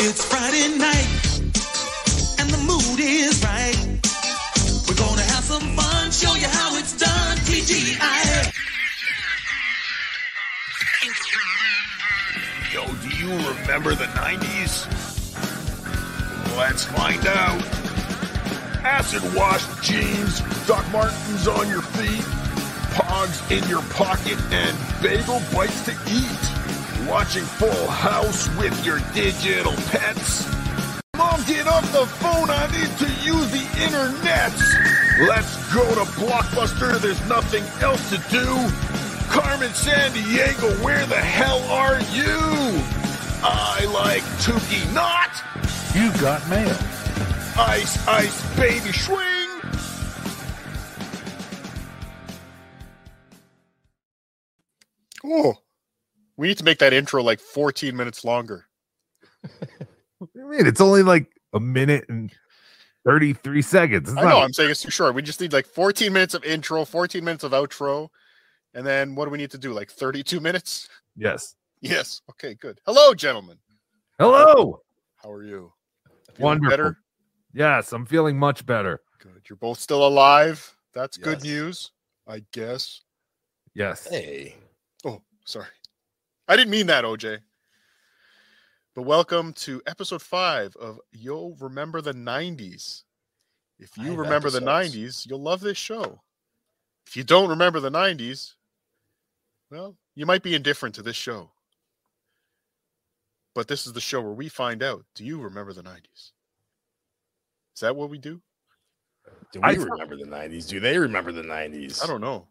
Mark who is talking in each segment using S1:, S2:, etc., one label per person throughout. S1: It's Friday night, and the mood is right. We're gonna have some fun, show you how it's done. TGI.
S2: Yo, do you remember the 90s? Let's find out. Acid washed jeans, Doc Martens on your feet, pogs in your pocket, and bagel bites to eat. Watching Full House with your digital pets. Mom, get off the phone. I need to use the internet. Let's go to Blockbuster. There's nothing else to do. Carmen San Diego, where the hell are you? I like Tukey Not.
S3: You got mail.
S2: Ice, ice, baby swing.
S4: Oh, we need to make that intro like 14 minutes longer.
S3: What do you mean? It's only like a minute and 33 seconds. It's
S4: I know
S3: not-
S4: I'm saying it's too short. We just need like 14 minutes of intro, 14 minutes of outro, and then what do we need to do? Like 32 minutes?
S3: yes.
S4: Yes. Okay, good. Hello, gentlemen.
S3: Hello.
S4: How are you? Feeling
S3: Wonderful.
S4: Better?
S3: Yes, I'm feeling much better.
S4: Good. You're both still alive. That's good
S5: Yes.
S4: news, I guess.
S3: Yes.
S5: Hey,
S4: Oh, sorry. I didn't mean that, OJ. But welcome to episode five of Yo Remember the 90s. If you
S5: Five
S4: remember the
S5: episodes.
S4: 90s, you'll love this show. If you don't remember the 90s, well, you might be indifferent to this show. But this is the show where we find out do you remember the 90s? Is that what we do?
S5: do we
S3: I thought-
S5: remember the '90s? Do they remember the '90s?
S4: I don't know.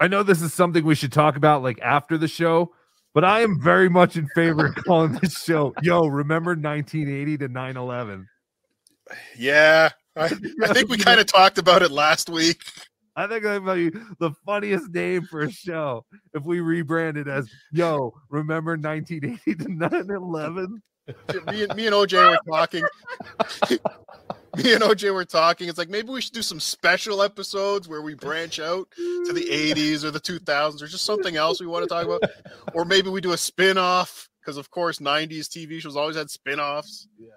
S3: I know this is something we should talk about like after the show, but I am very much in favor of calling this show, yo, remember 1980 to 9 11.
S4: Yeah. I, I think we kind of talked about it last week.
S3: I think that'd be the funniest name for a show if we rebranded as Yo, remember 1980 to 9 11?
S4: me and me and OJ were talking. me and OJ were talking. It's like maybe we should do some special episodes where we branch out to the 80s or the 2000s or just something else we want to talk about. Or maybe we do a spin-off because of course 90s TV shows always had spin-offs.
S3: Yes.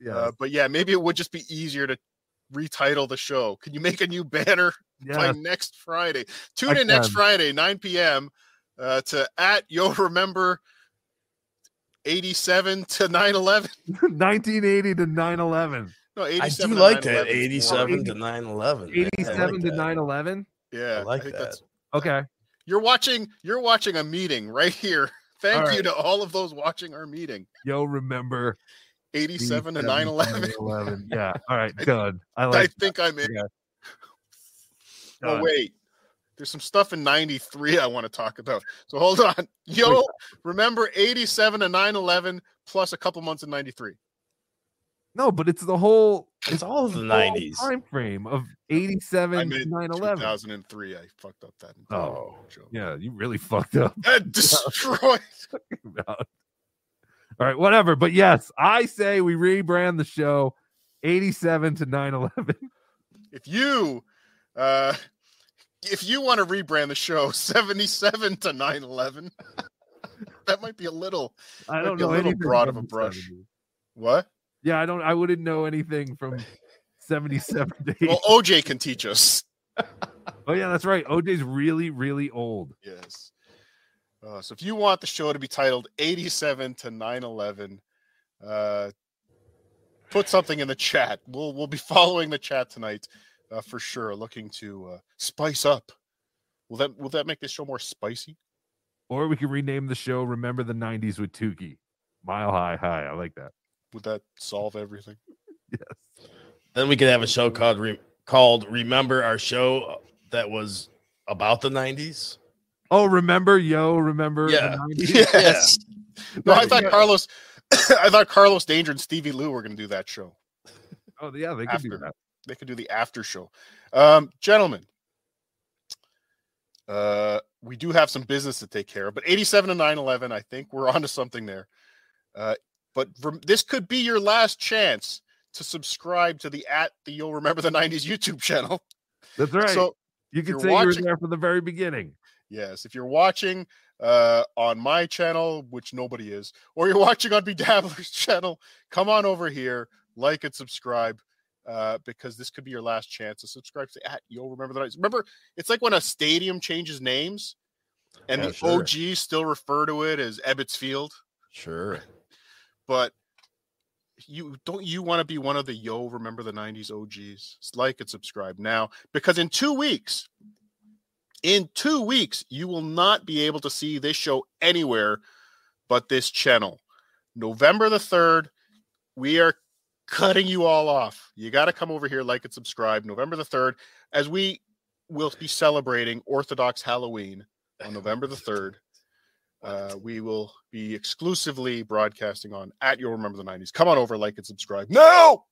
S3: Yes.
S4: Uh, but yeah, maybe it would just be easier to retitle the show. Can you make a new banner by
S3: yes.
S4: next Friday? Tune
S3: I
S4: in next
S3: can.
S4: Friday, 9 p.m. Uh, to at yo remember 87 to 9 11.
S3: 1980 to 9 11.
S4: No,
S5: I
S4: 87
S5: do
S4: to
S5: like that
S4: 9/11 is more-
S5: 87 to 9/11. man. I
S3: 87
S5: like
S3: to
S5: that.
S3: 9 11.
S4: Yeah,
S5: I like
S4: think
S5: that.
S4: that's-
S3: Okay.
S4: You're watching. You're watching a meeting right here. Thank
S3: All
S4: you to all of those watching our meeting.
S3: Yo, remember
S4: 87 to 9/11.
S3: 9/11. Yeah. All right. Good. I
S4: I
S3: like
S4: think I'm in.
S3: Yeah.
S4: Oh
S3: Done.
S4: wait, there's some stuff in '93 I want to talk about. So hold on. Yo, remember 87 to 9/11 plus a couple months in '93.
S3: No, but it's the whole
S5: It's all of the
S3: whole
S5: '90s.
S3: time frame of
S4: I
S3: 87
S4: meant
S3: to 9 11.
S4: 2003. I fucked up that. entire
S3: Oh,
S4: joke.
S3: Yeah. You really fucked up.
S4: That destroyed.
S3: about. All right, whatever. But yes, I say we rebrand the show 87 to 911.
S4: if you uh if you want to rebrand the show 77 to 911 that might be a little
S3: I
S4: Might
S3: don't
S4: be a
S3: know
S4: little
S3: anything
S4: broad of
S3: from
S4: a brush.
S3: 70s.
S4: what
S3: Yeah, I don't I wouldn't know anything from 77 to 80.
S4: well oj can teach us
S3: oh yeah, that's right. OJ's really really old.
S4: yes uh, so if you want the show to be titled 87 to 911 uh put something in the chat we'll we'll be following the chat tonight uh, for sure looking to uh, spice up will that will that make this show more spicy
S3: Or we could rename the show Remember the 90s with Tukey. Mile high high. I like that.
S4: would that solve everything
S3: Yes.
S5: Then we could have a show called re- called Remember Our Show uh, that was about the '90s.
S3: Oh, remember yo, remember the
S5: Yeah.
S3: 90s?
S4: Yes. No, I
S5: There
S4: thought
S5: you go.
S4: Carlos, I thought Carlos Danger and Stevie Lou were going to do that show.
S3: Oh, yeah, they could do
S4: After.
S3: that.
S4: They could do the after show. Um, gentlemen, uh, we do have some business to take care of, but 87 to 911, I think we're onto something there. Uh, but rem- this could be your last chance to subscribe to the at the You'll Remember the 90s YouTube channel.
S3: That's right.
S4: So
S3: you could
S4: you're
S3: say you
S4: watching-
S3: were there from the very beginning.
S4: Yes, if you're watching uh, on my channel, which nobody is, or you're watching on Bedabbler's channel, come on over here, like and subscribe, uh, because this could be your last chance to subscribe to at you'll remember that. Remember, it's like when a stadium changes names, and
S5: Yeah,
S4: the
S5: sure.
S4: OGs still refer to it as Ebbets Field,
S5: Sure.
S4: but you don't you want to be one of the yo remember the 90s OGs? Like and subscribe now because in 2 weeks in 2 weeks you will not be able to see this show anywhere but this channel. November the 3rd we are cutting you all off. You got to come over here like and subscribe November the 3rd as we will be celebrating Orthodox Halloween on November the 3rd. Uh, we will be exclusively broadcasting on at You'll Remember the 90s. Come on over, like and subscribe. No!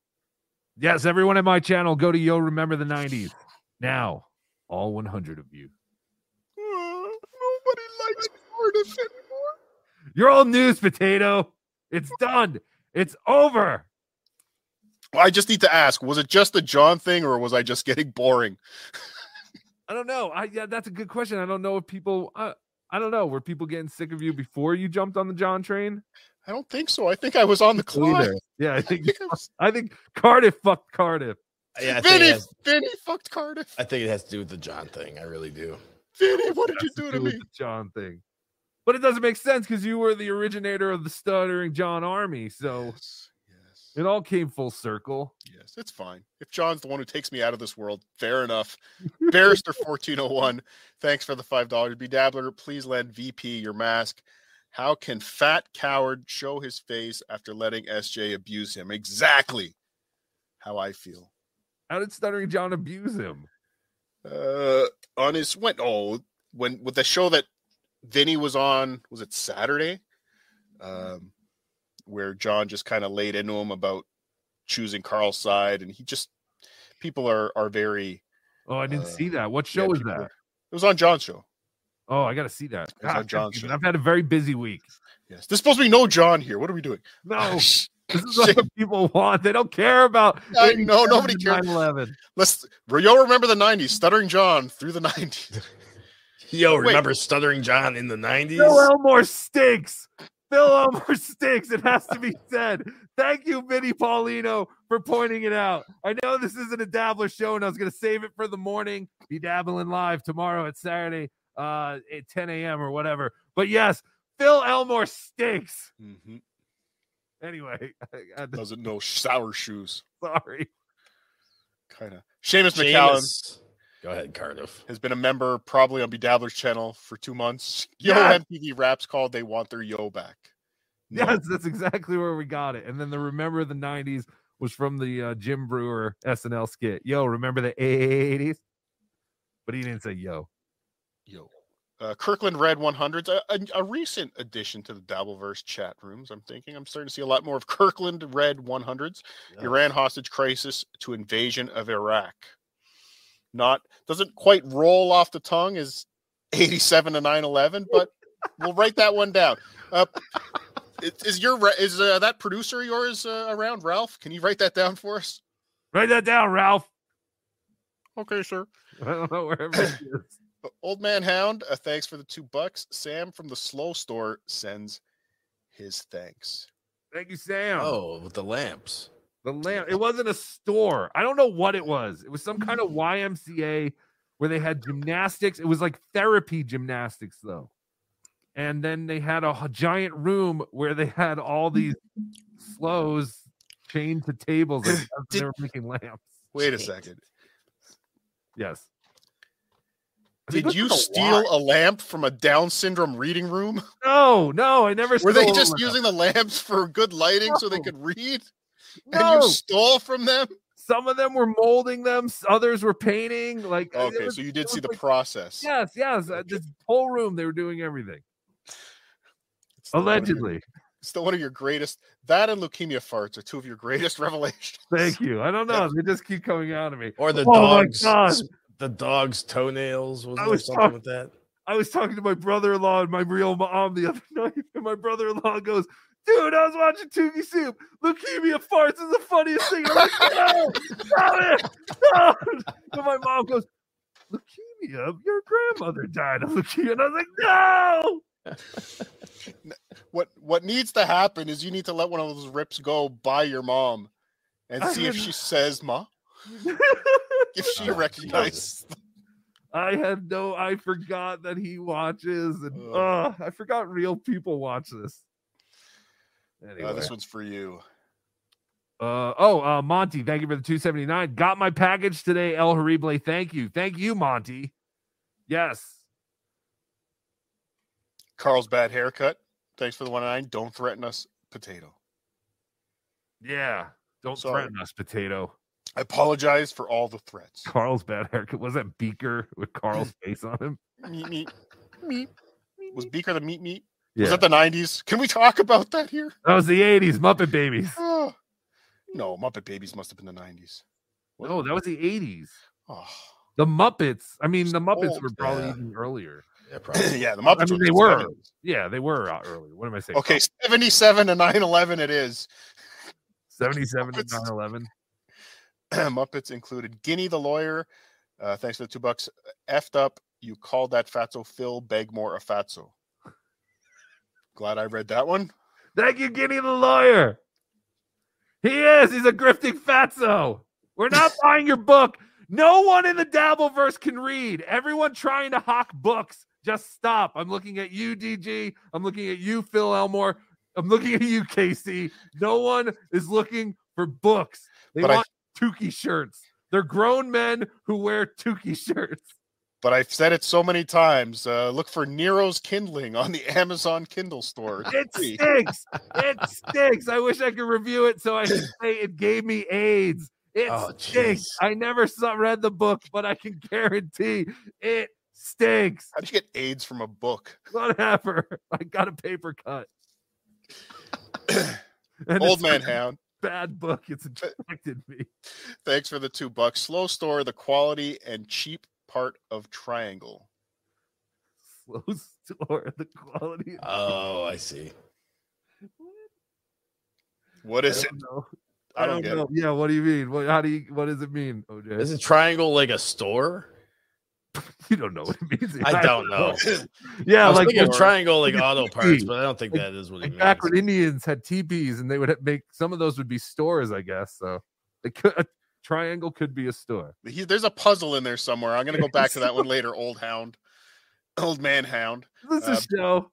S3: Yes, everyone at my channel, go to Yo Remember the 90s. Now, all 100 of you.
S4: Nobody likes Cardiff anymore.
S3: You're all news, potato. It's done. It's over.
S4: Well, I just need to ask was it just the John thing or was I just getting boring?
S3: I don't know. I yeah, that's a good question. I don't know if people uh, I don't know. Were people getting sick of you before you jumped on the John train?
S4: I don't think so. I think I was on the clock.
S3: Yeah, I
S4: I
S3: think
S4: think I was-
S3: I think Cardiff fucked Cardiff.
S5: Yeah, I think, it
S4: Vinny,
S5: has,
S4: Vinny fucked Cardiff.
S5: I think it has to do with the John thing. I really do.
S4: Vinny, what did
S3: Oh,
S4: you
S3: That's
S4: do
S3: to
S4: to
S3: do with
S4: me?
S3: the John thing. But it doesn't make sense because you were the originator of the stuttering John Army. So
S4: Yes, yes,
S3: it all came full circle.
S4: yes, it's fine. If John's the one who takes me out of this world, fair enough. Barrister 1401, thanks for the $5. Be Dabbler, please lend VP your mask. How can fat coward show his face after letting SJ abuse him? Exactly how I feel.
S3: How did stuttering John abuse him?
S4: Uh, on his when oh when with the show that Vinny was on was it Saturday,
S3: Mm-hmm.
S4: um, where John just kind of laid into him about choosing Carl's side, and he just people are are very
S3: Oh, I didn't
S4: Uh,
S3: see that. What
S4: yeah,
S3: show was
S4: people
S3: that?
S4: are- it was on John's show.
S3: Oh, I gotta see that.
S4: was on
S3: God,
S4: John's
S3: David,
S4: show.
S3: I've had a very busy week.
S4: Yes, there's supposed to be no John here. What are we doing?
S3: No, this is what the people want. They don't care about.
S4: I know, nobody cares.
S3: 11
S4: Let's yo remember the '90s, stuttering John through the '90s.
S5: Yo,
S4: Wait.
S5: remember Stuttering John in the 90s?
S3: Phil Elmore stinks. Phil Elmore stinks. It has to be said. Thank you, Vinny Paulino, for pointing it out. I know this isn't a dabbler show, and I was going to save it for the morning. Be dabbling live tomorrow at Saturday uh, at 10 a.m. or whatever. But yes, Phil Elmore stinks.
S4: Mhm.
S3: Anyway, I, I'm
S4: Doesn't know sour shoes.
S3: sorry.
S4: Kind of. Seamus McCallum.
S5: Seamus. Go ahead, Cardiff.
S4: has been a member probably on Bedabbler's channel for two months. Yo
S3: Yeah.
S4: MTV Raps called they want their yo back. No.
S3: Yes, that's exactly where we got it. And then the remember the '90s was from the uh, Jim Brewer SNL skit. Yo, remember the '80s? But he didn't say yo.
S4: Yo. Uh, Kirkland Red 100s, a, a, a recent addition to the Dabbleverse chat rooms. I'm thinking I'm starting to see a lot more of Kirkland Red 100s. Iran hostage crisis to invasion of Iraq. Not doesn't quite roll off the tongue as 87 to 9/11, but we'll write that one down. Uh, is, is your re- is uh, that producer yours uh, around, Ralph? Can you write that down for us?
S3: Write that down, Ralph.
S4: Okay, sure.
S3: I don't know wherever it is.
S4: Old man hound, uh, thanks for the two bucks. Sam from the slow store sends his thanks.
S3: Thank you, Sam.
S5: Oh, with the lamps.
S3: The lamp. It wasn't a store. I don't know what it was. It was some kind of YMCA where they had gymnastics. It was like therapy gymnastics, though. And then they had a h- giant room where they had all these slows chained to tables. And they
S4: Did-
S3: were making lamps.
S4: Wait a second.
S3: Yes. I think
S4: Did
S3: it
S4: you
S3: was like a
S4: steal
S3: watch.
S4: a lamp from a Down syndrome reading room?
S3: No, no, I never.
S4: Were they
S3: stole a
S4: just
S3: lamp.
S4: using the lamps for good lighting so they
S3: No.
S4: could read? And
S3: No,
S4: you stole from them?
S3: some of them were molding them. s- Others were painting. Like it
S4: Okay,
S3: was-
S4: so you did
S3: it
S4: see
S3: was
S4: the
S3: like-
S4: process.
S3: Yes, yes. uh,
S4: Gotcha.
S3: This whole room, they were doing everything.
S4: It's still one of your-
S3: Allegedly.
S4: Still one of your greatest. That and leukemia farts are two of your greatest revelations.
S3: Thank you. I don't know. They just keep coming out of me.
S5: Or the
S3: Oh my
S5: dog's
S3: God.
S5: the dog's toenails. Wasn't
S3: I
S5: there
S3: was
S5: something
S3: talk-
S5: with that?
S3: I was talking to my brother in law and my real mom the other night, and my brother in law goes, Dude, I was watching Toogie Soup. Leukemia farts is the funniest thing. I'm like, no, stop it. No. And my mom goes, leukemia. Your grandmother died of leukemia. And I was like, no.
S4: What what needs to happen is you need to let one of those rips go by your mom and
S3: I
S4: see if
S3: had-
S4: she says ma, if Uh, she
S5: Oh,
S4: recognizes.
S3: I had no. I forgot that he watches, and uh,
S4: Ugh.
S3: I forgot real people watch this. Anyway,
S4: Uh, this one's for you.
S3: Uh, oh, uh, Monty, thank you for the 279. Got my package today, El Harible. Thank you. Thank you, Monty. Yes.
S4: Carl's bad haircut. Thanks for the one nine. Don't threaten us, potato.
S3: Yeah. Don't
S4: Sorry.
S3: threaten us, potato.
S4: I apologize for all the threats.
S3: Carl's bad haircut. Was that Beaker with Carl's face on him?
S4: Meat meat meat. Was Beaker the meat meat?
S3: Yeah.
S4: Was that the nineties? Can we talk about that here?
S3: That was the 80s, Muppet Babies.
S4: Oh. No, Muppet Babies must have been the nineties.
S3: No, that was the 80s.
S4: Oh.
S3: The Muppets. I mean, the Muppets
S4: old,
S3: were probably
S5: yeah.
S3: even earlier.
S5: Yeah, probably.
S4: yeah, the Muppets.
S3: mean,
S4: the
S3: they were.
S4: 70s.
S3: Yeah, they were out earlier. What am I saying?
S4: Okay, seventy-seven to nine eleven. It is.
S3: 77 to
S4: Muppets.
S3: 9 11.
S4: Muppets included Guinea the lawyer. Uh, thanks for the two bucks. Effed up. You called that fatso Phil Begmore a fatso. Glad I read that one.
S3: Thank you, Guinea the lawyer. He is. He's a grifting fatso. We're not buying your book. No one in the Dabbleverse can read. Everyone trying to hawk books. Just stop. I'm looking at you, DG. I'm looking at you, Phil Elmore. I'm looking at you, Casey. No one is looking for books. They
S4: But I-
S3: want Tukey shirts. They're grown men who wear Tukey shirts.
S4: But I've said it so many times. Uh, look for Nero's Kindling on the Amazon Kindle store. It's
S3: It
S4: free.
S3: stinks. It stinks. I wish I could review it so I could say it gave me AIDS. It
S5: Oh,
S3: stinks.
S5: jeez.
S3: I never saw, read the book, but I can guarantee it stinks.
S4: How do you get AIDS from a book?
S3: Whatever. I got a paper cut. And
S4: Old
S3: it's
S4: man
S3: a
S4: hound.
S3: Bad book. It's infected me.
S4: Thanks for the two bucks. Slow store, the quality and cheap part of Triangle.
S3: Slow store. The quality.
S5: Oh, I see.
S4: What
S3: I
S4: is it?
S3: don't know.
S4: I don't get it.
S3: know. Yeah. What do you mean? What? How do you? What does it mean? OJ?
S5: Isn't triangle like a store?
S3: you don't know what it means.
S5: I don't know.
S3: Yeah,
S5: I was
S3: like
S5: thinking of
S4: or-
S5: triangle like
S3: like a
S5: auto
S3: teepee.
S5: parts, but I don't think
S3: Like-
S5: that is what it
S3: like back
S5: means.
S3: when Indians had teepees and they would make some of those would be stores, I guess. So it could, a triangle could be a store.
S4: He, there's a puzzle in there somewhere. I'm gonna go back to that one later. Old hound, old man hound.
S3: This
S5: Uh,
S3: is a show.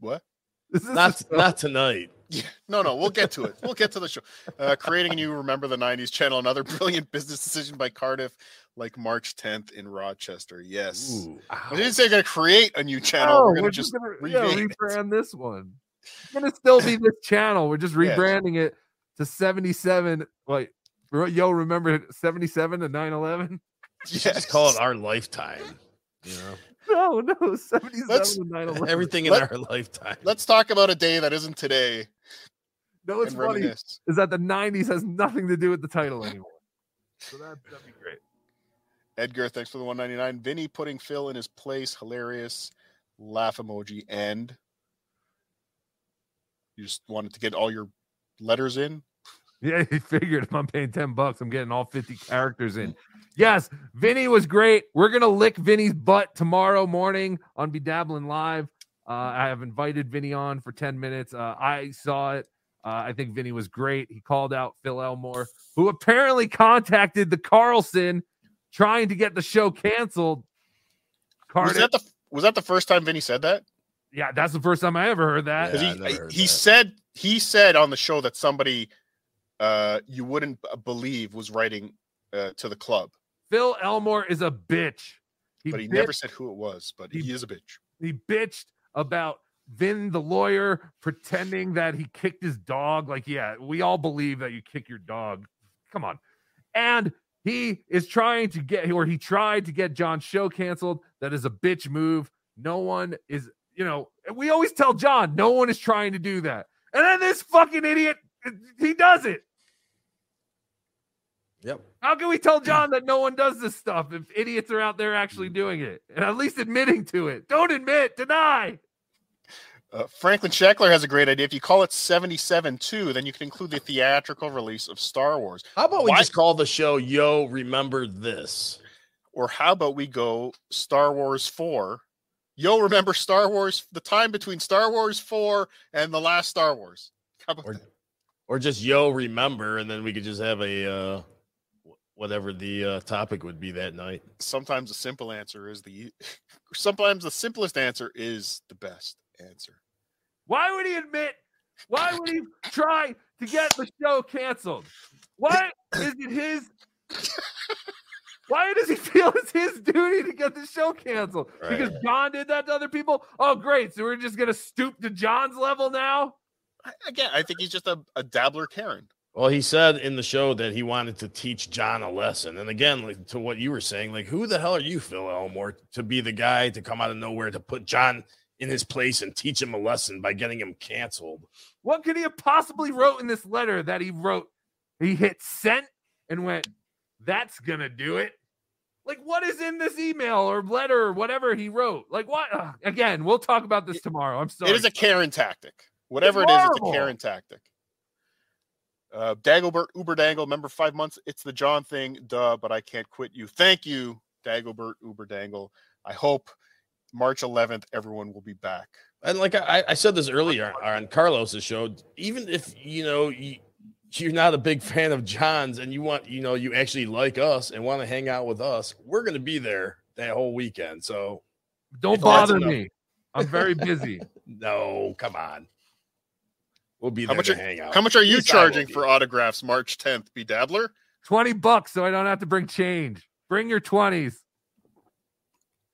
S4: What?
S3: This is a
S5: Not
S3: show.
S5: not tonight.
S4: Yeah, no, no, we'll get to it. We'll get to the show. Uh, creating a new Remember the 90s channel, another brilliant business decision by Cardiff, like March 10th in Rochester. Yes.
S5: Ooh,
S4: I didn't say going to create a new channel.
S3: No,
S4: we're going to just.
S3: gonna yeah,
S4: rename it.
S3: rebrand this one. It's gonna still be this channel. We're just
S4: Yes.
S3: rebranding it to 77. Like, re- yo, remember 77 to 9 11?
S5: Just call it our lifetime. You
S3: No,
S5: know,
S3: no, 77
S4: Let's-
S3: to 9 11.
S5: everything in
S4: Let-
S5: our lifetime.
S4: Let's talk about a day that isn't today
S3: No, it's
S4: and
S3: funny
S4: reminisce.
S3: is that the 90s has nothing to do with the title anymore. So that, that'd be great.
S4: Edgar, thanks for the 199. Vinny putting Phil in his place. Hilarious. Laugh emoji. And you just wanted to get all your letters in.
S3: Yeah, he figured if I'm paying 10 bucks, I'm getting all 50 characters in. Yes, Vinny was great. We're going to lick Vinny's butt tomorrow morning on Bedabbling Live. Uh, I have invited Vinny on for 10 minutes. Uh, I saw it. Uh, I think Vinny was great. He called out Phil Elmore, who apparently contacted the Carlson trying to get the show canceled.
S4: Was
S3: Cardiff,
S4: that the was that the first time Vinny said that?
S3: yeah, that's the first time I ever heard that.
S5: Yeah,
S4: Because
S5: I never heard
S4: he, he
S5: that.
S4: said he said on the show that somebody uh you wouldn't b- believe was writing uh, to the club,
S3: Phil Elmore is a bitch.
S4: but he
S3: bitched-
S4: never said who it was. But
S3: he-
S4: he, is a bitch.
S3: he bitched about Vin the lawyer pretending that he kicked his dog. Like, yeah, we all believe that you kick your dog. Come on. And he is trying to get, or he tried to get John's show canceled. That is a bitch move. No one is, you know, we always tell John, no one is trying to do that. And then this fucking idiot, he does it.
S5: Yep.
S3: How can we tell John that no one does this stuff if idiots are out there actually doing it and at least admitting to it? Don't admit, deny.
S4: Uh, Franklin Scheckler has a great idea. If you call it seventy-seven two, then you can include the theatrical release of Star Wars.
S5: How about we
S4: Why-
S5: just call the show "Yo, Remember This"?
S4: Or how about we go Star Wars 4? You'll remember Star Wars, the time between Star Wars 4 and the last Star Wars. How about
S5: Or-
S4: that?
S5: or just yo remember, and then we could just have a uh, wh- whatever the uh, topic would be that night.
S4: Sometimes the simple answer is the e- sometimes the simplest answer is the best answer.
S3: Why would he admit? Why would he try to get the show canceled? Why is it his? Why does he feel it's his duty to get the show canceled? Because John did that to other people? Oh, great. So we're just going to stoop to John's level now?
S4: I, again, I think he's just a, a dabbler Karen.
S5: Well, he said in the show that he wanted to teach John a lesson. And again, like, to what you were saying, like, who the hell are you, Phil Elmore, to be the guy to come out of nowhere to put John in his place and teach him a lesson by getting him canceled?
S3: What could he have possibly wrote in this letter that he wrote? He hit sent and went, that's gonna do it. Like, what is in this email or letter or whatever he wrote? Like, what? Ugh, again, we'll talk about this tomorrow. I'm sorry.
S4: It is a Karen tactic. Whatever it is, it's
S3: horrible.
S4: a Karen tactic. Uh, Dagobert Uberdangle, member five months. It's the John thing, duh. But I can't quit you. Thank you, Dagobert Uberdangle. I hope March 11th everyone will be back.
S5: And like I, I said this earlier on Carlos's show, even if you know you, you're not a big fan of John's and you want, you know, you actually like us and want to hang out with us, we're going to be there that whole weekend. So,
S3: Don't
S5: It's- that's
S3: bother
S5: enough.
S3: me. I'm very busy.
S5: no, come on. We'll be
S4: How
S5: there
S4: much
S5: to
S4: are-
S5: hang out.
S4: How much are you
S5: Yes, I will
S4: charging
S5: be.
S4: for autographs March 10th? Be dabbler.
S3: 20 bucks so I don't have to bring change. Bring your 20s.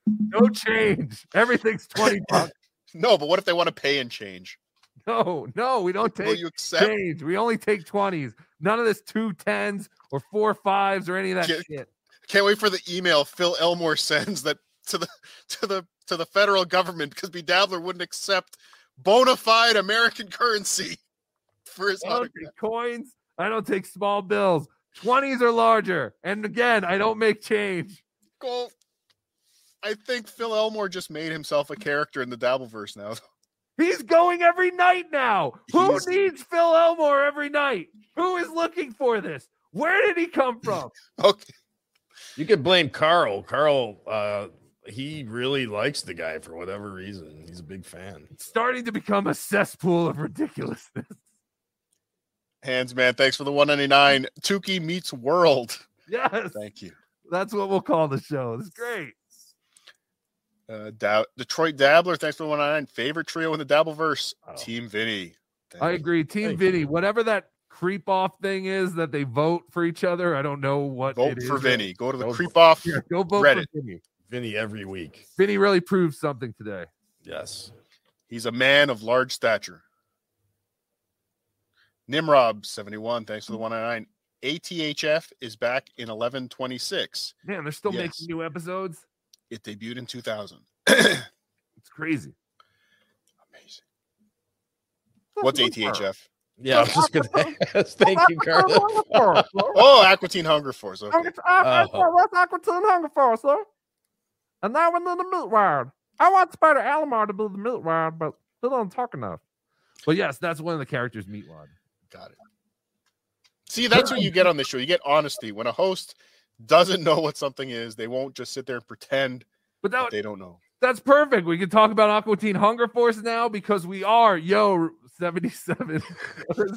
S3: No change. Everything's 20 bucks.
S4: No, but what if they want to pay and change?
S3: No, no, we don't
S4: will
S3: take
S4: you accept?
S3: change. We only take 20s. None of this two tens or four fives or any of that
S4: Get-
S3: shit.
S4: Can't wait for the email Phil Elmore sends that to the to the to the federal government because Bedabbler wouldn't accept bona fide American currency for his
S3: I don't
S4: autograph.
S3: take coins. I don't take small bills. 20s or larger. And again, I don't make change.
S4: Well, I think Phil Elmore just made himself a character in the Dabbleverse now.
S3: He's going every night now. Who
S4: He's-
S3: needs Phil Elmore every night? Who is looking for this? Where did he come from?
S4: Okay.
S5: You could blame Carl. Carl, uh, he really likes the guy for whatever reason. He's a big fan.
S3: It's starting to become a cesspool of ridiculousness.
S4: Hands man, thanks for the 199. Tukey meets world.
S3: Yes,
S4: Thank you.
S3: that's what we'll call the show. It's great.
S4: Uh, da- Detroit Dabbler, thanks for the 199. Favorite trio in the Dabbleverse,
S5: Oh.
S4: Team Vinny. Thank
S3: I
S4: you.
S3: agree. Team
S5: Thank
S3: Vinny, whatever that creep off thing is that they vote for each other, I don't know what.
S4: Vote
S3: it
S4: for
S3: is.
S4: Vinny. Go to the
S5: Vote
S4: creep off.
S3: Yeah, go vote
S4: Reddit.
S3: for Vinny.
S5: Vinny every week.
S3: Vinny really proved something today.
S5: Yes.
S4: He's a man of large stature. Nimrob71, thanks for the oh 199. ATHF is back in 1126.
S3: Man, they're still
S4: Yes.
S3: making new episodes.
S4: It debuted in 2000.
S3: It's crazy.
S4: Amazing. What's ATHF?
S5: Yeah, I was just gonna ask. Thank you, Carlos.
S4: Oh, Aquatine Hunger Force. Okay.
S5: Oh.
S3: What's Aquatine Hunger for, sir? And now we're in the milk wired. I want Spider Alamar to be the milk wired, Uh, but they don't talk enough. But yes, that's one of the characters, Meatwad.
S4: Got it. See, that's what you get on this show. You get honesty. When a host doesn't know what something is, they won't just sit there and pretend
S3: But
S4: that
S3: that,
S4: they don't know.
S3: that's perfect. We can talk about Aquatine Hunger Force now because we are Yo 77. That is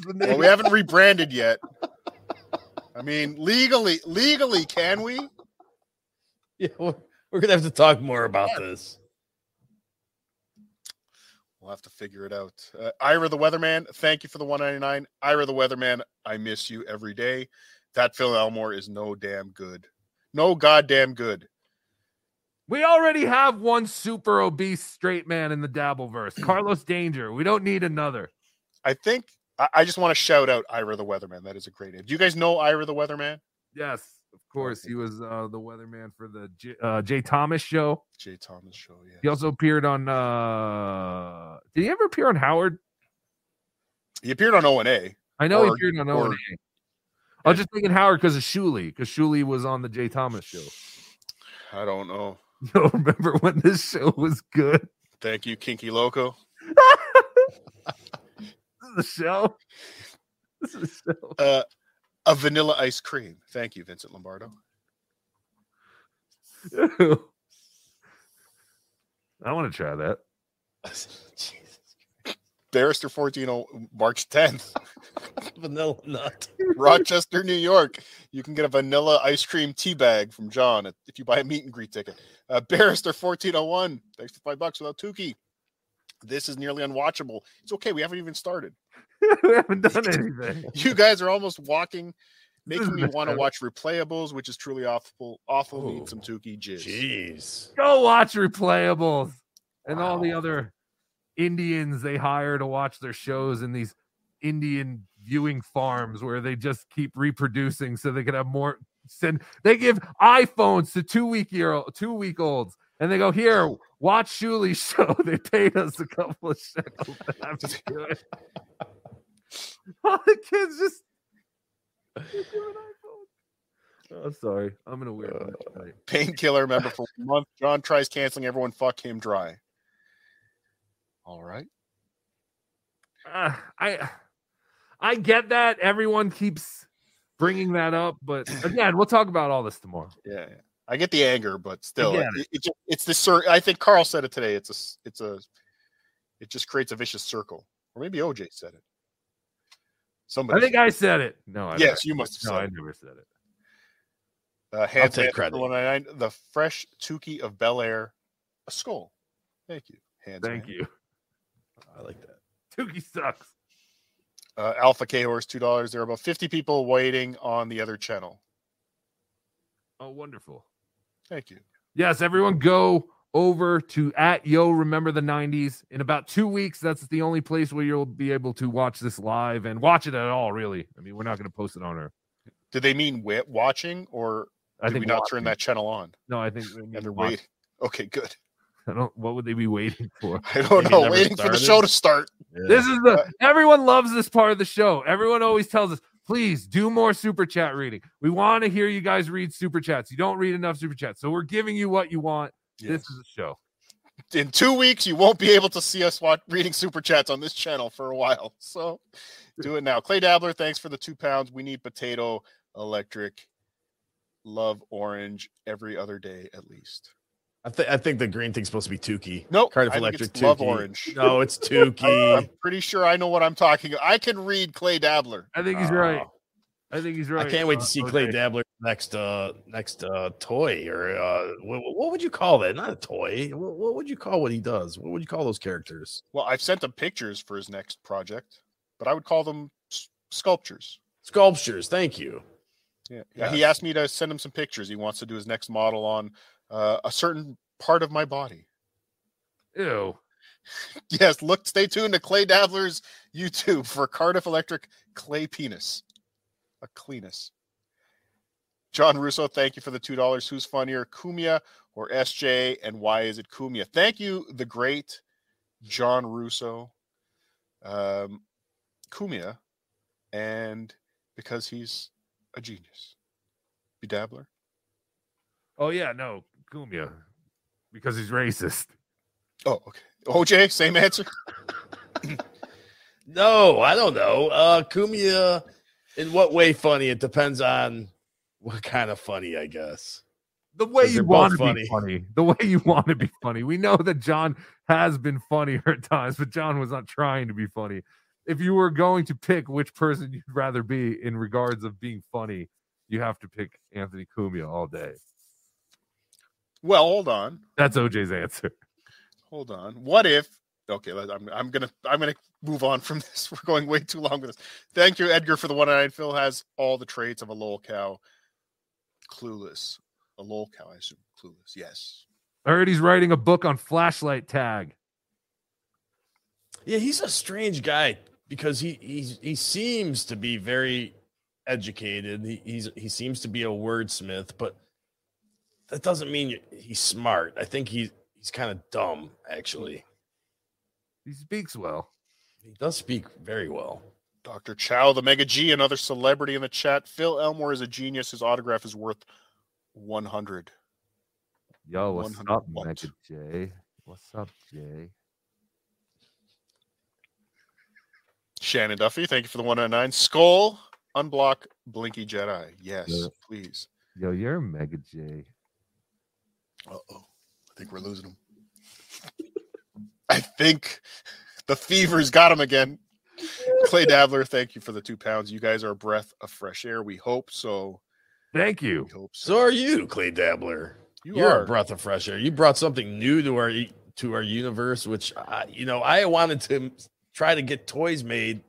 S3: the
S4: Well,
S3: name.
S4: we haven't rebranded yet. I mean, legally, legally, can we?
S5: Yeah, we're, we're gonna have to talk more about this.
S4: We'll have to figure it out. Uh, Ira the Weatherman, thank you for the 199. Ira the Weatherman, I miss you every day. That Phil Elmore is no damn good. No goddamn good.
S3: We already have one super obese straight man in the Dabbleverse, Carlos Danger. We don't need another.
S4: I think I, I just want to shout out Ira the Weatherman. That is a great name. Do you guys know Ira the Weatherman?
S3: Yes, of course. He was uh, the weatherman for the J- uh, Jay Thomas show.
S4: Jay Thomas show, yeah.
S3: He also appeared on. uh Did he ever appear on Howard?
S4: He appeared on O and A.
S3: I know he
S4: Or-
S3: appeared on
S4: or-
S3: O&A. I was just thinking Howard because of Shuley, because Shuley was on the Jay Thomas show.
S4: I don't know.
S3: Yo, remember when this show was good?
S4: Thank you, Kinky Loco.
S3: This is the show. This is the show.
S4: Uh, a vanilla ice cream. Thank you, Vincent Lombardo.
S3: I want to try that.
S5: Jesus.
S4: Barrister 14 March 10th,
S5: Vanilla nut.
S4: Rochester, New York. You can get a vanilla ice cream tea bag from John at- if you buy a meet and greet ticket. Uh, Barrister 1401, thanks for five bucks without Tukey. This is nearly unwatchable. It's okay. We haven't even started.
S3: we haven't done anything.
S4: You guys are almost walking,
S3: is
S4: making me
S3: messed
S4: want to
S3: up.
S4: watch replayables, which is truly awful. Awful. Need
S5: Ooh.
S4: some Tukey jizz.
S5: Jeez.
S3: Go watch replayables and all the
S5: Wow.
S3: other Indians they hire to watch their shows in these Indian viewing farms where they just keep reproducing so they can have more send they give iPhones to two week year old two week olds and they go here watch Shuli's show. They paid us a couple of shekels to have to do it. All the kids just they're doing iPhones. Oh, I'm sorry. I'm in a weird mood tonight.
S4: Painkiller member for one month. John tries canceling everyone. Fuck him dry. All right.
S3: uh, I I get that everyone keeps bringing that up, but again, we'll talk about all this tomorrow.
S4: Yeah, yeah. I get the anger, but still,
S3: get
S4: it, it ju- it's the cir- I think Carl said it today. It's a, s- it's a, it just creates a vicious circle, or maybe OJ said it. Somebody.
S3: I think I said it. No, I
S4: yes, you must have
S3: no,
S4: said.
S3: I
S4: it.
S3: never said it.
S4: Uh, hands
S5: take
S4: man,
S5: credit.
S4: 199, the fresh Tukey of Bel Air, a skull. Thank you. Hands
S3: Thank
S4: man.
S3: you.
S5: I like that.
S3: Tukey sucks.
S4: Uh, Alpha K Horse, two dollars. There are about fifty people waiting on the other channel.
S3: Oh, wonderful.
S4: Thank you.
S3: Yes, everyone go over to at yo remember the 90s in about two weeks that's the only place where you'll be able to watch this live and watch it at all really i mean we're not going to post it on our
S4: Did they mean wi- watching, or
S3: i
S4: did
S3: think
S4: we not
S3: watch-
S4: turn that channel on?
S3: no i think we need
S4: And
S3: to
S4: they're
S3: watch-
S4: wait. Okay, good.
S3: i don't what would they be waiting for
S4: I don't
S5: Maybe
S4: know.
S5: never
S4: Waiting for the
S5: started?
S4: show to start.
S5: Yeah.
S3: This is the
S4: Uh,
S3: everyone loves this part of the show. Everyone always tells us, please do more super chat reading. We want to hear you guys read super chats. You don't read enough super chats, so we're giving you what you want. This is a show.
S4: in two weeks you won't be able to see us watch, reading super chats on this channel for a while so do it now clay dabbler thanks for the two pounds we need potato electric love orange every other day at least
S5: I, th- I think the green thing's supposed to be Tukey.
S4: no
S5: Cardiff
S4: I think
S5: Electric
S4: it's love
S5: Tukey.
S4: orange
S5: No, it's Tukey.
S4: i'm pretty sure i know what i'm talking i can read clay dabbler
S3: I think he's right. I think he's right.
S5: Ah. I can't wait
S3: uh,
S5: to see
S3: Jose.
S5: Clay Dabbler next uh next uh toy or uh what, what would you call that? Not a toy. What, what would you call what he does? What would you call those characters?
S4: well i've sent him pictures for his next project but i would call them s- sculptures
S5: Sculptures. Thank you.
S4: Yeah. yeah. He asked me to send him some pictures. He wants to do his next model on uh, a certain part of my body.
S3: Ew.
S4: Yes. Look, stay tuned to Clay Dabbler's YouTube for Cardiff Electric Clay Penis. A cleanus. John Russo, thank you for the $2. Who's funnier, Kumia or SJ? And why is it Kumia? Thank you, the great John Russo. Um, Kumia. And because he's a genius. Be Dabbler.
S3: Oh yeah, no, Kumia, because he's racist.
S4: Oh, okay. OJ, same answer.
S5: No, I don't know. Uh Kumia in what way funny? It depends on what kind of funny, I guess.
S3: The way
S5: 'Cause
S3: you
S5: they're both
S3: want to be
S5: funny.
S3: funny. The way you want to be funny. We know that John has been funnier at times, but John was not trying to be funny. If you were going to pick which person you'd rather be in regards of being funny, you have to pick Anthony Cumia all day.
S4: Well, hold on,
S3: That's OJ's answer.
S4: hold on. What if? Okay, let- I'm, I'm gonna I'm gonna move on from this. We're going way too long with this. Thank you, Edgar, for the one nine. Phil has all the traits of a lol cow. Clueless, a lol cow, I assume. Clueless, yes.
S3: I heard he's writing a book on flashlight tag.
S5: Yeah, he's a strange guy because he he's, he seems to be very educated. He he's, he seems to be a wordsmith, but that doesn't mean he's smart. I think he's he's kind of dumb actually.
S3: He speaks well.
S5: He does speak very well.
S4: Dr. Chow, the Mega G, another celebrity in the chat. Phil Elmore is a genius. His autograph is worth one hundred.
S3: Yo, what's
S4: 100
S3: up,
S4: watt.
S3: Mega Jay? What's up, Jay?
S4: Shannon Duffy, thank you for the one nine nine. Skull, unblock Blinky Jedi. Yes,
S3: Yeah.
S4: please.
S3: Yo, you're a Mega Jay.
S4: Uh oh. I think we're losing him. I think the fever's got him again. Clay Dabbler, thank you for the two pounds. You guys are a breath of fresh air. We hope so.
S3: Thank you.
S4: We hope so.
S5: So are you, Clay Dabbler.
S4: you
S5: You're
S4: are.
S5: a breath of fresh air. You brought something new to our e, to our universe, which I, you know I wanted to try to get toys made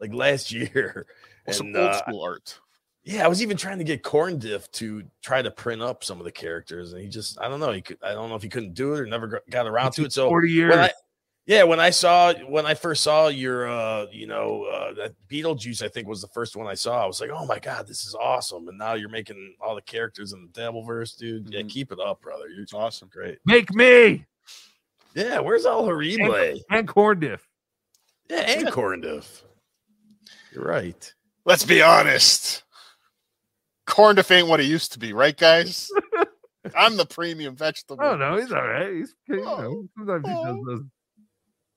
S5: like last year,
S4: some
S5: and
S4: old
S5: uh,
S4: school art.
S5: yeah, I was even trying to get Corn Diff to try to print up some of the characters, and he just I don't know he could I don't know if he couldn't do it or never got- got around to it. So
S3: 40 years.
S5: when I, yeah, when I saw when I first saw your uh you know uh that Beetlejuice I think was the first one I saw. I was like, "Oh my god, this is awesome." And now you're making all the characters in the Devilverse, dude. Yeah,
S4: Mhm.
S5: keep it up, brother. You're
S4: It's awesome.
S5: great.
S3: Make me
S5: Yeah, where's all her replay?
S3: and corn diff.
S5: Yeah, and Corndiff. You're right.
S4: Let's be honest. Corn to ain't what it used to be, right, guys? I'm the premium vegetable.
S3: I don't know. Oh, He's all right. He's you know,
S4: Oh.
S3: sometimes he does
S4: Oh.
S3: those.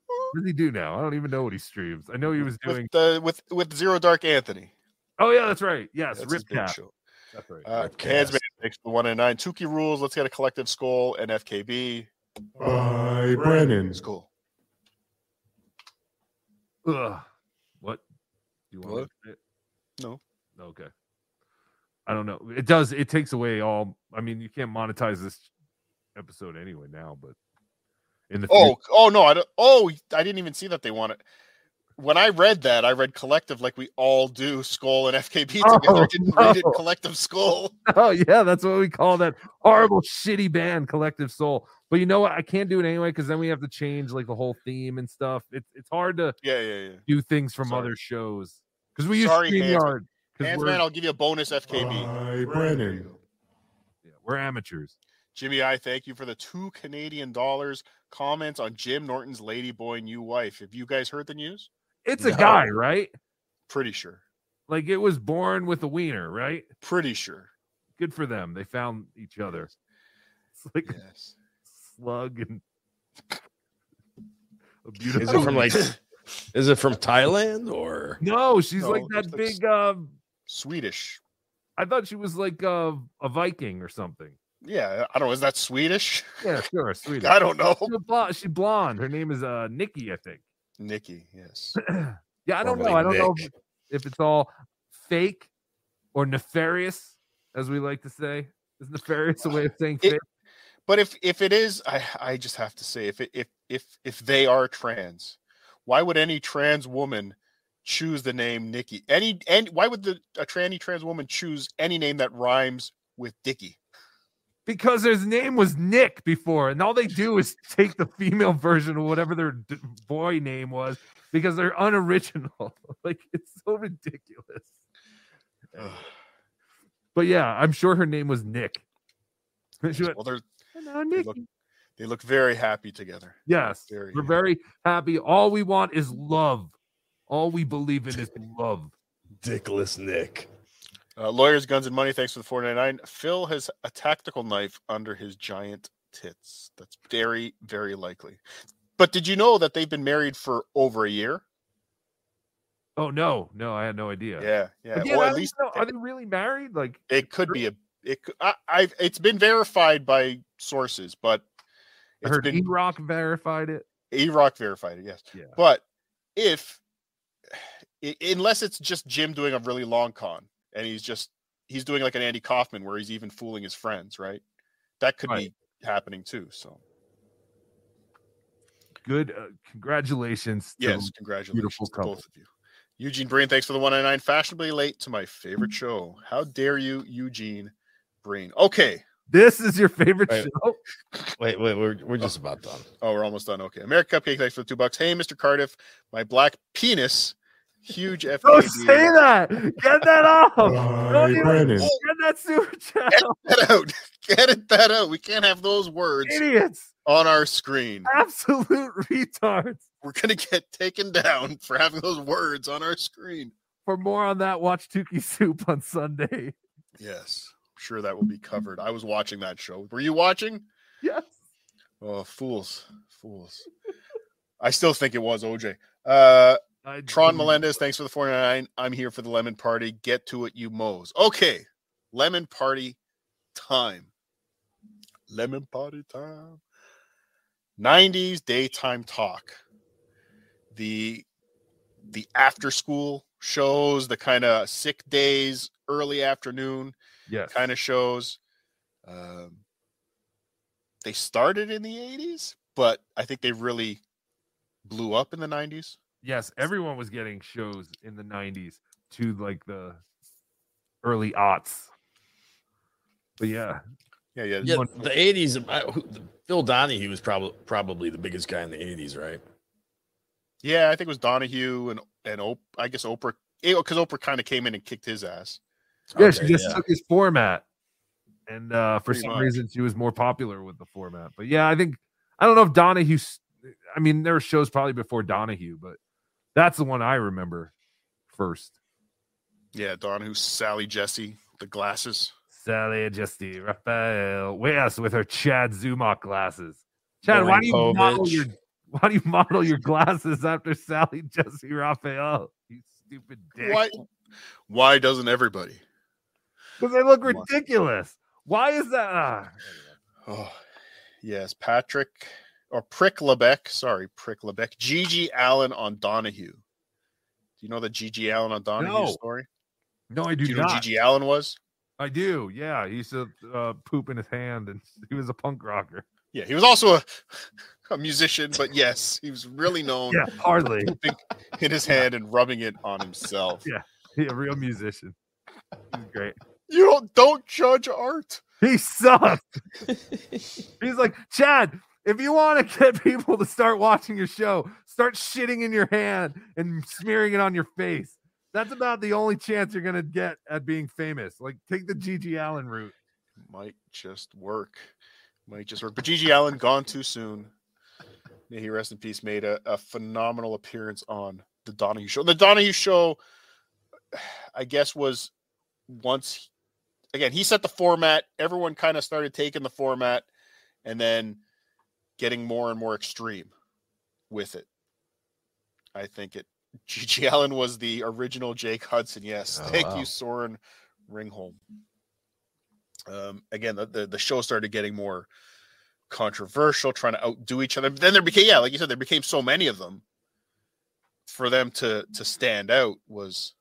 S3: What does he do now? I don't even know what he streams. I know he was doing.
S4: With, the, with with Zero Dark Anthony.
S3: Oh yeah, that's right. Yes,
S4: That's his
S3: rip
S4: big
S3: cap.
S4: show.
S3: That's right.
S4: Uh,
S5: Ripcast.
S4: Cansman takes the one and nine. Tukey rules. Let's get a collective skull and FKB.
S6: By Brennan.
S4: It's cool.
S3: Ugh. What? Do you want me
S4: What?
S3: to say it?
S4: No.
S3: Okay. I don't know. It does. It takes away all. I mean, you can't monetize this episode anyway now, but in the
S4: Oh, oh no! I don't, oh, I didn't even see that they want it. When I read that, I read collective like we all do. Skull and FKB
S3: Oh,
S4: together. I didn't read it
S3: no.
S4: collective skull.
S3: future- oh yeah, that's what we call that horrible, shitty band, Collective Soul. But you know what? I can't do it anyway because then we have to change like the whole theme and stuff. It's it's hard to
S4: Yeah, yeah,
S3: do things from
S4: Sorry.
S3: other shows because we use
S4: Sorry,
S3: StreamYard
S4: yeah.
S3: because
S4: Hands
S3: we're,
S4: man, I'll give you a bonus FKB.
S6: By Brennan.
S3: yeah, we're amateurs.
S4: Jimmy, I thank you for the two Canadian dollars. Comments on Jim Norton's ladyboy new wife. Have you guys heard the news?
S3: It's a
S5: No.
S3: guy, right?
S4: Pretty sure.
S3: Like it was born with a wiener, right?
S4: Pretty sure.
S3: good for them. They found each other. It's like a
S4: Yes.
S3: slug and a beautiful.
S5: Is it from like is it from Thailand or
S3: No, she's like
S4: No, it's
S3: that
S4: like
S3: big. Um,
S4: Swedish.
S3: I thought she was like uh, a Viking or something.
S4: Yeah, I don't know. Is that Swedish?
S3: Yeah, sure, sweetie.
S4: I don't know.
S3: She's blonde. She's blonde. Her name is uh, Nikki, I think.
S4: Nikki, yes.
S3: Yeah, I don't know.
S5: Formerly
S3: I don't know if,
S5: Nick.
S3: if it's all fake or nefarious, as we like to say. Is nefarious a way of saying
S4: It-
S3: fake?
S4: But if if it is, I I just have to say, if it, if if if they are trans, why would any trans woman choose the name Nikki? Any and why would the a tranny trans woman choose any name that rhymes with Dicky?
S3: Because his name was Nick before, and all they do is take the female version of whatever their d- boy name was because they're unoriginal. like it's so ridiculous. But yeah, I'm sure her name was Nick. And she went,
S4: well, they're
S3: "Oh, no,
S4: they look
S3: Nikki."
S4: they look very happy together.
S3: Yes,
S4: very
S3: we're
S4: happy.
S3: very happy. All we want is love. All we believe in is love.
S5: Dickless Nick?
S4: Uh, lawyers, guns, and money. Thanks for the four ninety nine. Phil has a tactical knife under his giant tits. That's very very likely. But did you know that they've been married for over a year?
S3: Oh no, no, I had no idea.
S4: Yeah, yeah.
S3: Again,
S4: or
S3: I
S4: at
S3: don't
S4: least
S3: even know, are they really married? Like
S4: it could be a it cou- I, I've it's been verified by sources, but
S3: I
S4: it's
S3: heard
S4: been
S3: E-Rock verified it.
S4: A Rock verified it, yes.
S3: Yeah.
S4: But if i- unless it's just Jim doing a really long con and he's just he's doing like an Andy Kaufman where he's even fooling his friends, right? That could
S3: Right.
S4: be happening too. So
S3: Good, uh, congratulations. to
S4: yes, congratulations to
S3: couple.
S4: both of you. Eugene Brain, thanks for the 199. Fashionably late to my
S3: Mm-hmm.
S4: favorite show. How dare you, Eugene Brain? Okay.
S3: This is your favorite
S5: Right.
S3: show.
S5: Wait, wait, we're we're just about done.
S4: Oh, we're almost done. Okay. America Cupcake, thanks for the two bucks. Hey, Mr. Cardiff, my black penis, huge
S3: Don't say
S4: FKB.
S3: that. Get that off.
S6: By
S3: even-
S6: Brennan.
S3: Get that super chat. off.
S4: Get it out. Get that out. We can't have those words
S3: Idiots.
S4: on our screen.
S3: Absolute retards.
S4: We're going to get taken down for having those words on our screen.
S3: For more on that, watch Tukey Soup on Sunday.
S4: Yes. I'm sure that will be covered. I was watching that show. Were you watching?
S3: Yes.
S4: Oh, fools. Fools. I still think it was OJ. Uh,
S3: I
S4: Tron
S3: do.
S4: Melendez, thanks for the 49. I'm here for the lemon party. Get to it, you mows. Okay, lemon party time. Lemon party time. 90s daytime talk. The the after school shows, the kind of sick days, early afternoon
S3: Yes.
S4: kind of shows. Um, they started in the 80s, but I think they really blew up in the 90s.
S3: Yes, everyone was getting shows in the 90s to like the early aughts. But yeah,
S4: Yeah, yeah.
S5: Yeah,
S3: One-
S5: the '80s. I- who- Phil Donahue was probably probably the biggest guy in the '80s, right?
S4: Yeah, I think it was Donahue and and Op- I guess Oprah because Oprah kind of came in and kicked his ass.
S3: yeah,
S5: Okay,
S3: she just took his format. And uh, for
S4: Pretty
S3: some
S4: much.
S3: reason, she was more popular with the format. But yeah, I think, I don't know if Donahue, s- I mean, there were shows probably before Donahue, but that's the one I remember first.
S4: Yeah, Donahue, Sally Jesse, the glasses.
S3: Sally Justi Raphael Wes with her Chad Zumach glasses. Chad, why
S5: Elaine
S3: do you model
S5: Povich.
S3: your why do you model your glasses after Sally Jesse Raphael? You stupid dick.
S4: Why? Why doesn't everybody?
S3: Because they look
S4: Why?
S3: ridiculous. Why is that? Ah.
S4: Oh, yes, Patrick or Prick Lebeck. Sorry, Prick Lebeck. Gigi Allen on Donahue. Do you know the Gigi Allen on Donahue
S3: No.
S4: story?
S3: No, I do,
S4: Do you know who
S3: not.
S4: Gigi Allen was?
S3: I do. Yeah, he used to uh, poop in his hand, and he was a punk rocker.
S4: Yeah, he was also a, a musician, but yes, he was really known
S3: Yeah, hardly.
S4: in his hand and rubbing it on himself.
S3: he a real musician. He's great.
S4: You don't don't judge art.
S3: He sucked. He's like, Chad, if you want to get people to start watching your show, start shitting in your hand and smearing it on your face. That's about the only chance you're going to get at being famous. Like, take the Gigi Allen route.
S4: might just work. Might just work. But Gigi Allen, gone too soon. May he rest in peace, made a, a phenomenal appearance on the Donahue Show. The Donahue Show, I guess, was once again, he set the format. Everyone kind of started taking the format and then getting more and more extreme with it. I think it Gigi Allen was the original Jake Hudson. Yes.
S5: Oh,
S4: Thank
S5: wow.
S4: you, Soren Ringholm um, again the, the the show started getting more controversial trying to outdo each other But then there became yeah like you said there became so many of them for them to to stand out was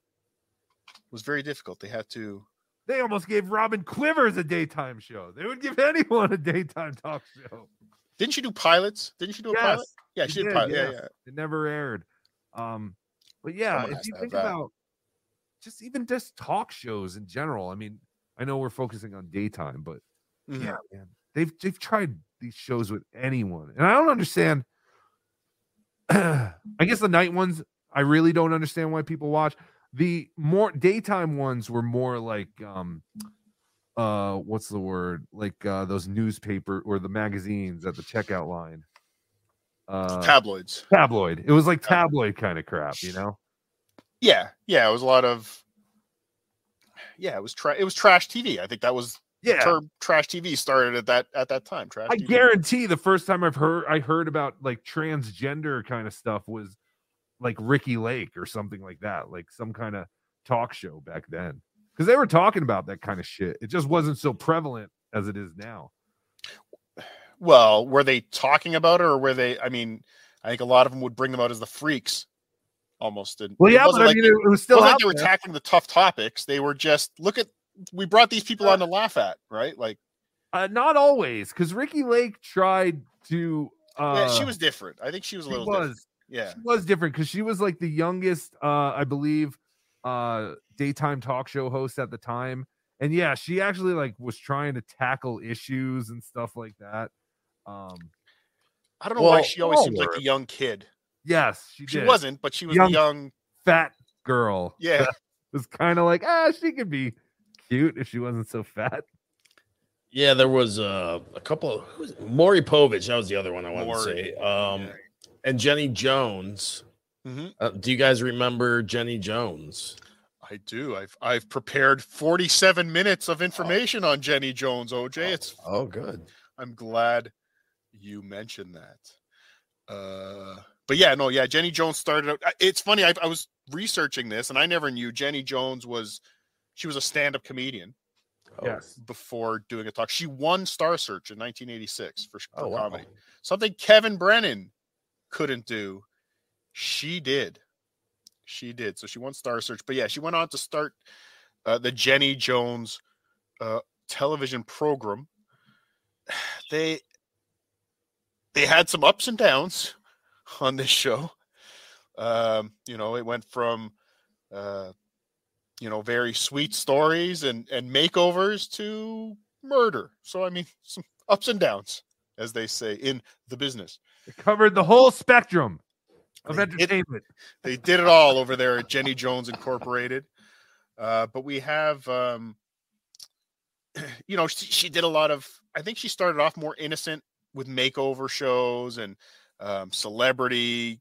S4: was very difficult they had to
S3: They almost gave Robin Quivers a daytime show. They would give anyone a daytime talk show.
S4: didn't she do pilots didn't she do a pilot
S3: Yes,
S4: yeah
S3: she
S4: she did,
S3: did,
S4: pilot yeah
S3: yes.
S4: yeah
S3: it never aired. Um, but yeah,
S4: Someone
S3: if
S4: has
S3: you
S4: to have
S3: think
S4: that.
S3: about just even just talk shows in general, I mean, I know we're focusing on daytime, but
S4: Mhm.
S3: Yeah, man. They've they've tried these shows with anyone, and I don't understand. I guess the night ones, I really don't understand why people watch. The more daytime ones were more like, um, uh, what's the word? Like uh, those newspaper or the magazines at the checkout line. Uh,
S4: tabloids
S3: tabloid. It was like tabloid
S4: Tabloid.
S3: kind of crap, you know.
S4: yeah yeah it was a lot of yeah it was tra- it was trash tv i think that was the
S3: Yeah,
S4: term trash tv started at that at that time trash
S3: I
S4: TV.
S3: guarantee the first time I've heard I heard about like transgender kind of stuff was like Ricky Lake or something like that, like some kind of talk show back then. Because they were talking about that kind of shit. It just wasn't so prevalent as it is now.
S4: Well, were they talking about it, or were they? I mean, I think a lot of them would bring them out as the freaks, almost. And
S3: Well,
S4: it
S3: yeah, but
S4: wasn't
S3: I
S4: like,
S3: mean,
S4: they-
S3: it, it was
S4: it
S3: still
S4: wasn't
S3: out
S4: like they were
S3: there.
S4: tackling the tough topics. They were just look at we brought these people on to laugh at, right? Like
S3: uh, not always, because Ricky Lake tried to. Uh,
S4: yeah, she was different. I think she was a
S3: She
S4: little
S3: was.
S4: different. Yeah,
S3: She was different because she was like the youngest, uh, I believe, uh, daytime talk show host at the time. And yeah, she actually like was trying to tackle issues and stuff like that. Um,
S4: I don't know why
S5: Well,
S4: she always
S3: all
S4: seems like
S3: were.
S4: the young kid.
S3: yes, she,
S4: She
S3: did.
S4: wasn't, but she was
S3: Young-
S4: the young.
S3: fat girl.
S4: Yeah,
S3: was kind of like ah, she could be cute if she wasn't so fat.
S5: Yeah, there was uh, a couple of who was it? Maury Povich. That was the other one I wanted
S4: Maury,
S5: to say. Um, and Jenny Jones.
S4: Mhm.
S5: Uh, do you guys remember Jenny Jones?
S4: I do. I've I've prepared forty-seven minutes of information on Jenny Jones. OJ, it's
S5: Oh, good.
S4: I'm glad you mentioned that. Uh, but yeah, no, yeah, Jenny Jones started out. I- It's funny. I, I was researching this, and I never knew Jenny Jones was. She was a stand-up comedian.
S3: Yes.
S4: before doing a talk. She won Star Search in 1986 for, for
S5: Oh, wow.
S4: comedy. Something Kevin Brennan couldn't do, she did. She did. So she won Star Search. But yeah, she went on to start uh, the Jenny Jones uh, television program. They they had some ups and downs on this show. Um, you know, it went from uh, you know very sweet stories and and makeovers to murder. So I mean, some ups and downs, as they say in the business.
S3: It covered the whole spectrum of
S4: They did-
S3: entertainment.
S4: they did it all over there at Jenny Jones Incorporated. Uh, but we have, um, you know, she, she did a lot of. I think she started off more innocent with makeover shows and um, celebrity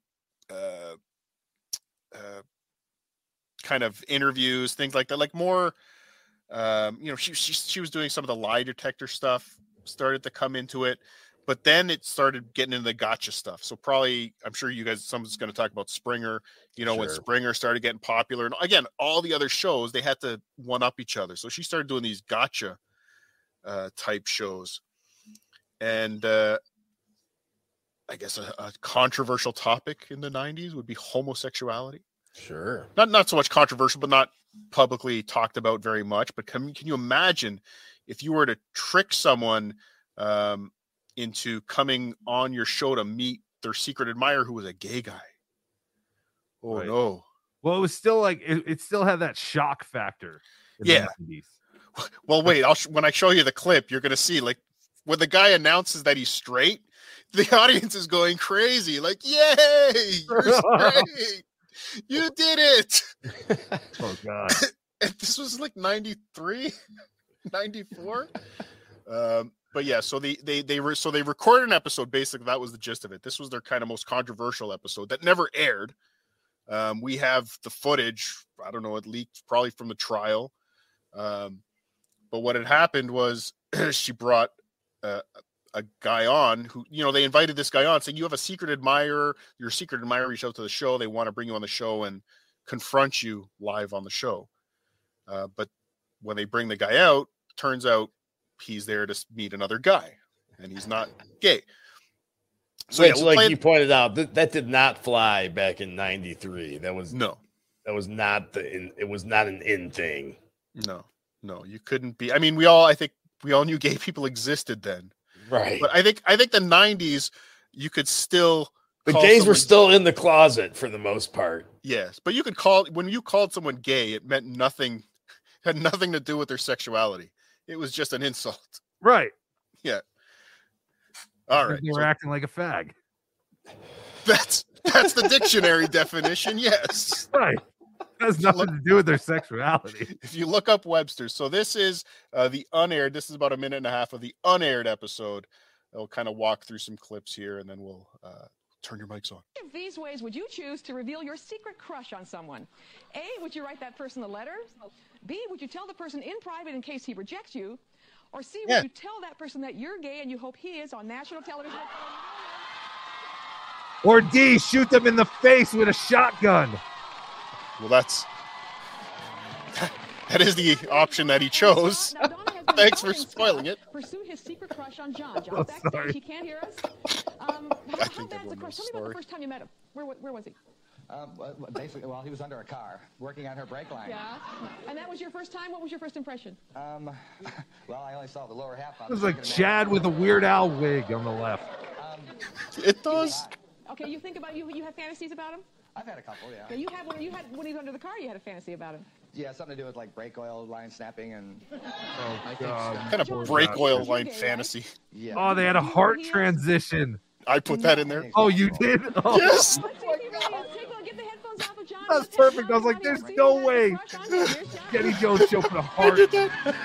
S4: uh, uh, kind of interviews, things like that. Like more, um, you know, she, she she was doing some of the lie detector stuff. Started to come into it but then it started getting into the gotcha stuff. So probably, I'm sure you guys, someone's going to talk about Springer. You know, when
S5: Sure.
S4: Springer started getting popular, and again, all the other shows they had to one up each other. So she started doing these gotcha uh, type shows, and uh, I guess a, a controversial topic in the '90s would be homosexuality.
S5: Sure.
S4: Not not so much controversial, but not publicly talked about very much. But can can you imagine if you were to trick someone? Um, into coming on your show to meet their secret admirer who was a gay guy. Oh
S3: Right.
S4: no.
S3: Well, it was still like it, it still had that shock factor. in the
S4: Yeah.
S3: 90s.
S4: Well, wait, I'll sh- when I show you the clip, you're going to see like when the guy announces that he's straight, the audience is going crazy like, "Yay! You're straight. you did it."
S3: Oh god.
S4: And this was like 93, 94. um but yeah, so they they they were so they recorded an episode. Basically, that was the gist of it. This was their kind of most controversial episode that never aired. Um, we have the footage. I don't know. It leaked probably from the trial. Um, but what had happened was she brought uh, a guy on who, you know, they invited this guy on saying, "You have a secret admirer. Your secret admirer reached out to the show. They want to bring you on the show and confront you live on the show." Uh, but when they bring the guy out, turns out he's there to s- meet another guy, and he's not gay. So yeah,
S5: Which,
S4: we'll
S5: like
S4: play-
S5: you pointed out, th- that did not fly back in '93. That was
S4: no.
S5: that was not the in, it was not an in thing.
S4: No, no, you couldn't be. I mean, we all, I think, we all knew gay people existed then,
S5: Right.
S4: but I think, I think the '90s, you could still,
S5: The
S4: call
S5: gays were
S4: someone-
S5: still in the closet for the most part.
S4: yes, but you could call when you called someone gay, it meant nothing, had nothing to do with their sexuality. It was just an insult.
S3: Right.
S4: All
S3: Because
S4: right,
S3: They were
S4: so
S3: acting like a fag.
S4: that's that's the dictionary definition. Yes.
S3: Right. It has nothing to do with their sexuality.
S4: if you look up Webster, so this is uh, the unaired. This is about a minute and a half of the unaired episode. I'll kind of walk through some clips here, and then we'll uh, turn your mics on.
S7: Which of these ways would you choose to reveal your secret crush on someone? A, would you write that person a letter? B, would you tell the person in private in case he rejects you? Or C, would
S4: Yeah.
S7: you tell that person that you're gay and you hope he is on national television?
S3: Or D, shoot them in the face with a shotgun.
S4: Well, that's that is the option that he chose.
S7: Now, Donna has been
S4: Thanks for
S7: following Scott
S4: spoiling it.
S7: Pursue his secret crush on John. John's
S3: Oh,
S7: backstage.
S3: sorry.
S7: He can't hear us. Um,
S4: I
S7: how, how
S4: think
S7: bad's the
S4: everyone
S7: crush?
S4: knows
S7: Tell
S4: the story.
S7: me about the first time you met him. Where, wa- where was he?
S8: Um, well, well, basically, well, he was under a car working on her brake line.
S7: Yeah. And that was your first time? What was your first impression?
S8: Um, well, I only saw the lower half.
S3: It was like Chad with a Weird Al wig on the left.
S4: Um, It does.
S7: Okay, you think about you. You have fantasies about him.
S8: I've had a couple,
S7: Yeah,
S8: yeah.
S7: you had when you had when he was under the car. You had a fantasy about him.
S8: Yeah, something to do with like brake oil line snapping and
S3: Oh,
S8: God.
S4: Kind of brake oil line
S7: Okay, right?
S4: fantasy.
S8: yeah.
S3: Oh, they had a heart transition.
S4: I put that in there.
S3: Oh, you did? Oh,
S4: Yes.
S7: Let's see if he really is. Take one, get the headphones off of John.
S3: That's
S7: Let's have
S3: perfect.
S7: John
S3: I was like,
S7: come on here.
S3: there's
S7: See
S3: no
S7: if he has a
S3: way.
S7: crush on him.
S3: Jenny
S7: Here's John.
S3: Jones show put a heart.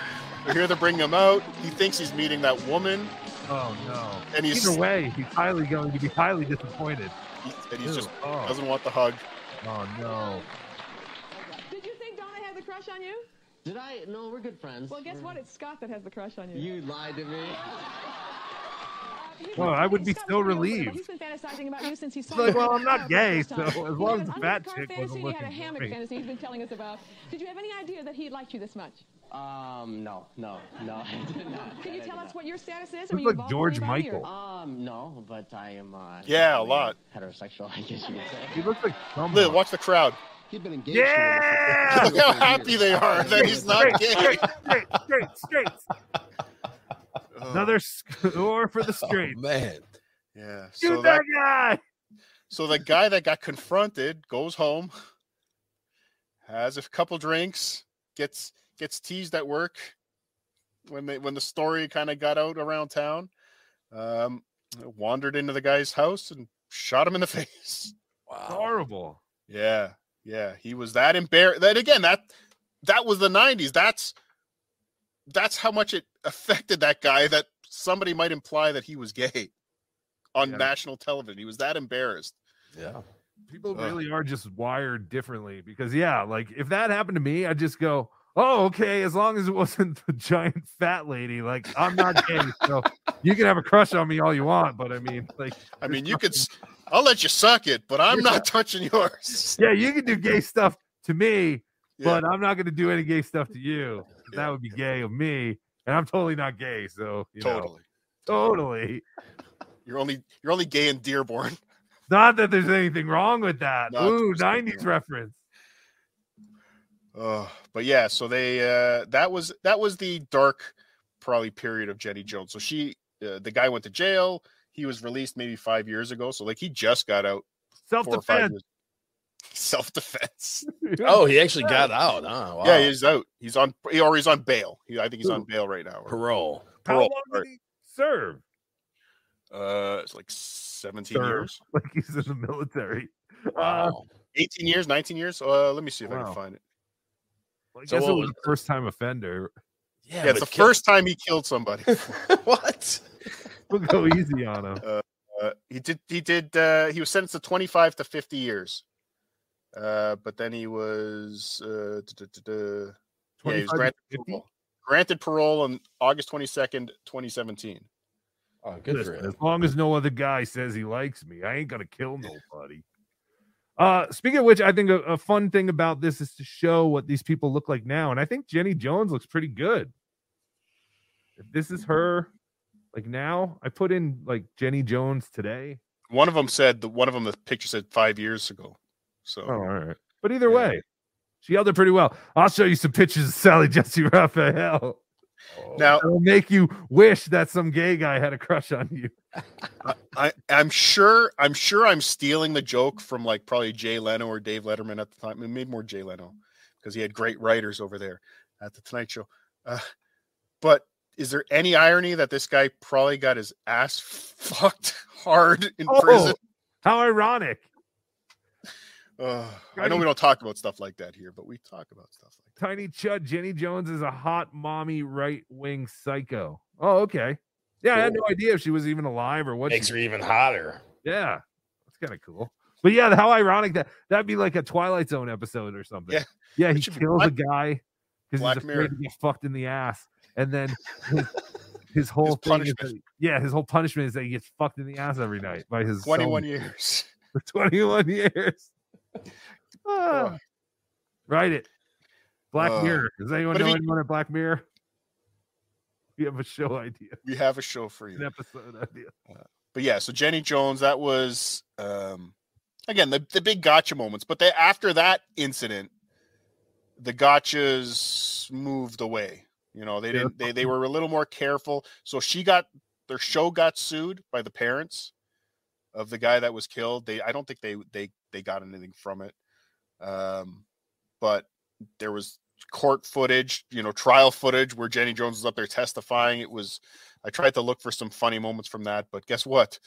S4: We're here to bring him out. He thinks he's meeting that woman,
S3: Oh no.
S4: and he's
S3: Either way, he's highly going to be highly disappointed.
S4: and he's just
S3: Ew, oh.
S4: doesn't want the hug.
S3: Oh no.
S7: Did you think Donna had the crush on you?
S9: Did I? No, we're good friends.
S7: Well, guess what? It's Scott that has the crush on you. Uh,
S9: You lied to me.
S3: Well, I would be so
S7: so
S3: relieved.
S7: He's been fantasizing about you since he saw
S3: It's like,
S7: you
S3: well, I'm not
S7: for the
S3: gay,
S7: first time.
S3: so as
S7: He
S3: long
S7: had
S3: as
S7: an
S3: the fat
S7: undercar
S3: chick
S7: fantasy
S3: wasn't
S7: and he had a
S3: looking,
S7: hammock
S3: great.
S7: fantasy he's been telling us about. Did you have any idea that he liked you this much?
S10: Um, no, no, no, I did not.
S8: Can you
S10: I
S8: tell
S10: did
S8: us
S10: not.
S8: what your status is?
S3: Looks
S8: Are you
S3: like
S8: involved in
S3: George
S8: anybody, or-
S3: Michael.
S10: Um, no, but I am. Uh,
S4: Yeah, a
S10: definitely
S4: lot.
S10: Heterosexual, I guess you would
S3: He
S10: say.
S3: looks like someone.
S4: Lil, watch the crowd.
S11: He'd been engaged.
S3: Yeah!
S4: Look how happy they are that he's not gay.
S3: straight, straight, straight, straight. Another score for the straight.
S5: Oh, man.
S4: Yeah. So
S3: Shoot
S4: that
S3: that guy.
S4: So the guy that got confronted goes home, has a couple drinks, gets gets teased at work when they when the story kind of got out around town. Um, wandered into the guy's house and shot him in the face.
S3: Horrible.
S4: Yeah, yeah, he was that embarrassed. That again, that that was the '90s. That's that's how much it affected that guy that somebody might imply that he was gay on
S3: Yeah.
S4: national television. He was that embarrassed.
S5: Yeah.
S3: People
S4: Ugh.
S3: really are just wired differently because yeah, like if that happened to me, I'd just go, "Oh, okay, as long as it wasn't the giant fat lady, like I'm not gay, so you can have a crush on me all you want, but I mean, like
S4: I
S3: there's
S4: mean, you could. s- I'll let you suck it, but I'm not touching yours.
S3: yeah, you can do gay stuff to me,
S4: Yeah.
S3: but I'm not going to do any gay stuff to you. That would be gay of me, and I'm totally not gay. So you know,
S4: totally.
S3: totally.
S4: You're only you're only gay in Dearborn.
S3: Not that there's anything wrong with that.
S4: No,
S3: Ooh,
S4: there's nothing
S3: 90s
S4: wrong.
S3: reference.
S4: Oh, but yeah. So they uh, that was that was the dark probably period of Jenny Jones. So she uh, the guy went to jail. He was released maybe five years ago. So like he just got out
S3: Self
S4: four or five
S3: defense.
S4: years. Self defense.
S5: Oh, he actually got out. Huh? Wow.
S4: Yeah, he's out. He's on or he's on bail. He, I think he's on
S5: Ooh.
S4: bail right now. or
S5: parole.
S3: How
S4: parole,
S3: long did he serve?
S4: Uh, it's like seventeen
S3: Serve.
S4: years,
S3: Like he's in the military. Uh,
S5: Wow.
S4: eighteen years, nineteen years. Uh, let me see if I
S3: Wow.
S4: can find it.
S3: I
S5: So
S3: guess it
S5: what
S3: was
S5: was-
S3: a first time offender.
S4: Yeah, it's the
S5: but kill-
S4: first time he killed somebody.
S5: what?
S3: We'll go easy on him.
S4: Uh, he did. He did. Uh, he was sentenced to 25 to 50 years. Uh, but then he was uh, duh, duh, duh, duh. Yeah, he
S3: 25
S4: was
S3: to
S4: granted
S3: 50?
S4: parole. granted parole on August 22nd, 2017.
S5: Oh, good for
S3: Listen,
S5: him.
S3: as long as no other guy says he likes me, I ain't gonna kill nobody. Uh, speaking of which, I think a, a fun thing about this is to show what these people look like now, and I think Jenny Jones looks pretty good. If this is her, like now, I put in like Jenny Jones today.
S4: One of them said the one of them the picture said five years ago. So
S3: Oh, all right. But either
S4: Yeah.
S3: way, she held it pretty well. I'll show you some pictures of Sally Jesse Raphael.
S4: now
S3: It'll make you wish that some gay guy had a crush on you.
S4: I, I'm sure I'm sure I'm stealing the joke from like probably Jay Leno or Dave Letterman at the time. Maybe more Jay Leno because he had great writers over there at the Tonight Show. Uh, but is there any irony that this guy probably got his ass fucked hard in prison?
S3: Oh, how ironic!
S4: Ugh, I know we don't talk about stuff like that here, but we talk about stuff like
S3: Tiny Chud, Jenny Jones is a hot mommy right wing psycho. Oh, okay. Yeah, I had no idea if she was even alive or what.
S5: Makes
S3: She,
S5: her even hotter.
S3: yeah, that's kind of cool. But yeah, how ironic that that'd be like a Twilight Zone episode or something.
S4: Yeah.
S3: yeah.
S4: It
S3: He
S4: should be
S3: kills a
S4: Black-
S3: guy because
S4: Black
S3: he's afraid
S4: Mirror.
S3: to get fucked in the ass, and then his, his whole
S4: His
S3: thing is
S4: punishment.
S3: that- yeah, his whole punishment is that he gets fucked in the ass every night by his
S4: that. 21
S3: cellmate
S4: years.
S3: for 21 years. Ah.
S4: Ugh.
S3: Write it. Black
S4: Ugh.
S3: Mirror. Does anyone
S4: But if
S3: know
S4: he-
S3: anyone at Black Mirror? We have a show idea,
S4: We have a show for you.
S3: an episode idea.
S4: but yeah, so Jenny Jones, that was um again the, the big gotcha moments. But they after that incident, the gotchas moved away. You know,
S3: Yeah.
S4: they didn't they they were a little more careful. So she got their show got sued by the parents of the guy that was killed. They I don't think they they they got anything from it. Um but there was court footage, you know, trial footage where Jenny Jones was up there testifying. It was I tried to look for some funny moments from that, but guess what?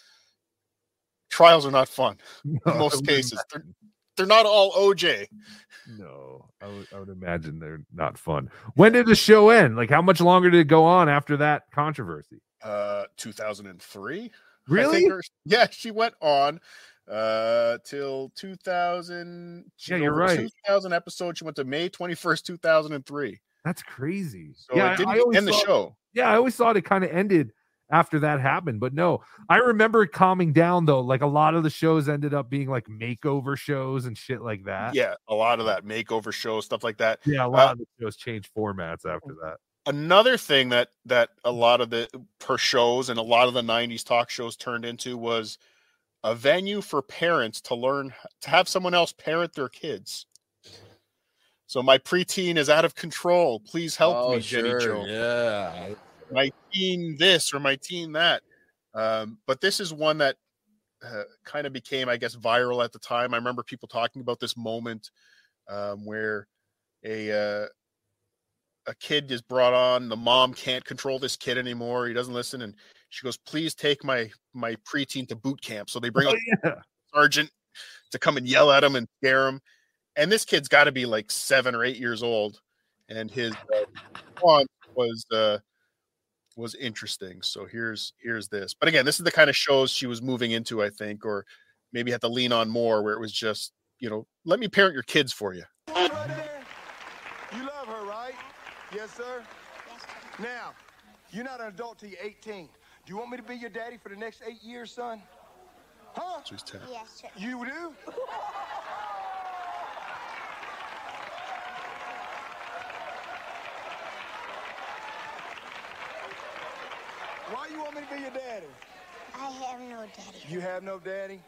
S4: Trials are not fun in most cases. They're, they're not all OJ.
S3: No, I would, I would imagine they're not fun. When did the show end? Like, how much longer did it go on after that controversy?
S4: Uh, 2003. I think,
S3: Really?
S4: or- yeah, she went on uh till 2000. she
S3: Yeah,
S4: did
S3: you're
S4: over
S3: right.
S4: 2000 episode. She went to May 21st, 2003.
S3: That's crazy.
S4: So
S3: yeah,
S4: it
S3: I- I
S4: didn't
S3: always
S4: end the
S3: thought-
S4: show.
S3: Yeah, I always thought it kind of ended after that happened. But no, I remember it calming down though. Like a lot of the shows ended up being like makeover shows and shit like that.
S4: Yeah, a lot of that makeover show stuff like that. Uh Mm-hmm.
S3: Yeah, a lot of the shows changed formats after that.
S4: Another thing that that a lot of the her shows and a lot of the '90s talk shows turned into was a venue for parents to learn to have someone else parent their kids. So my preteen is out of control. Please help me, Jenny Joe.
S5: Yeah.
S4: my team this or my team that. Um, but this is one that uh, kind of became, I guess, viral at the time. I remember people talking about this moment um, where a uh, a kid is brought on. The mom can't control this kid anymore. He doesn't listen, and she goes, "Please take my my preteen to boot camp." So they bring out the sergeant to come and yell at him and scare him. And this kid's got to be like seven or eight years old, and his uh, response was. Uh, was interesting. So here's here's this. But again, this is the kind of shows she was moving into, I think, or maybe had to lean on more, where it was just, you know, let me parent your kids for you.
S12: You love her, right? Yes, sir? Now, you're not an adult till you're 18. Do you want me to be your daddy for the next eight years, son? Huh?
S4: So he's 10.
S13: Yes, sir.
S12: You do? Why you want me to be your daddy?
S13: I have no daddy.
S12: You have no daddy?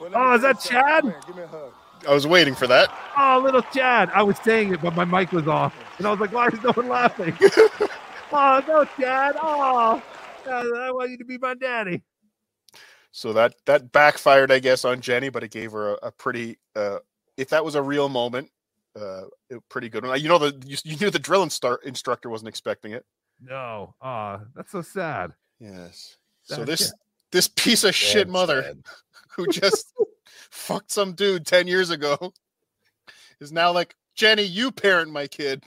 S12: Well, let
S3: Oh,
S12: me
S3: is
S12: tell
S3: that
S12: you something. Come
S3: Chad?
S12: here, Give me a hug.
S4: I was waiting for that.
S3: Oh, little Chad. I was saying it, but my mic was off. And I was like, why is no one laughing? oh, no, Chad. Oh, I want you to be my daddy.
S4: So that that backfired, I guess, on Jenny, but it gave her a, a pretty uh if that was a real moment, uh a pretty good one. You know the you, you knew the drill instar- instructor wasn't expecting it.
S3: No. Ah, that's so sad.
S4: Yes. So
S3: That-
S4: this this piece of shit
S5: That's
S4: mother
S5: sad.
S4: who just fucked some dude 10 years ago is now like jenny you parent my kid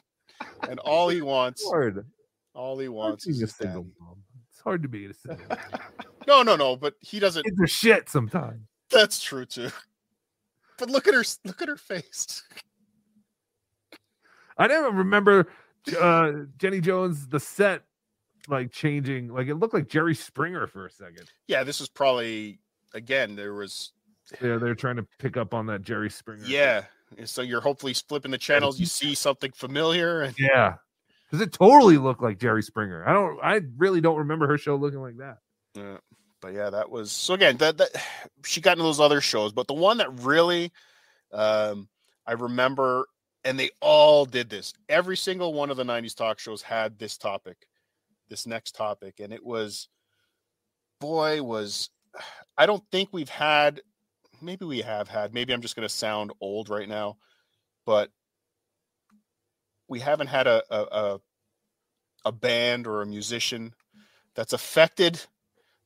S4: and all he wants
S3: Hard.
S4: all he
S3: Hard
S4: wants
S3: being
S4: is
S3: a
S4: his
S3: single
S4: daddy.
S3: mom. It's hard to be a single mom.
S4: no no no but he doesn't
S3: Kids are shit sometimes.
S4: that's true too but look at her look at her face
S3: I never remember uh, Jenny Jones, the set, like changing. Like it looked like Jerry Springer for a second.
S4: yeah this is probably again there was
S3: Yeah, they're trying to pick up on that Jerry Springer. thing.
S4: yeah and so you're hopefully flipping the channels you see something familiar and
S3: Yeah. Because it totally looked like Jerry Springer. I don't I really don't remember her show looking like that.
S4: Yeah. But yeah, that was so again that, that she got into those other shows, but the one that really um I remember and they all did this. Every single one of the 90s talk shows had this topic, this next topic, and it was boy was I don't think we've had maybe we have had, maybe I'm just going to sound old right now, but we haven't had a a a, a band or a musician that's affected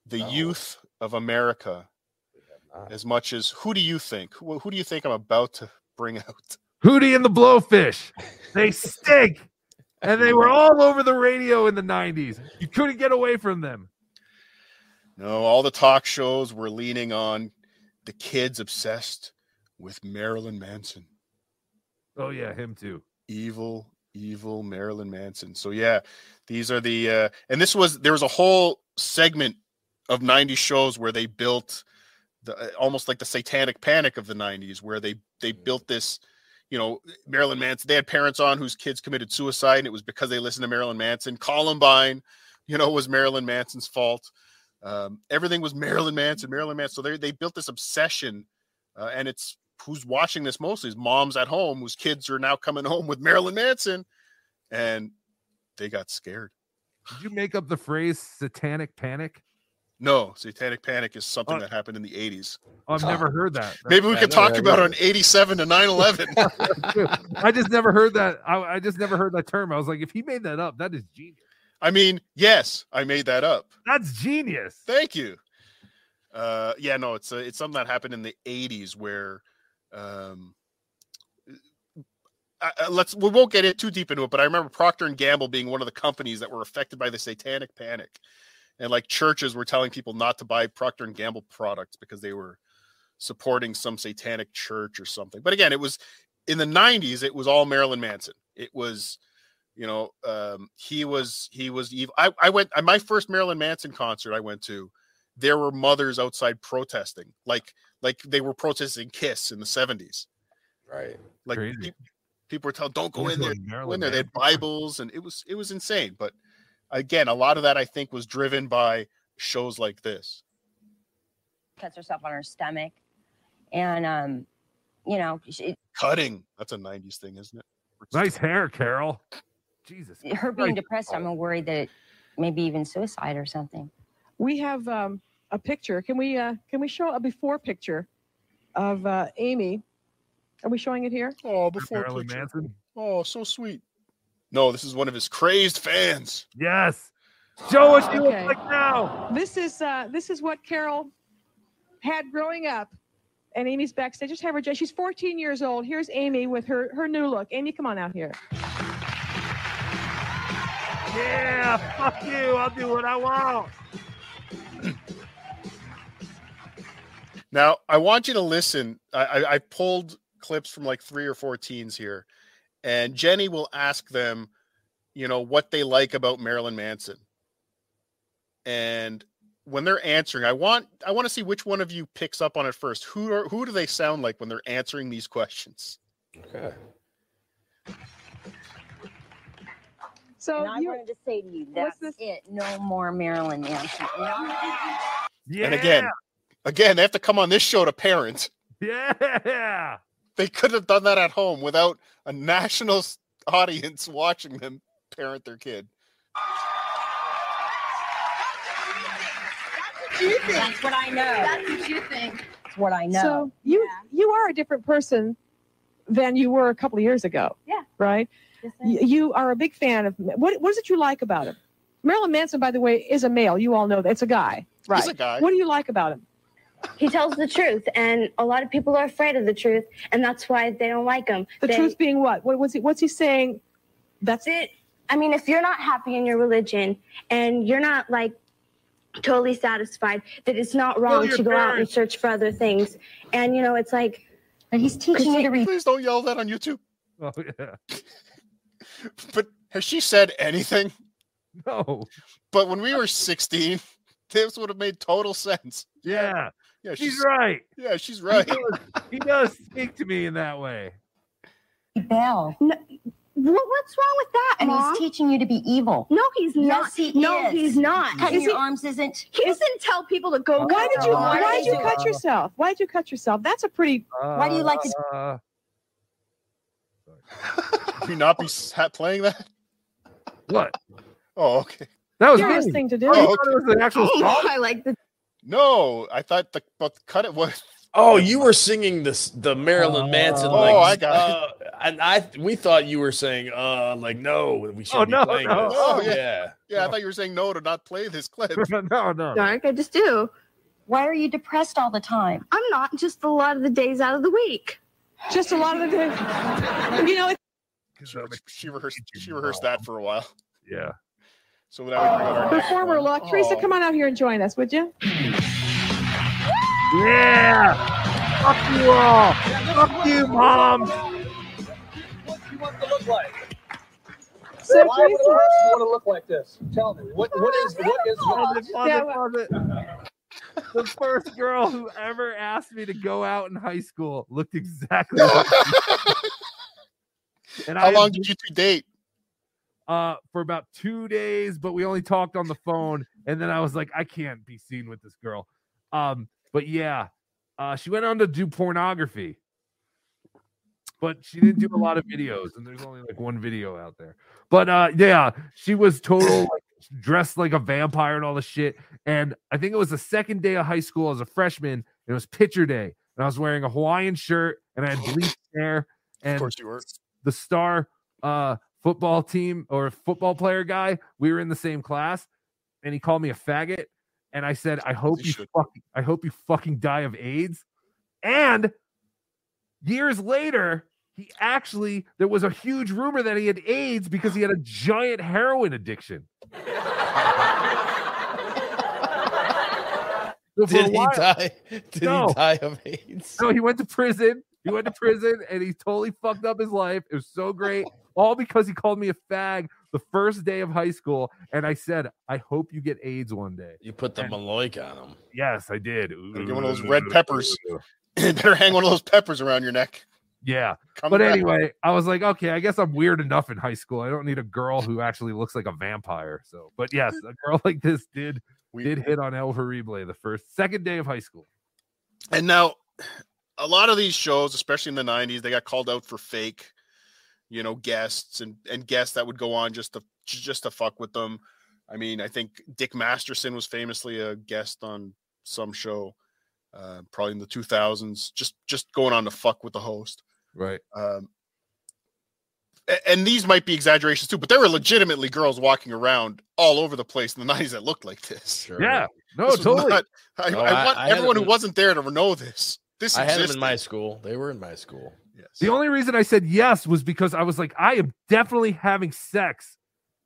S4: the
S5: No.
S4: youth of America
S5: not.
S4: as much as who do you think? Who, who do you think I'm about to bring out?
S3: Hootie and the Blowfish. They stink. And they were all over the radio in the 90s. You couldn't get away from them.
S4: No, all the talk shows were leaning on the kids obsessed with Marilyn Manson.
S3: Oh yeah, him too.
S4: Evil, evil Marilyn Manson. So yeah, these are the uh and this was there was a whole segment of 90s shows where they built the uh, almost like the satanic panic of the 90s where they they
S3: Mm.
S4: built this you know Marilyn Manson they had parents on whose kids committed suicide and it was because they listened to Marilyn Manson Columbine you know was Marilyn Manson's fault um, everything was Marilyn Manson Marilyn Manson so they they built this obsession uh, and it's who's watching this mostly is moms at home whose kids are now coming home with Marilyn Manson and they got scared
S3: Did you make up the phrase satanic panic?
S4: No, Satanic Panic is something
S3: Uh,
S4: that happened in the 80s.
S3: Oh, I've never heard that.
S4: Maybe we
S5: I
S4: could
S5: know,
S4: talk
S5: I
S4: about
S5: know.
S4: on 87 to 9 11.
S3: I just never heard that. I, I just never heard that term. I was like, if he made that up, that is genius.
S4: I mean, yes, I made that up.
S3: That's genius.
S4: Thank you. Uh, yeah, no, it's uh it's something that happened in the 80s where um, I, I- let's we won't get it too deep into it, but I remember Procter and Gamble being one of the companies that were affected by the Satanic Panic, and like churches were telling people not to buy Procter and Gamble products because they were supporting some satanic church or something. But again, it was in the 90s. It was all Marilyn Manson. It was you know um, he was he was evil I, I went my first marilyn manson concert i went to there were mothers outside protesting like like they were protesting kiss in the 70s
S5: right
S4: like
S3: Crazy.
S4: pe- people were told don't go
S3: You're
S4: in there
S3: going
S4: Don't go
S3: Maryland,
S4: in there they
S3: man.
S4: had bibles and it was it was insane but again a lot of that i think was driven by shows like this
S14: cuts herself on her stomach, and um, you know, she,
S4: cutting that's a 90s thing isn't it
S3: Nice hair, Carol. Jesus.
S14: her being
S3: Christ.
S14: depressed, I'm worried that it maybe even suicide or something.
S7: we have um, a picture. Can we uh, can we show a before picture of uh, Amy? Are we showing it here?
S4: Oh,
S3: Marilyn Manson.
S4: oh so sweet no this is one of his crazed fans
S3: Yes. Show us you
S7: Okay.
S3: look like now.
S7: This is uh, this is what Carol had growing up, and Amy's backstage. Just have her. She's 14 years old. Here's Amy with her her new look. Amy, come on out here.
S3: Yeah, fuck you. I'll do what I want.
S4: Now I want you to listen. I, I, I pulled clips from like three or four teens here, and Jenny will ask them, you know, what they like about Marilyn Manson. And when they're answering, I want I want to see which one of you picks up on it first. Who are who do they sound like when they're answering these questions?
S5: Okay.
S7: So
S14: and I
S7: you-
S14: wanted to say to you,
S7: what's
S14: that's it. No more Marilyn Manson.
S3: Yeah.
S4: And again, again, they have to come on this show to parents.
S3: Yeah.
S4: They could have done that at home without a national s- audience watching them parent their kid.
S14: That's what I know. That's
S15: what you think.
S14: That's what I know.
S7: So you you are a different person than you were a couple of years ago.
S15: Yeah.
S7: Right. Y- you are a big fan of what? What is it you like about him? Marilyn Manson, by the way, is a male. You all know that. It's a guy. Right.
S15: a guy.
S7: What do you like about him?
S15: He tells the truth, and a lot of people are afraid of the truth, and that's why they don't like him.
S7: The
S15: They-
S7: truth being what? What was he? What's he saying? That's
S15: it. I mean, if you're not happy in your religion and you're not like totally satisfied, that it's not wrong
S4: your
S15: to go out and
S4: parents.
S15: search for other things. And you know, it's like,
S14: and he's
S15: teaching you to read.
S4: Please don't yell that on YouTube.
S3: Oh yeah.
S4: But has she said anything?
S3: No.
S4: But when we were 16, this would have made total sense.
S3: Yeah.
S4: Yeah,
S3: she's,
S4: she's-
S3: right.
S4: Yeah, she's right.
S3: He does, he does speak to me in that way.
S14: Bell.
S15: What, what's wrong with that,
S14: And
S15: Mom?
S14: he's teaching you to be evil.
S15: no, he's not.
S14: Yes, he
S15: no,
S14: is.
S15: he's not.
S14: Cutting
S15: Is
S14: your
S15: he-
S14: arms isn't.
S15: He doesn't tell people to go.
S7: Why did you?
S14: Why
S7: Why
S14: did
S7: did you
S14: you-
S7: cut yourself? Why did you cut yourself? That's a pretty.
S3: Why
S14: do you like his-
S3: Uh,
S4: Could you not be s- ha- playing that?
S3: what?
S4: Oh, okay.
S3: That was
S7: Serious
S3: me.
S7: thing to do.
S3: Oh, you thought it was an actual song?
S15: I like the.
S4: No, I thought the but cut it was.
S5: Oh, you were singing this the Marilyn Manson.
S4: Oh,
S5: like,
S4: I got
S5: uh, and I we thought you were saying uh like no, we should
S3: Oh,
S5: be
S3: no,
S5: playing
S3: no.
S5: this.
S4: Oh,
S5: yeah.
S4: yeah. Yeah, I thought you were saying no to not play this clip.
S3: no, no.
S15: Dark, I just do.
S14: Why are you depressed all the time?
S15: I'm not just a lot of the days out of the week.
S7: Just a lot of the. You know, it's
S4: She, re- she rehearsed. She rehearsed that for a while.
S3: Yeah.
S4: So now we bring on our next
S7: performer
S4: one.
S7: look. Teresa, come on out here and join us, would you?
S3: Yeah. Fuck you all. Fuck you, mom.
S16: you want to look like?
S7: So
S16: Why would a person
S7: Teresa,
S16: want to look like this? Tell me. What what is what is
S3: Love it, love it, love it. The first girl who ever asked me to go out in high school looked exactly like me. And
S4: How
S3: I
S4: long did you two date?
S3: uh for about two days, but we only talked on the phone. And then I was like, I can't be seen with this girl. Um, but yeah, uh, she went on to do pornography, but she didn't do a lot of videos, and there's only like one video out there. But uh, yeah, she was total like, dressed like a vampire and all the shit. And I think it was the second day of high school as a freshman, and it was picture day, and I was wearing a Hawaiian shirt and I had bleached hair.
S4: Of
S3: And
S4: course you were.
S3: the star uh football team or football player guy, we were in the same class, and he called me a faggot. And I said, I hope
S4: you
S3: you
S4: should.
S3: fucking, I hope you fucking die of AIDS. And years later, he actually there was a huge rumor that he had AIDS because he had a giant heroin addiction. So for a
S5: Did he
S3: while-
S5: die? Did
S3: No.
S5: he die of AIDS?
S3: No, he went to prison He went to prison and he totally fucked up his life. It was so great. All because he called me a fag the first day of high school. And I said, I hope you get AIDS one day.
S5: You put the Maloik on him.
S3: Yes, I did.
S4: Gotta get one of those red peppers. You better hang one of those peppers around your neck.
S3: Yeah.
S4: Come
S3: but
S4: back.
S3: anyway, I was like, okay, I guess I'm weird enough in high school. I don't need a girl who actually looks like a vampire. So, but yes, a girl like this did did hit on El Horrible the first second day of high school.
S4: And now, a lot of these shows, especially in the '90s, they got called out for fake, you know, guests and and guests that would go on just to just to fuck with them. I mean, I think Dick Masterson was famously a guest on some show, uh, probably in the 2000s, just just going on to fuck with the host.
S3: Right.
S4: Um, a- and these might be exaggerations too, but there were legitimately girls walking around all over the place in the 90s that looked like this.
S5: Yeah.
S3: No,
S4: This was
S3: totally.
S4: not- I,
S5: No,
S4: I
S5: I-
S4: want
S5: I had
S4: everyone
S5: it
S4: who
S5: in-
S4: wasn't there to know this. This
S5: I had them
S4: existed.
S5: in my school. They were in my school.
S3: The only reason I said yes was because I was like, I am definitely having sex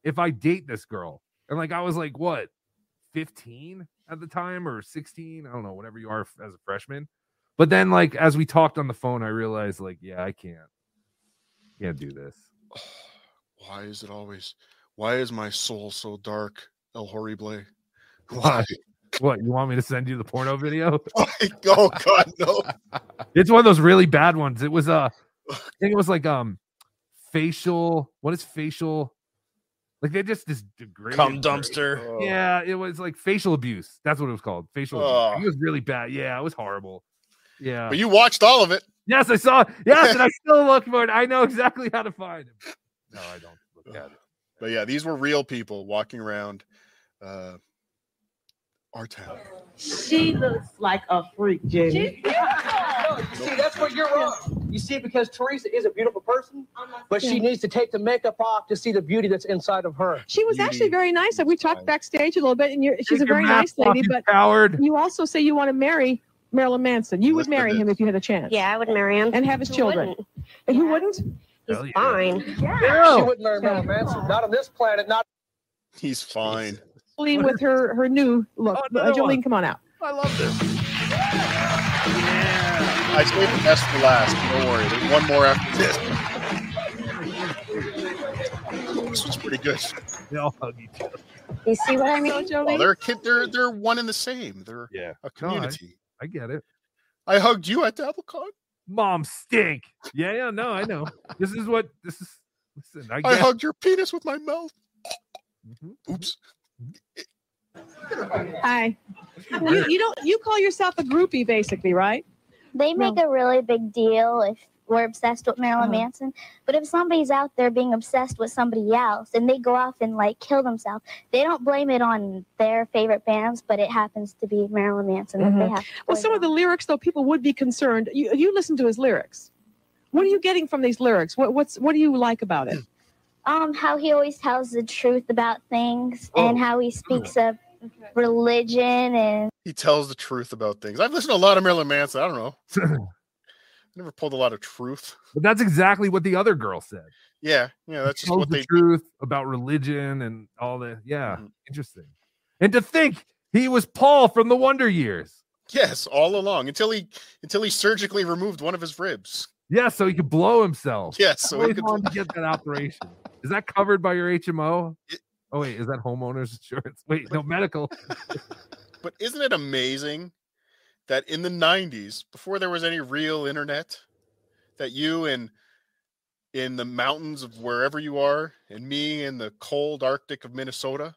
S3: if I date this girl. And like, I was like, what, 15 at the time or 16? I don't know, whatever you are f- as a freshman. But then, like, as we talked on the phone, I realized, like, yeah, I can't. Can't do this.
S4: Why is it always? Why is my soul so dark, El Horrible? Why?
S3: What, you want me to send you the porno video?
S4: oh, God, no.
S3: It's one of those really bad ones. It was uh I think it was like um facial. What is facial? Like they just this degraded
S5: Cum dumpster.
S4: Oh.
S3: race. Yeah, it was like facial abuse. That's what it was called. Facial. abuse. It was really bad. Yeah, it was horrible. Yeah.
S4: But you watched all of it.
S3: Yes, I saw. Yes, and I still look for it. I know exactly how to find him. No, I don't look at it.
S4: But yeah, these were real people walking around uh, our town.
S17: She looks like a freak, Jenny.
S16: No, you see, that's where you're wrong. You see, because Teresa is a beautiful person, but she needs to take the makeup off to see the beauty that's inside of her.
S7: She was actually very nice. We talked backstage a little bit, and you're, she's a
S16: your
S7: very
S16: mask
S7: nice lady.
S16: off, you
S7: But
S3: coward.
S7: you also say you want to marry Marilyn Manson. You would
S16: Listen to
S7: marry him if you had a chance.
S15: Yeah, I would marry him.
S7: And have his
S15: Who
S7: children.
S15: wouldn't?
S7: And who wouldn't?
S15: He's fine.
S16: She wouldn't learn Marilyn Manson. Not on this planet. Not.
S4: He's fine.
S7: Jolene with her her new look.
S16: another
S7: Uh, Jolene,
S16: one.
S7: come on out.
S3: I love this.
S4: I saved the best for last. Don't worry. There's one more after this. This was pretty good.
S3: They all hug each other.
S15: You see what I mean?
S4: Well, they're a kid. They're they're one and the same. They're yeah. a community.
S3: I get it.
S4: I hugged you at DabbleCon.
S3: Mom stink. Yeah, yeah, no, I know. This is what this is. Listen, I, Mm-hmm.
S4: I,
S3: get,
S4: hugged your penis with my mouth. Oops.
S7: Hi. You, you don't you call yourself a groupie basically, right?
S13: They make a really big deal if we're obsessed with Marilyn
S7: Uh-huh.
S13: Manson. But if somebody's out there being obsessed with somebody else and they go off and like kill themselves, they don't blame it on their favorite bands, but it happens to be Marilyn Manson that they have. to
S7: Mm-hmm. Well,
S13: blame
S7: some of the lyrics though, people would be concerned. You you listen to his lyrics. What are you getting from these lyrics? What what's what do you like about it?
S13: um how he always tells the truth about things
S7: Oh.
S13: and how he speaks of religion and
S4: He tells the truth about things. I've listened to a lot of Marilyn Manson. I don't know. Never pulled a lot of truth.
S3: but that's exactly what the other girl said.
S4: Yeah, yeah. That's just
S3: Tells
S4: what
S3: the
S4: they. Mm-hmm.
S3: truth about religion and all the yeah, interesting. And to think he was Paul from the Wonder Years.
S4: Yes, all along until he until he surgically removed one of his ribs.
S3: Yeah, so he could blow himself.
S4: Yes, so he
S3: Always
S4: could-
S3: wanted to get that operation. Is that covered by your HMO? Oh wait, is that homeowners insurance? Wait, no medical.
S4: But isn't it amazing that in the 90s, before there was any real internet, that you in in the mountains of wherever you are, and me in the cold Arctic of Minnesota,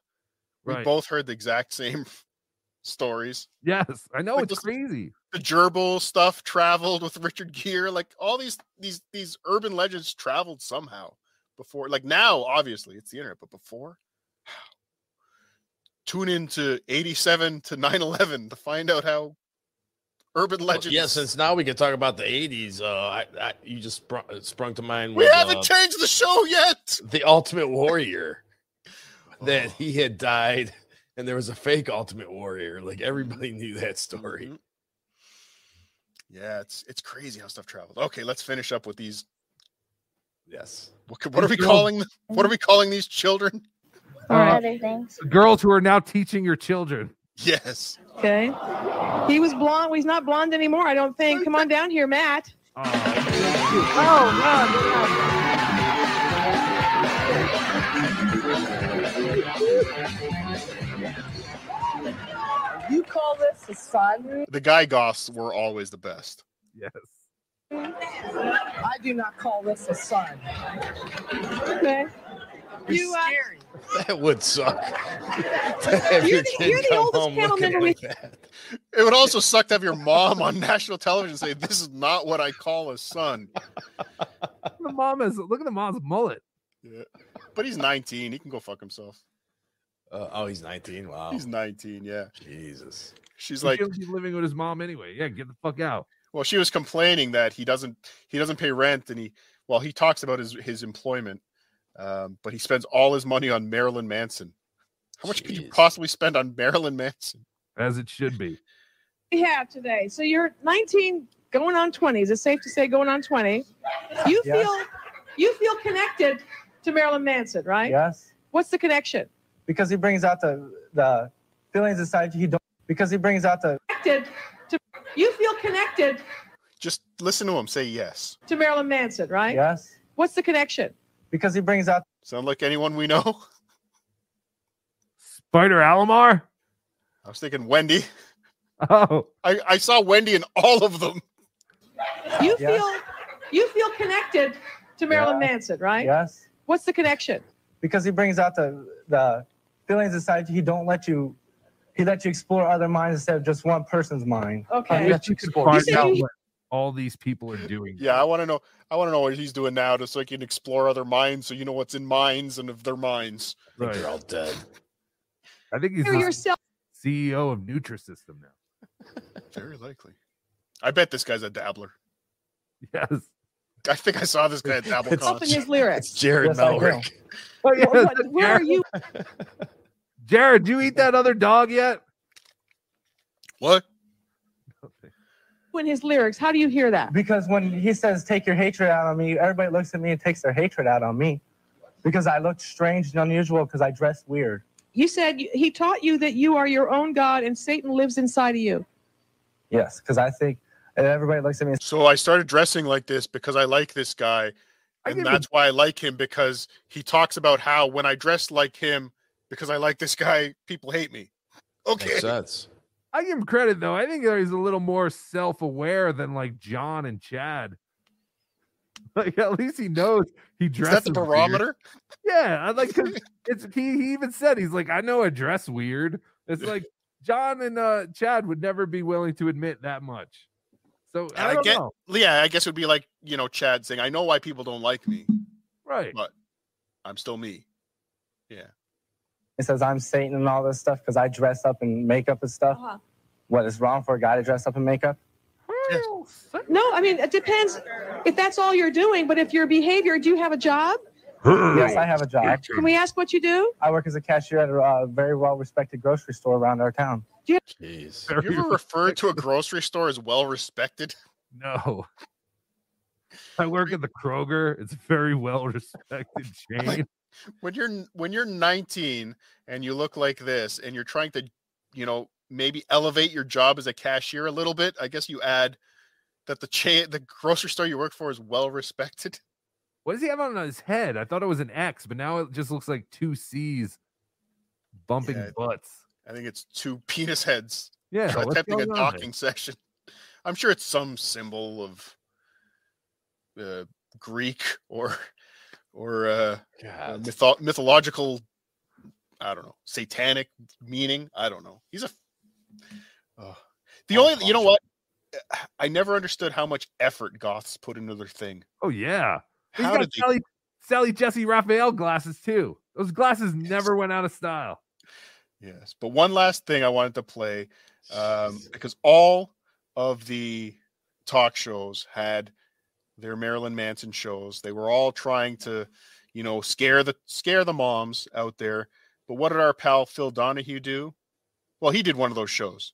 S4: we
S3: Right.
S4: both heard the exact same stories.
S3: Yes, I know
S4: Like,
S3: it's
S4: listen-
S3: crazy.
S4: The gerbil stuff traveled with Richard Gere, like all these these these urban legends traveled somehow before. Like now, obviously, it's the internet, but before. Tune in to 87 to 9-11 to find out how urban
S5: Well,
S4: legends
S5: yeah, since now we can talk about the '80s, uh, I, I, you just sprung, it sprung to mind.
S4: We
S5: with,
S4: haven't
S5: uh,
S4: changed the show yet.
S5: the Ultimate Warrior that
S4: Oh.
S5: he had died, and there was a fake Ultimate Warrior. Like everybody knew that story.
S4: Yeah, it's it's crazy how stuff travels. Okay, let's finish up with these.
S5: Yes.
S4: What, could- what are we
S3: Let's go.
S4: calling? th- What are we calling these children?
S3: Uh,
S13: other things.
S3: girls who are now teaching your children.
S4: Yes.
S7: Okay. He was blonde. Well, he's not blonde anymore, I don't think. Come on down here, Matt. Oh,
S15: Oh,
S17: You call this society?
S4: The guy goths were always the best.
S3: Yes.
S17: I do not call this a son.
S7: Okay. You, uh,
S4: Mm-hmm.
S5: That would suck.
S7: You're the- you're the oldest panel member we-
S4: It would also suck to have your mom on national television say, This is not what I call a son.
S3: the mom is look at the mom's mullet.
S4: Yeah. But he's 19. He can go fuck himself.
S5: Uh, oh, he's 19. Wow.
S4: He's 19. Yeah.
S5: Jesus.
S4: She's
S3: He
S4: like,
S3: shouldn't be living with his mom anyway. Yeah, get the fuck out.
S4: Well, she was complaining that he doesn't he doesn't pay rent, and he well he talks about his his employment, um, but he spends all his money on Marilyn Manson. How much could you possibly spend on Marilyn Manson?
S3: As it should be.
S7: we have today. So you're 19, going on 20. Is it safe to say going on 20? You
S16: Yes.
S7: feel you feel connected to Marilyn Manson, right?
S16: Yes.
S7: What's the connection?
S16: Because he brings out the the feelings inside you. He don't because he brings out the
S7: Connected to you feel connected
S4: Just listen to him say yes.
S7: to Marilyn Manson, right?
S16: Yes.
S7: What's the connection?
S16: Because he brings out
S4: Sound like anyone we know?
S3: Spider Alomar?
S4: I was thinking Wendy.
S3: Oh.
S4: I, I saw Wendy in all of them.
S7: You feel you feel connected to Marilyn Manson, right?
S16: Yes.
S7: What's the connection?
S16: because he brings out the the feelings inside you. He don't let you. He lets you explore other minds instead of just one person's mind.
S7: Okay.
S16: He lets you
S3: You could
S16: explore.
S3: find out what all these people are doing.
S4: Yeah, I want to know. I want to know what he's doing now, just so you can explore other minds, so you know what's in minds and of their minds.
S3: Right. They're
S5: all dead.
S3: I think he's
S7: Hear
S3: the
S7: yourself.
S3: CEO of Nutrisystem now.
S4: Very likely. I bet this guy's a dabbler.
S3: Yes.
S4: I think I saw this guy at DabbleCon.
S7: Open his lyrics.
S5: Jared
S4: Yes, I do.
S5: Melrick.
S3: Oh, yeah,
S7: What-
S3: that's
S7: where are
S3: Jared.
S7: you?
S3: Jared, do you eat that other dog yet?
S4: What?
S7: In his lyrics, how do you hear that?
S16: Because when he says "take your hatred out on me," everybody looks at me and takes their hatred out on me, because I looked strange and unusual because I dressed weird.
S7: You said you- he taught you that you are your own God and Satan lives inside of you.
S16: Yes, because I think and everybody looks at me.
S4: So I started dressing like this because I like this guy, and
S16: give
S4: that's why I like him because he talks about how when I dress like him because I like this guy, people hate me. Okay,
S5: Makes sense.
S3: I give him credit though. I think that he's a little more self-aware than like John and Chad. Like at least he knows he
S4: is
S3: dresses.
S4: that the
S3: weird.
S4: barometer?
S3: Yeah, I like 'cause it's he, he even said he's like I know I dress weird. It's like John and uh Chad would never be willing to admit that much. So
S4: And
S3: I,
S4: I,
S3: don't
S4: get,
S3: know.
S4: yeah, I guess it would be like you know Chad saying, "I know why people don't like me,
S3: right?
S4: But I'm still me." Yeah,
S16: He says I'm Satan and all this stuff because I dress up and makeup and stuff.
S7: Uh-huh.
S16: What is wrong for a guy to dress up in makeup?
S7: No, I mean it depends if that's all you're doing. But if your behavior, do you have a job?
S16: yes, I have a job.
S7: Can we ask what you do?
S16: I work as a cashier at a uh, very well-respected grocery store around our town.
S7: Do you-
S5: Jeez.
S4: Have you ever referred to a grocery store as well respected?
S3: No. I work at the Kroger. It's a very well respected chain.
S4: when you're n- when you're 19 and you look like this and you're trying to you know maybe elevate your job as a cashier a little bit i guess you add that the chain the grocery store you work for is well respected
S3: What does he have on his head? I thought it was an X, but now it just looks like two C's bumping
S4: Yeah.
S3: butts.
S4: i think it's two penis heads
S3: Yeah, what's
S4: attempting a
S3: going on there?
S4: docking session i'm sure it's some symbol of uh, greek or or uh, uh
S5: God.
S4: mytho- mythological i don't know satanic meaning i don't know he's a Ugh. the
S3: Oh,
S4: only you know what i never understood how much effort goths put into their thing
S3: Oh yeah. He's
S4: How
S3: got
S4: did they-
S3: Sally, Sally Jesse Raphael glasses too. Those glasses never went out of style.
S4: yes but one last thing i wanted to play um, because all of the talk shows had their marilyn manson shows they were all trying to you know scare the scare the moms out there but what did our pal phil donahue do well he did one of those shows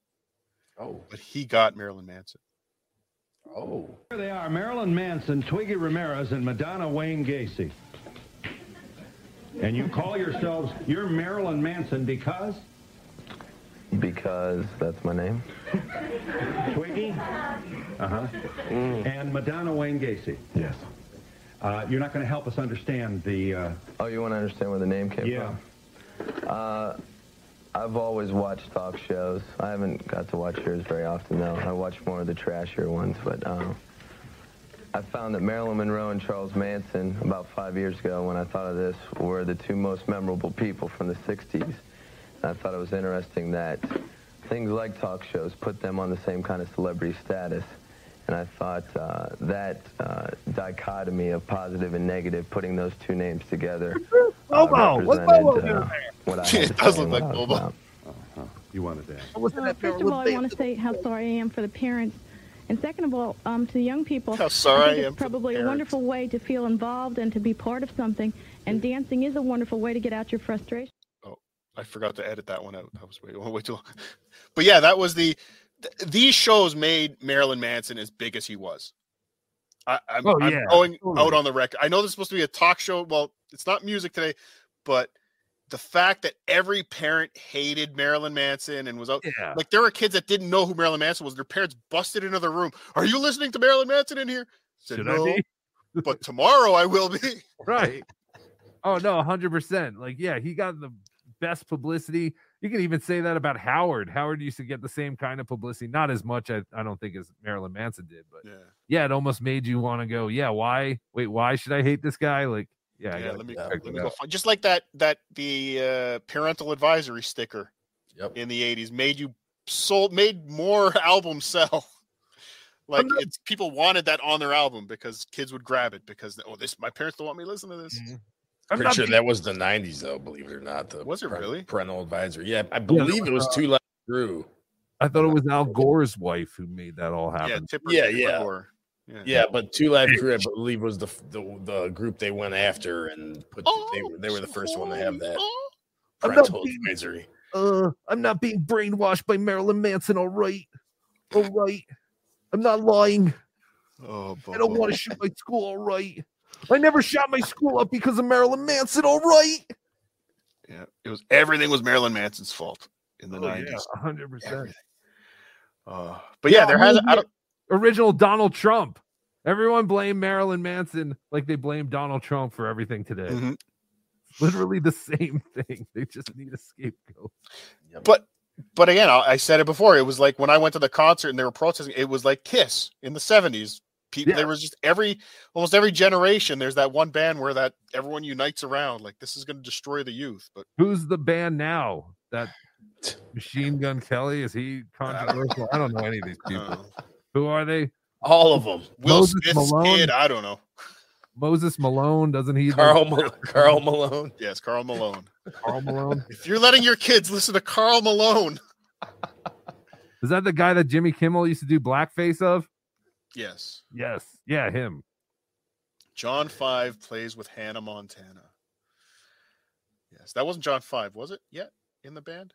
S5: oh
S4: but he got marilyn manson
S5: Oh.
S18: Here they are, Marilyn Manson, Twiggy Ramirez, and Madonna Wayne Gacy. And you call yourselves, you're Marilyn Manson because?
S19: Because that's my name.
S18: Twiggy? Uh-huh.
S19: Mm.
S18: And Madonna Wayne Gacy? Yes. Uh, you're not going to help us understand the... Uh...
S19: Oh, you want to understand where the name came
S18: yeah.
S19: from? Uh, I've always watched talk shows. I haven't got to watch yours very often, though. I watch more of the trashier ones, but uh, I found that Marilyn Monroe and Charles Manson, about five years ago when I thought of this, were the two most memorable people from the 60s. And I thought it was interesting that things like talk shows put them on the same kind of celebrity status. And I thought uh, that uh, dichotomy of positive and negative, putting those two names together, uh,
S3: Bobo, what's
S19: represented,
S3: Bobo
S19: uh,
S3: doing there?
S19: what I
S4: Yeah,
S19: had
S4: it
S19: to
S4: does
S19: say and what
S4: look like
S19: I was
S4: Bobo.
S19: about.
S18: You wanted that.
S20: Uh, first of all, I want to say how sorry I am for the parents. And second of all, um, to the young people,
S4: How sorry
S20: I think
S4: I
S20: it's
S4: am for the
S20: probably a
S4: parents.
S20: wonderful way to feel involved and to be part of something. And dancing is a wonderful way to get out your frustration.
S4: Oh, I forgot to edit that one out. That was way, way too long. But yeah, that was the. th- these shows made Marilyn Manson as big as he was. I, I'm,
S3: Oh,
S4: I'm
S3: yeah,
S4: going
S3: totally.
S4: out on the record. I know this is supposed to be a talk show. Well, it's not music today, but the fact that every parent hated Marilyn Manson and was out
S3: Yeah.
S4: like there were kids that didn't know who Marilyn Manson was. Their parents busted into the room. Are you listening to Marilyn Manson in here? Said,
S3: Should I
S4: no,
S3: be?"
S4: but tomorrow I will be.
S3: right. Oh no, hundred percent. Like, yeah, he got the best publicity. You can even say that about Howard. Howard used to get the same kind of publicity, not as much, I, I don't think, as Marilyn Manson did, but
S4: Yeah.
S3: yeah, it almost made you want to go, yeah, why? Wait, why should I hate this guy? Like, yeah, I
S4: yeah,
S3: gotta
S4: let me,
S3: check
S4: let
S3: it
S4: me go
S3: out.
S4: find, just like that that the uh, parental advisory sticker in the 80s made you sold made more albums sell like it's people wanted that on their album because kids would grab it because oh this my parents don't want me to listen to this
S3: Mm-hmm.
S5: I'm pretty sure that was the 90s, though, believe it or not. The
S4: Was it
S5: parent-
S4: really?
S5: Parental advisory. Yeah, I
S3: that
S5: believe it was
S3: was, uh,
S5: two left through.
S3: I thought it was Al Gore's wife who made that all happen.
S4: yeah Tipper,
S5: Yeah,
S4: Tipper
S5: yeah.
S4: Gore.
S5: Yeah. but Two Live Crew, I believe, was the the, the group they went after and put. they were they were the first one to have that
S3: I'm not
S5: parental advisory.
S3: uh, I'm not being brainwashed by Marilyn Manson. All right, all right, I'm not lying.
S4: oh
S3: I don't want to shoot my school. All right, I never shot my school up because of Marilyn Manson. All right,
S4: yeah it was everything was marilyn manson's fault in the
S3: Oh,
S4: 90s
S3: yeah, 100%.
S4: Uh, but yeah, there has I don't,
S3: original Donald Trump. Everyone blamed Marilyn Manson like they blame Donald Trump for everything today.
S4: Mhm.
S3: Literally the same thing. They just need a scapegoat.
S4: but but again I, I said it before it was like when i went to the concert and they were protesting it was like kiss in the 70s people there was just every almost every generation there's that one band where that everyone unites around like this is going to destroy the youth but
S3: Who's the band now? That Machine Gun Kelly is he
S5: Uh,
S3: controversial? I don't know any of these people.
S5: uh-huh.
S3: Who are they?
S5: All of them.
S4: Will
S3: Moses
S4: Smith's
S3: Malone.
S4: kid, I don't know.
S3: Moses Malone doesn't he?
S5: Carl Mal- Carl Malone.
S4: Yes, Carl Malone.
S3: Carl Malone
S4: if you're letting your kids listen to Carl Malone,
S3: is that the guy that Jimmy Kimmel used to do blackface of?
S4: yes.
S3: Yes, yeah, him.
S4: John Five plays with Hannah Montana. Yes, that wasn't John Five, was it? Yet in the band?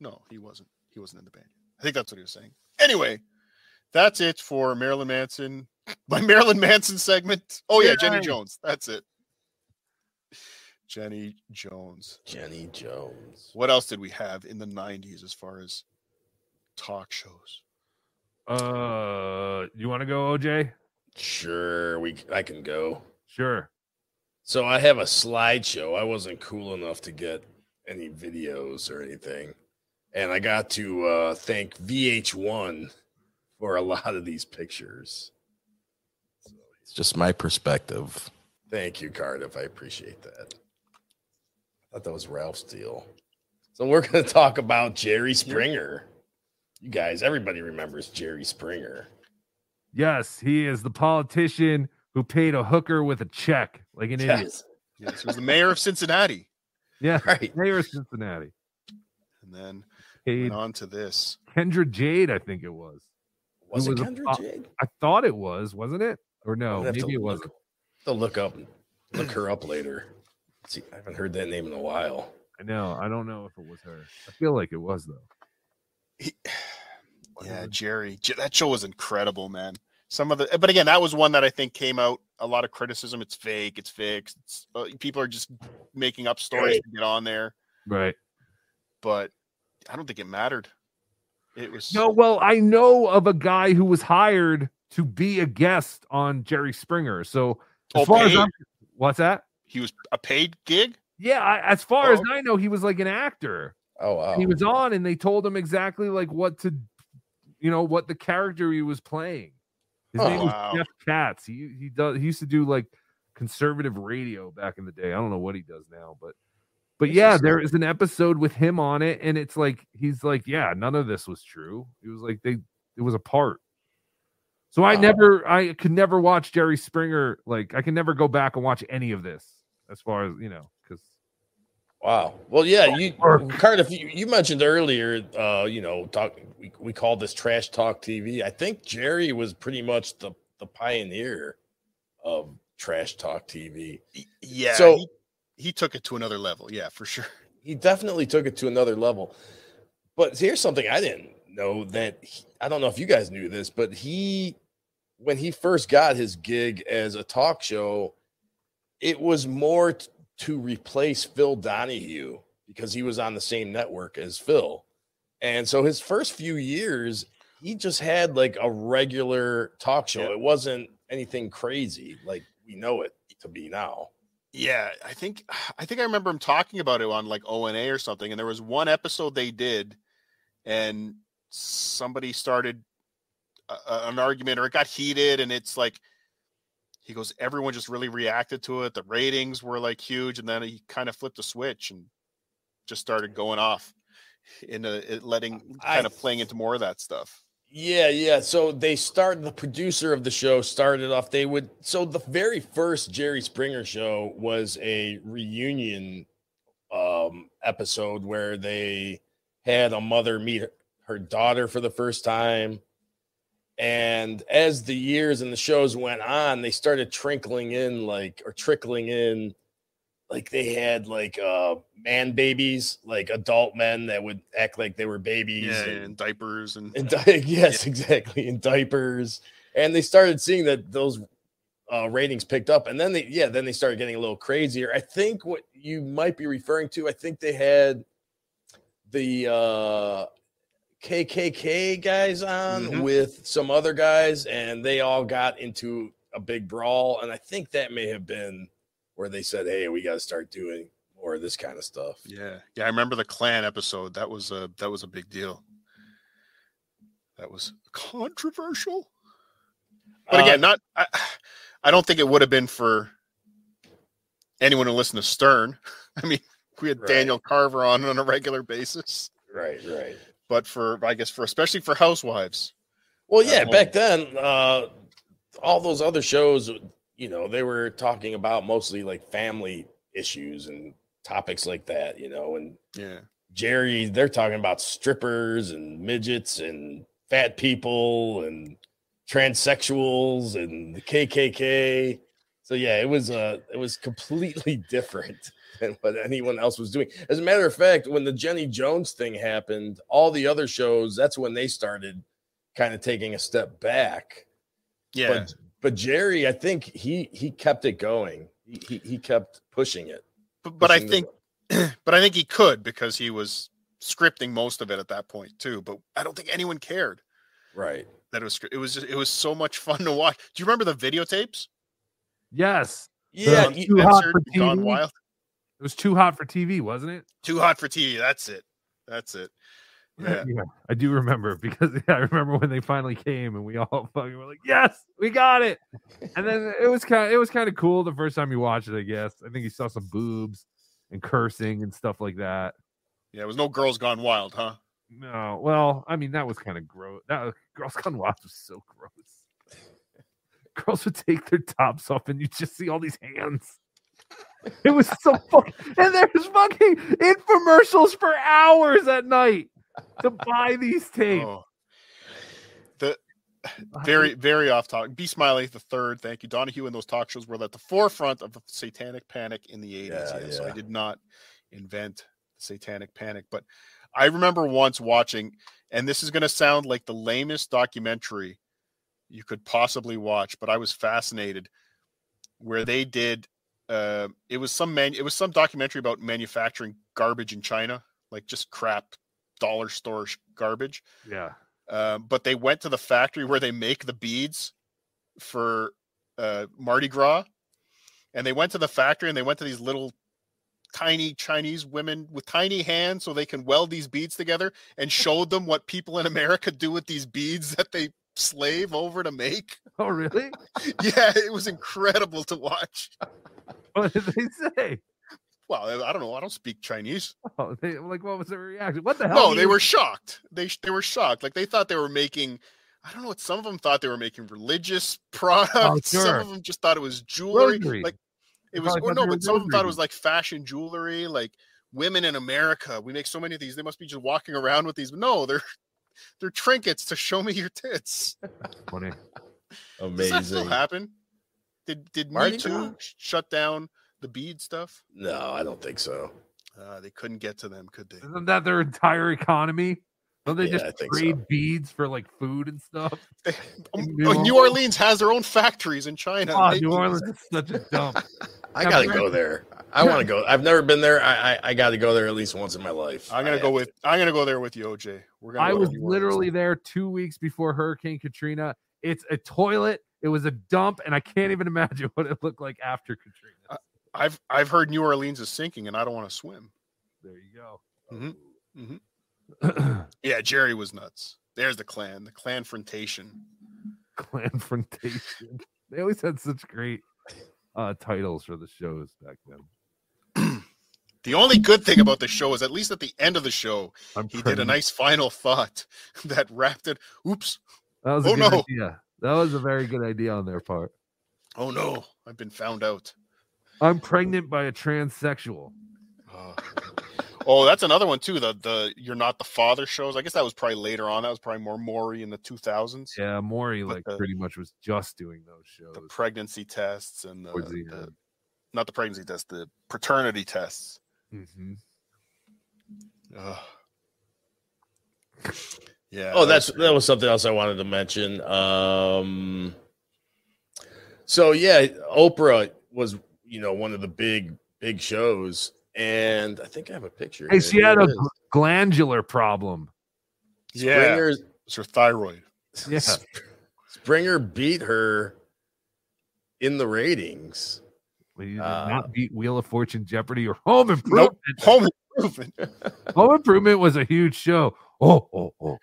S4: No, he wasn't. He wasn't in the band. I think that's what he was saying. Anyway, that's it for Marilyn Manson. My Marilyn Manson segment. Oh yeah, Jenny
S3: Yay.
S4: Jones. That's it. Jenny Jones.
S5: Jenny Jones.
S4: What else did we have in the '90s as far as talk shows?
S3: Uh, you want to go, OJ?
S5: Sure, we I can go.
S3: Sure.
S5: So I have a slideshow. I wasn't cool enough to get any videos or anything. And I got to uh, thank VH1 for a lot of these pictures.
S21: It's just my perspective.
S5: Thank you, Cardiff. I appreciate that. I thought that was Ralph Steele. So we're going to talk about Jerry Springer. You guys, everybody remembers Jerry Springer.
S3: Yes, he is the politician who paid a hooker with a check, like an idiot.
S5: Yes.
S4: Yes, he was the mayor of Cincinnati,
S3: Yeah, mayor of Cincinnati.
S4: and then
S3: Paid
S4: went on to this.
S3: Kendra Jade, I think it was. who
S5: Was it
S3: a
S5: Kendra
S3: po-
S5: Jade?
S3: I thought it was, wasn't it? Or no,
S5: I'd have to
S3: Oh, maybe it
S5: look-
S3: wasn't.
S5: They'll look up, look her up later. See, I haven't heard that name in a while.
S3: I know. I don't know if it was her. I feel like it was though.
S4: Yeah, Jerry, J- that show was incredible, man. Some of the, but again, that was one that I think came out a lot of criticism. It's fake, it's fixed. It's, uh, people are just making up stories to get on there,
S3: Right.
S4: but I don't think it mattered. It was
S3: No, well, I know of a guy who was hired to be a guest on Jerry Springer. So as
S4: Oh,
S3: far as
S4: paid.
S3: I'm, what's that?
S4: he was a paid gig. Oh.
S3: Yeah, I, as far as I know, he was like an actor.
S5: Oh wow.
S3: And he was on, and they told him exactly like what to, you know, what the character he was playing. His
S5: Oh,
S3: name
S5: wow.
S3: was Jeff Katz. He he does he used to do like conservative radio back in the day. I don't know what he does now, but but yeah, there is an episode with him on it, and it's like he's like, yeah, none of this was true. It was like they it was a part. So I
S5: Wow.
S3: never I could never watch Jerry Springer. Like I can never go back and watch any of this as far as you know because
S5: Wow. Well, yeah, you Cardiff, you, you mentioned earlier, uh, you know, talk we, we call this trash talk TV. I think Jerry was pretty much the the pioneer of trash talk TV.
S4: Yeah.
S5: So-
S4: he, he took it to another level. Yeah, for sure.
S5: He definitely took it to another level. But here's something I didn't know that he- I don't know if you guys knew this, but he when he first got his gig as a talk show, it was more t- to replace Phil Donahue because he was on the same network as Phil. And so his first few years, he just had like a regular talk show. It wasn't anything crazy like we know it to be now.
S4: Yeah, I think I think I remember him talking about it on like O and A or something. And there was one episode they did, and somebody started a, a- an argument, or it got heated, and it's like he goes, everyone just really reacted to it. The ratings were like huge, and then he kind of flipped a switch and just started going off in a, it letting kind of playing into more of that stuff.
S5: Yeah, yeah. So they started the producer of the show started off. They would so the very first Jerry Springer show was a reunion um episode where they had a mother meet her, her daughter for the first time. And as the years and the shows went on, they started trickling in like or trickling in like they had like uh man babies, like adult men that would act like they were babies
S4: Yeah,
S5: and-
S4: and diapers and
S5: in di- yes, exactly. In diapers, and they started seeing that those uh, ratings picked up, and then they yeah, then they started getting a little crazier. I think what you might be referring to, I think they had the uh, KKK guys um, on
S4: Mhm.
S5: with some other guys, and they all got into a big brawl, and I think that may have been where they said, "Hey, we got to start doing more of this kind of stuff."
S4: Yeah, yeah. I remember the Klan episode. That was a that was a big deal. That was controversial. But again,
S5: Uh,
S4: not I, I don't think it would have been for anyone who listened to Stern. I mean, we had Daniel Carver on on a regular basis.
S5: Right, right.
S4: But for I guess for especially for housewives.
S5: Well,
S4: At
S5: yeah,
S4: home.
S5: back then, uh, all those other shows, you know, they were talking about mostly like family issues and topics like that, you know, and
S4: yeah,
S5: Jerry, they're talking about strippers and midgets and fat people and transsexuals and the KKK. So yeah, it was uh it was completely different than what anyone else was doing. As a matter of fact, when the Jenny Jones thing happened, all the other shows, that's when they started kind of taking a step back.
S4: Yeah.
S5: But, but Jerry, I think he he kept it going. He he, he kept pushing it.
S4: But, but I
S5: Pushing the-
S4: think but I think he could because he was scripting most of it at that point too. But I don't think anyone cared.
S5: Right.
S4: That it was script- it was just, it was so much fun to watch. Do you remember the videotapes?
S3: yes,
S4: Yeah,
S3: The
S4: you-
S3: too hot
S4: Uncensored,
S3: for
S4: Gone
S3: TV.
S4: Wild.
S3: It was too hot for TV, wasn't it?
S4: Too hot for TV. That's it. That's it. Yeah.
S3: I do remember because yeah, I remember when they finally came and we all fucking were like, "Yes, we got it!" And then it was kind of it was kind of cool the first time you watched it. I guess I think you saw some boobs and cursing and stuff like that.
S4: Yeah, it was no girls gone wild, huh?
S3: No, well, I mean that was kind of gross. That was- Girls Gone Wild was so gross. Girls would take their tops off and you just see all these hands. It was so fucking, and there's fucking infomercials for hours at night to buy these tapes.
S4: Oh. The very, very off topic. B Smiley the third, thank you. Donahue and those talk shows were at the forefront of the satanic panic in the 80s.
S5: Yeah,
S4: yeah, So I
S5: yeah.
S4: did not invent the satanic panic. But I remember once watching, and this is gonna sound like the lamest documentary you could possibly watch, but I was fascinated where they did uh, it was some man it was some documentary about manufacturing garbage in China, like just crap dollar store sh- garbage.
S3: Yeah.
S4: Um, but they went to the factory where they make the beads for uh, Mardi Gras, and they went to the factory and they went to these little tiny Chinese women with tiny hands so they can weld these beads together and showed them what people in America do with these beads that they slave over to make.
S3: Oh, really?
S4: yeah, it was incredible to watch.
S3: What did they say?
S4: Well, I don't know. I don't speak Chinese.
S3: Oh, they, like, what was their reaction? What the hell?
S4: No,
S3: do
S4: they
S3: you-
S4: were shocked. They sh- they were shocked. Like they thought they were making. I don't know what some of them thought they were making religious products. Some
S3: Oh, sure.
S4: of them just thought it was jewelry.
S3: Rosary.
S4: Like
S3: They
S4: it was.
S3: probably
S4: Or
S3: thought
S4: no,
S3: they were
S4: but some of them thought it
S3: rosary.
S4: was like fashion jewelry. Like women in America, we make so many of these. They must be just walking around with these. But no, they're they're trinkets to show me your tits.
S3: Funny.
S4: Does that still
S5: Amazing.
S4: happen? Did did Me
S5: Mardi
S4: Too
S5: Gras?
S4: sh- shut down the bead stuff?
S5: No, I don't think so.
S4: Uh, they couldn't get to them, could they?
S3: Isn't that their entire economy? Don't they
S4: Yeah, I
S3: just
S4: think
S3: trade beads for like food and stuff?
S4: Oh, New Orleans has their own factories in China.
S3: Oh,
S4: They-
S3: New Orleans is such a dump.
S5: I
S3: Now,
S5: gotta
S3: Brent-
S5: go there. I want to go. I've never been there. I, I I gotta go there at least once in my life.
S4: I'm gonna
S5: I
S4: go
S5: have
S4: with. I'm gonna go there with you, OJ. We're gonna.
S3: I
S4: go to
S3: was
S4: New Orleans.
S3: literally there two weeks before Hurricane Katrina. It's a toilet. It was a dump, and I can't even imagine what it looked like after Katrina.
S4: I've I've heard New Orleans is sinking, and I don't want to swim.
S3: There you go.
S4: Mhm, mhm. yeah, Jerry was nuts. There's the clan, the clan frontation.
S3: Confrontation. they always had such great uh, titles for the shows back then.
S4: The only good thing about the show is, at least at the end of the show,
S3: I'm
S4: he did a
S3: pretty-
S4: nice final thought that wrapped it. Oops.
S3: That was a
S4: oh
S3: good
S4: no.
S3: idea. That was a very good idea on their part.
S4: Oh no! I've been found out.
S3: I'm pregnant by a transsexual.
S4: Oh, that's another one too. The the you're not the father shows. I guess that was probably later on. That was probably more Maury in the 2000s.
S3: Yeah, Maury
S4: But
S3: like
S4: the-
S3: pretty much was just doing those shows.
S4: the pregnancy tests and the,
S3: Towards the uh
S4: the-
S3: end.
S4: not the pregnancy test, the paternity tests.
S3: Mhm.
S4: Ugh. Yeah.
S5: Oh, that's that was something else I wanted to mention. Um, so yeah, Oprah was you know one of the big big shows, and I think I have a picture.
S3: Hey,
S5: here.
S3: she had
S5: Here
S3: a
S5: it is.
S3: gl- glandular problem.
S4: yeah.
S5: Springer's-
S4: It's her thyroid.
S3: Yeah.
S5: Springer beat her in the ratings.
S3: We did
S5: Uh,
S3: not beat Wheel of Fortune, Jeopardy, or Home Improvement.
S4: Home improvement.
S3: Home Improvement was a huge show. Oh, oh, oh.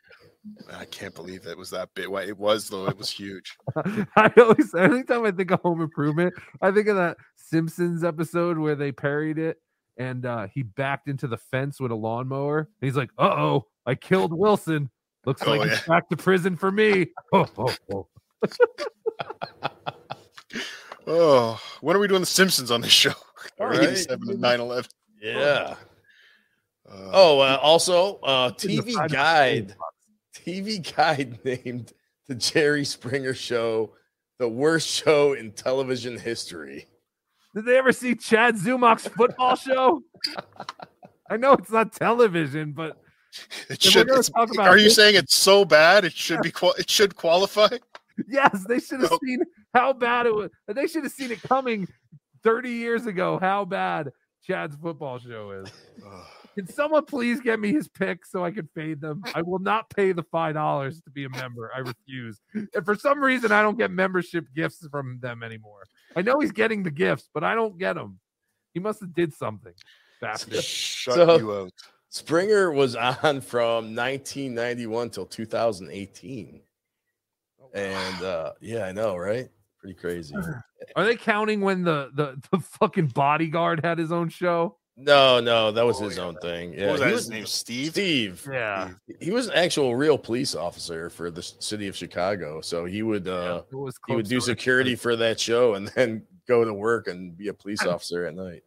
S4: I can't believe it was that big. Well, It was though. It was huge.
S3: I always, anytime I think of Home Improvement, I think of that Simpsons episode where they parried it and uh, he backed into the fence with a lawnmower. And he's like, uh oh, I killed Wilson. Looks
S4: Oh,
S3: like
S4: yeah.
S3: it's back to prison for me. Oh, oh, oh.
S4: Oh, when are we doing the Simpsons on this show?
S5: All right.
S4: 87 and 9/11.
S5: Yeah.
S4: Uh,
S5: Oh, uh, also, uh, TV
S4: final
S5: Guide, TV Guide named the Jerry Springer Show the worst show in television history.
S3: Did they ever see Chad Zumach's football show? I know it's not television, but
S4: it
S3: we're
S4: should.
S3: gonna
S4: it's-
S3: talk about
S4: are you
S3: this-
S4: saying it's so bad? It should be. Qual- it should qualify.
S3: Yes, they should have seen how bad it was. They should have seen it coming 30 years ago. How bad Chad's football show is. Can someone please get me his pick so I can fade them? I will not pay the five dollars to be a member. I refuse. And for some reason, I don't get membership gifts from them anymore. I know he's getting the gifts, but I don't get them. He must have did something. Bastard.
S4: Shut
S5: So-
S4: you out.
S5: Springer was on from 1991 till 2018.
S3: Oh,
S5: And uh, yeah, I know, right? Pretty crazy.
S3: Are they counting when the, the the fucking bodyguard had his own show?
S5: No, no, that was his own thing. Yeah,
S4: what was
S5: he
S4: Oh, that?
S5: was-
S4: His name Steve.
S5: Steve.
S3: Yeah,
S5: He was an actual real police officer for the s- city of Chicago. So he would uh,
S3: it was.
S5: he would
S3: close
S5: do
S3: to it.
S5: security for that show and then go to work and be a police officer at night.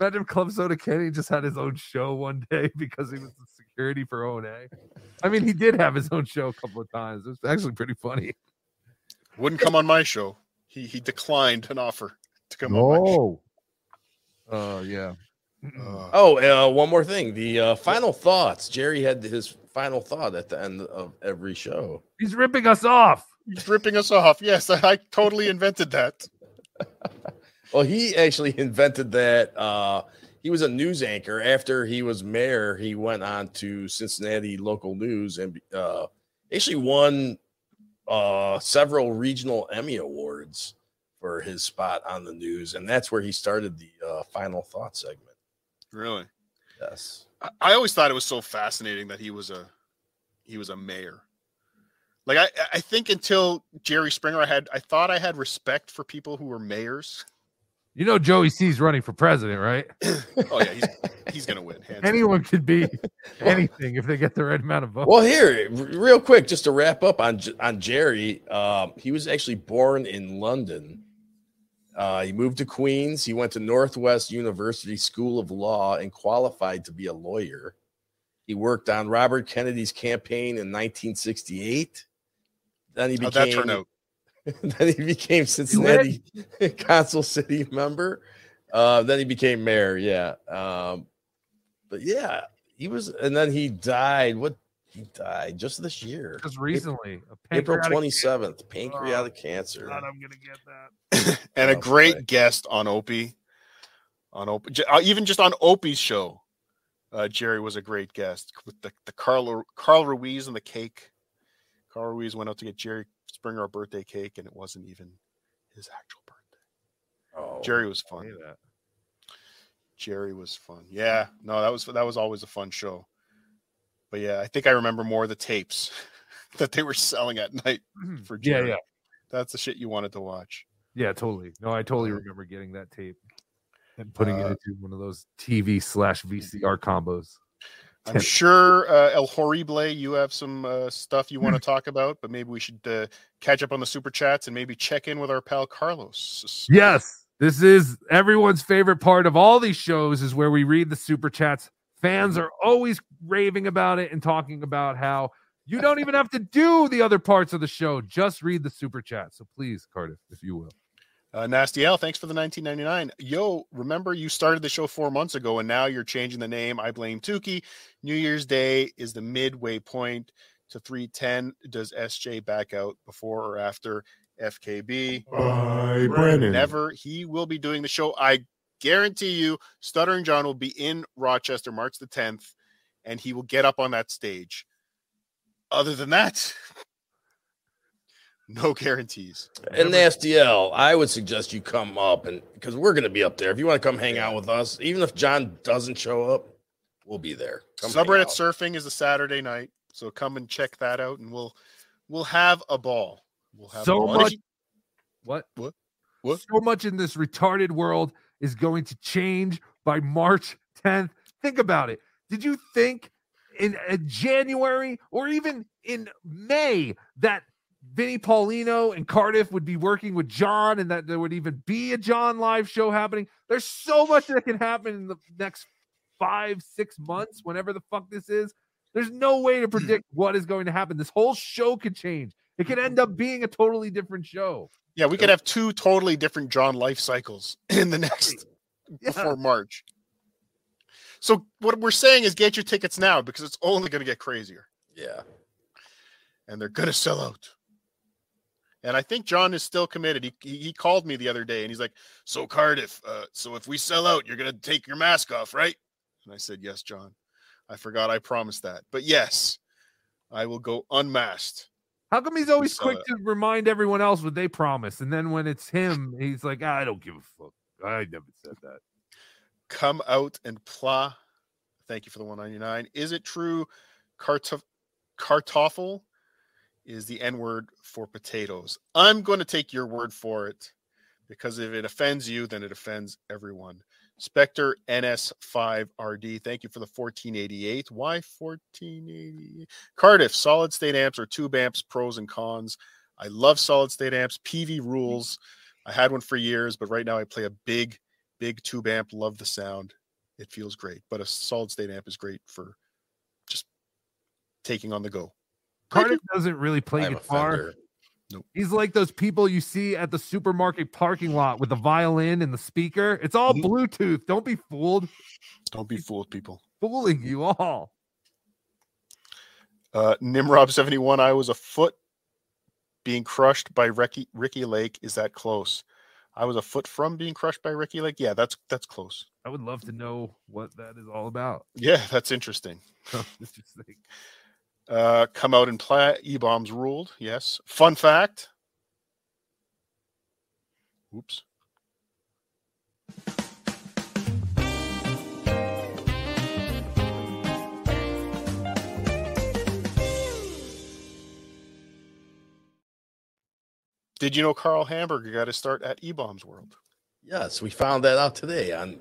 S3: Imagine Club Soda Kenny just had his own show one day because he was the security for O and A. I mean, he did have his own show a couple of times. It was actually pretty funny.
S4: Wouldn't come on my show. He he declined an offer to come on. My show.
S3: Oh, oh yeah.
S4: Uh,
S5: Oh, uh, one more thing. The uh, final thoughts. Jerry had his final thought at the end of every show.
S3: He's ripping us off.
S4: he's ripping us off. Yes, I, I totally invented that.
S5: Well, he actually invented that. Uh, he was a news anchor. After he was mayor, he went on to Cincinnati local news and uh, actually won uh, several regional Emmy awards for his spot on the news, and that's where he started the uh, final thought segment.
S4: Really?
S5: Yes.
S4: I, I always thought it was so fascinating that he was a he was a mayor. Like I, I think until Jerry Springer, I had I thought I had respect for people who were mayors.
S3: You know Joey C's running for president, right?
S4: Oh yeah, he's he's gonna win. hands down.
S3: Anyone could be anything if they get the right amount of votes.
S5: Well, here, r- real quick, just to wrap up on J- on Jerry, um, he was actually born in London. Uh, he moved to Queens. He went to Northwest University School of Law and qualified to be a lawyer. He worked on Robert Kennedy's campaign in 1968. Then he
S4: How'd
S5: became
S4: that turn out?
S5: then he became Cincinnati Council City member. Uh, then he became mayor. Yeah. Um, but yeah, he was, and then he died. What he died just this year,
S3: Just recently, a
S5: April
S3: pancreatic
S5: twenty seventh, pancreatic cancer.
S3: Oh, I'm gonna get that.
S4: and a great guest on Opie, on Opie, j- uh, even just on Opie's show. Uh, Jerry was a great guest with the, the Carl Carl Ruiz and the cake. Carl Ruiz went out to get Jerry Springer a birthday cake, and it wasn't even his actual birthday.
S5: Oh,
S4: Jerry was fun. Jerry was fun. Yeah, no, that was that was always a fun show. But yeah, I think I remember more of the tapes that they were selling at night for
S3: Yeah,
S4: Jerry.
S3: yeah.
S4: That's the shit you wanted to watch.
S3: Yeah, totally. No, I totally remember getting that tape and putting it
S4: Uh,
S3: into one of those TV slash VCR combos.
S4: I'm sure uh, El Horrible, you have some uh, stuff you want to talk about, but maybe we should uh, catch up on the super chats and maybe check in with our pal Carlos.
S3: Yes, this is everyone's favorite part of all these shows is where we read the super chats. Fans are always raving about it and talking about how you don't even have to do the other parts of the show. Just read the super chat. So please, Cardiff, if you will.
S4: Uh, Nasty L, thanks for the 1999. Yo, remember you started the show four months ago, and now you're changing the name. I blame Tukey. New Year's Day is the midway point to 310. Does SJ back out before or after FKB?
S6: By Brennan.
S4: Never. He will be doing the show. I guarantee you, Stuttering John will be in Rochester March the 10th, and he will get up on that stage. Other than that, no guarantees.
S3: Oh.
S5: And Nasty L, I would suggest you come up and because we're going to be up there. If you want to come hang out with us, even if John doesn't show up, we'll be there. Come hang
S4: Subreddit
S5: out.
S4: surfing is a Saturday night, so come and check that out, and we'll we'll have a ball. We'll have a
S3: So
S4: ball. And if
S3: much
S4: you-
S3: what?
S4: What?
S3: So much in this retarded world is going to change by March 10th. Think about it. Did you think in uh, January or even in May that Vinnie Paulino and Cardiff would be working with John and that there would even be a John live show happening? There's so much that can happen in the next five, six months, whenever the fuck this is. There's no way to predict what is going to happen. This whole show could change. It could end up being a totally different show.
S4: yeah, we could have two totally different John life cycles in the next before March. So what we're saying is get your tickets now because it's only going to get crazier.
S5: Yeah.
S4: and they're gonna sell out. And I think John is still committed. He he he called me the other day and he's like, "So Cardiff, uh, so if we sell out, you're gonna take your mask off, right?" And I said, "Yes, John. I forgot I promised that, but yes, I will go unmasked."
S3: How come he's always
S4: saw
S3: quick
S4: that.
S3: to remind everyone else what they promise, and then when it's him, he's like, "Ah, "I don't give a fuck. I never said that."
S4: Come out and pla. Thank you for the 199. Is it true? Cartof- cartoffel is the N word for potatoes. I'm going to take your word for it because if it offends you, then it offends everyone. Spectre NS5RD, thank you for the 1488. Why 1488? Cardiff, solid state amps or tube amps, pros and cons. I love solid state amps. PV rules. I had one for years, but right now I play a big, big tube amp. Love the sound. It feels great. But a solid state amp is great for just taking on the go.
S3: Cardiff doesn't really play
S5: I'm a
S3: guitar.
S5: fender.
S3: He's like those people you see at the supermarket parking lot with the violin and the speaker. It's all Bluetooth. Don't be fooled.
S4: Don't be fooled, people.
S3: Fooling you all.
S4: Uh, Nimrob71, I was a foot being crushed by Ricky, Ricky Lake. Is that close? I was a foot from being crushed by Ricky Lake. Yeah, that's that's close.
S3: I would love to know what that is all about.
S4: Yeah, that's interesting.
S3: Interesting.
S4: Uh, come out and play. E bombs ruled. Yes. Fun fact. Oops. Did you know Carl Hamburger got his start at E bombs world?
S5: Yes, we found that out today on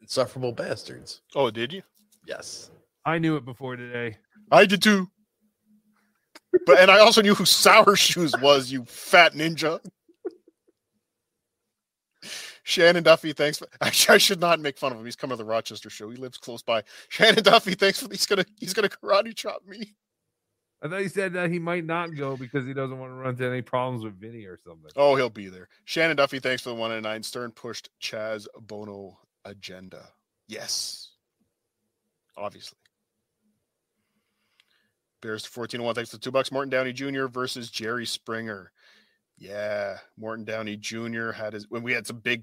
S5: Insufferable Bastards.
S4: Oh, did you?
S5: Yes.
S3: I knew it before today.
S4: I did too. But and I also knew who Sour Shoes was, you fat ninja. Shannon Duffy, thanks. For, actually, I should not make fun of him. He's coming to the Rochester show. He lives close by. Shannon Duffy, thanks for he's gonna he's gonna karate chop me.
S3: I thought he said that he might not go because he doesn't want to run into any problems with Vinny or something.
S4: Oh, he'll be there. Shannon Duffy, thanks for the one and nine. Stern pushed Chaz Bono agenda. Yes, obviously. Bears to 14 to 1. Thanks to two bucks. Morton Downey Jr. versus Jerry Springer. Yeah, Morton Downey Jr. had his when we had some big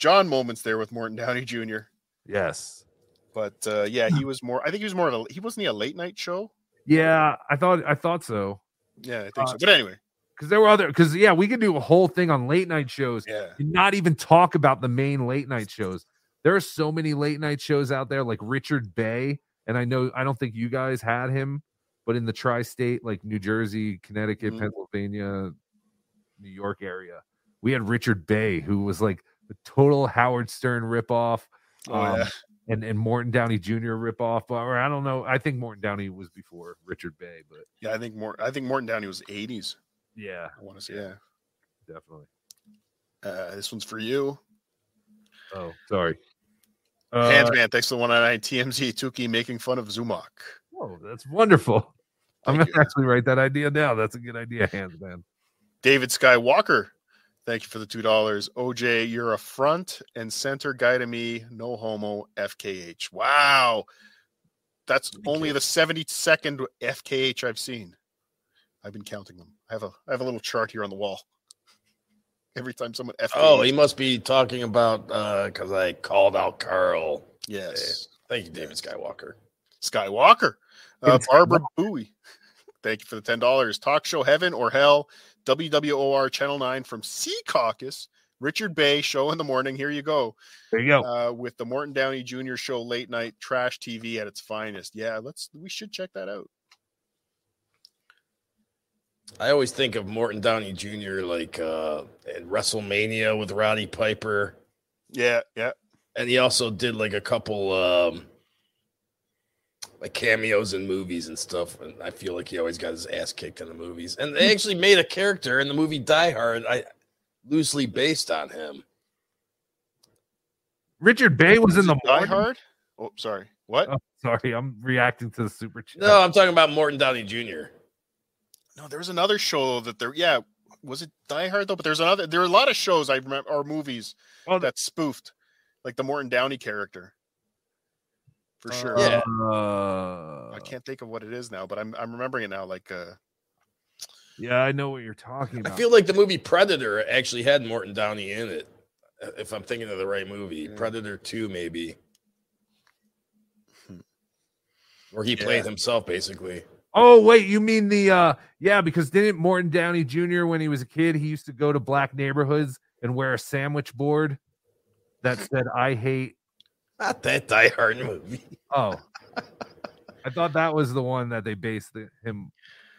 S4: John moments there with Morton Downey Jr.
S3: Yes.
S4: But uh, yeah, he was more. I think he was more of a. He wasn't he a late night show?
S3: Yeah, I thought I thought so.
S4: Yeah, I think so. But anyway,
S3: Because there were other because yeah, we could do a whole thing on late night shows
S4: Yeah.
S3: and not even talk about the main late night shows. There are so many late night shows out there, like Richard Bay, and I know I don't think you guys had him, but in the tri-state, like New Jersey, Connecticut,
S4: Mhm.
S3: Pennsylvania, New York area, we had Richard Bay, who was like the total Howard Stern ripoff. um,
S4: Oh, yeah.
S3: And, and Morton Downey Jr. ripoff, but or I don't know. I think Morton Downey was before Richard Bay, but
S4: yeah, I think more. I think Morton Downey was eighties.
S3: yeah,
S4: I want to say yeah.
S3: definitely.
S4: Uh, this one's for you.
S3: Oh, sorry. Uh,
S4: Hands man, thanks to the one on nine. TMZ Tukey making fun of Zumok.
S3: Whoa, Oh, that's wonderful. I'm gonna actually write that idea down. That's a good idea, hands man.
S4: David Skywalker, thank you for the two dollars. OJ, you're a front and center guy to me. No homo. FKH. Wow, that's only the seventy second FKH I've seen. I've been counting them. I have a I have a little chart here on the wall. Every time someone FKH.
S5: Oh, he must be talking about because I called out Carl.
S4: Yes.
S5: Thank you, David Skywalker.
S4: Skywalker. Uh,
S5: It's
S4: Barbara Bowie. Thank you for the ten dollars. Talk show heaven or hell. WWOR Channel Nine from Sea Caucus. Richard Bay show in the morning. Here you go.
S3: There you go.
S4: Uh, with the Morton Downey Jr. show late night trash TV at its finest. Yeah, let's. We should check that out.
S5: I always think of Morton Downey Jr. like uh, at WrestleMania with Roddy Piper.
S4: Yeah, yeah.
S5: And he also did like a couple um, like cameos in movies and stuff. And I feel like he always got his ass kicked in the movies. And
S4: Mm.
S5: they actually made a character in the movie Die Hard, I loosely based on him.
S3: Richard Bay was in the
S4: Die
S3: morning?
S4: Hard. Oh, sorry. What?
S3: Oh, sorry, I'm reacting to the super chat.
S5: No, I'm talking about Morton Downey Jr.
S4: No, there was another show that there. Yeah, was it Die Hard though? But there's another. There are a lot of shows I remember or movies that spoofed, like the Morton Downey character. For sure.
S5: Yeah.
S3: Uh,
S4: I can't think of what it is now, but I'm I'm remembering it now. Like uh,
S3: yeah, I know what you're talking
S5: I
S3: about.
S5: feel like the movie Predator actually had Morton Downey in it. uh, If I'm thinking of the right movie, Predator 2, maybe.
S4: Hmm.
S5: Where he
S3: Yeah.
S5: played himself, basically.
S3: Oh wait, you mean the uh yeah, because didn't Morton Downey Jr. when he was a kid, he used to go to black neighborhoods and wear a sandwich board that said I hate
S5: Not that Die Hard movie.
S3: Oh. I thought that was the one that they based the, him.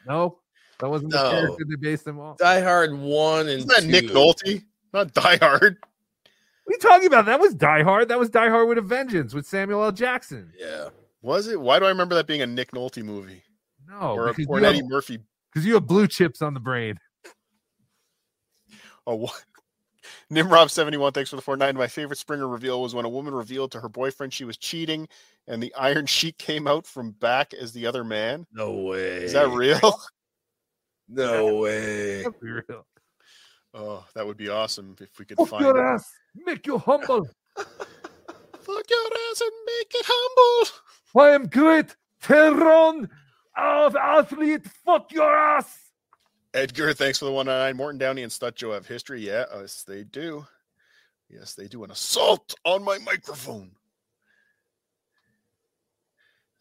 S3: No, that wasn't the
S5: No.
S3: character they based him off.
S5: Die Hard 1 and
S3: Isn't that Nick
S5: 2.
S3: Nolte?
S4: Not Die Hard.
S3: What are you talking about? That was Die Hard. That was Die Hard with a Vengeance with Samuel L. Jackson.
S5: Yeah.
S4: Was it? Why do I remember that being a Nick Nolte movie?
S3: No,
S4: or, a,
S3: because
S4: or an
S3: you have-
S4: Eddie Murphy.
S3: Because you have blue chips on the brain.
S4: Oh, what? Nimrob seventy one. Thanks for the four nine. My favorite Springer reveal was when a woman revealed to her boyfriend she was cheating, and the Iron Sheik came out from back as the other man.
S5: No way.
S4: Is that real?
S5: No way.
S3: real.
S4: Oh, that would be awesome if we could
S3: Fuck
S4: find
S3: your
S4: it.
S3: ass. Make you humble.
S4: Fuck your ass and make it humble.
S3: I am great. Tehran of athlete. Fuck your ass.
S4: Edgar, thanks for the one nine. Morton Downey and Stutjo have history. Yeah, yes, they do. Yes, they do. An assault on my microphone.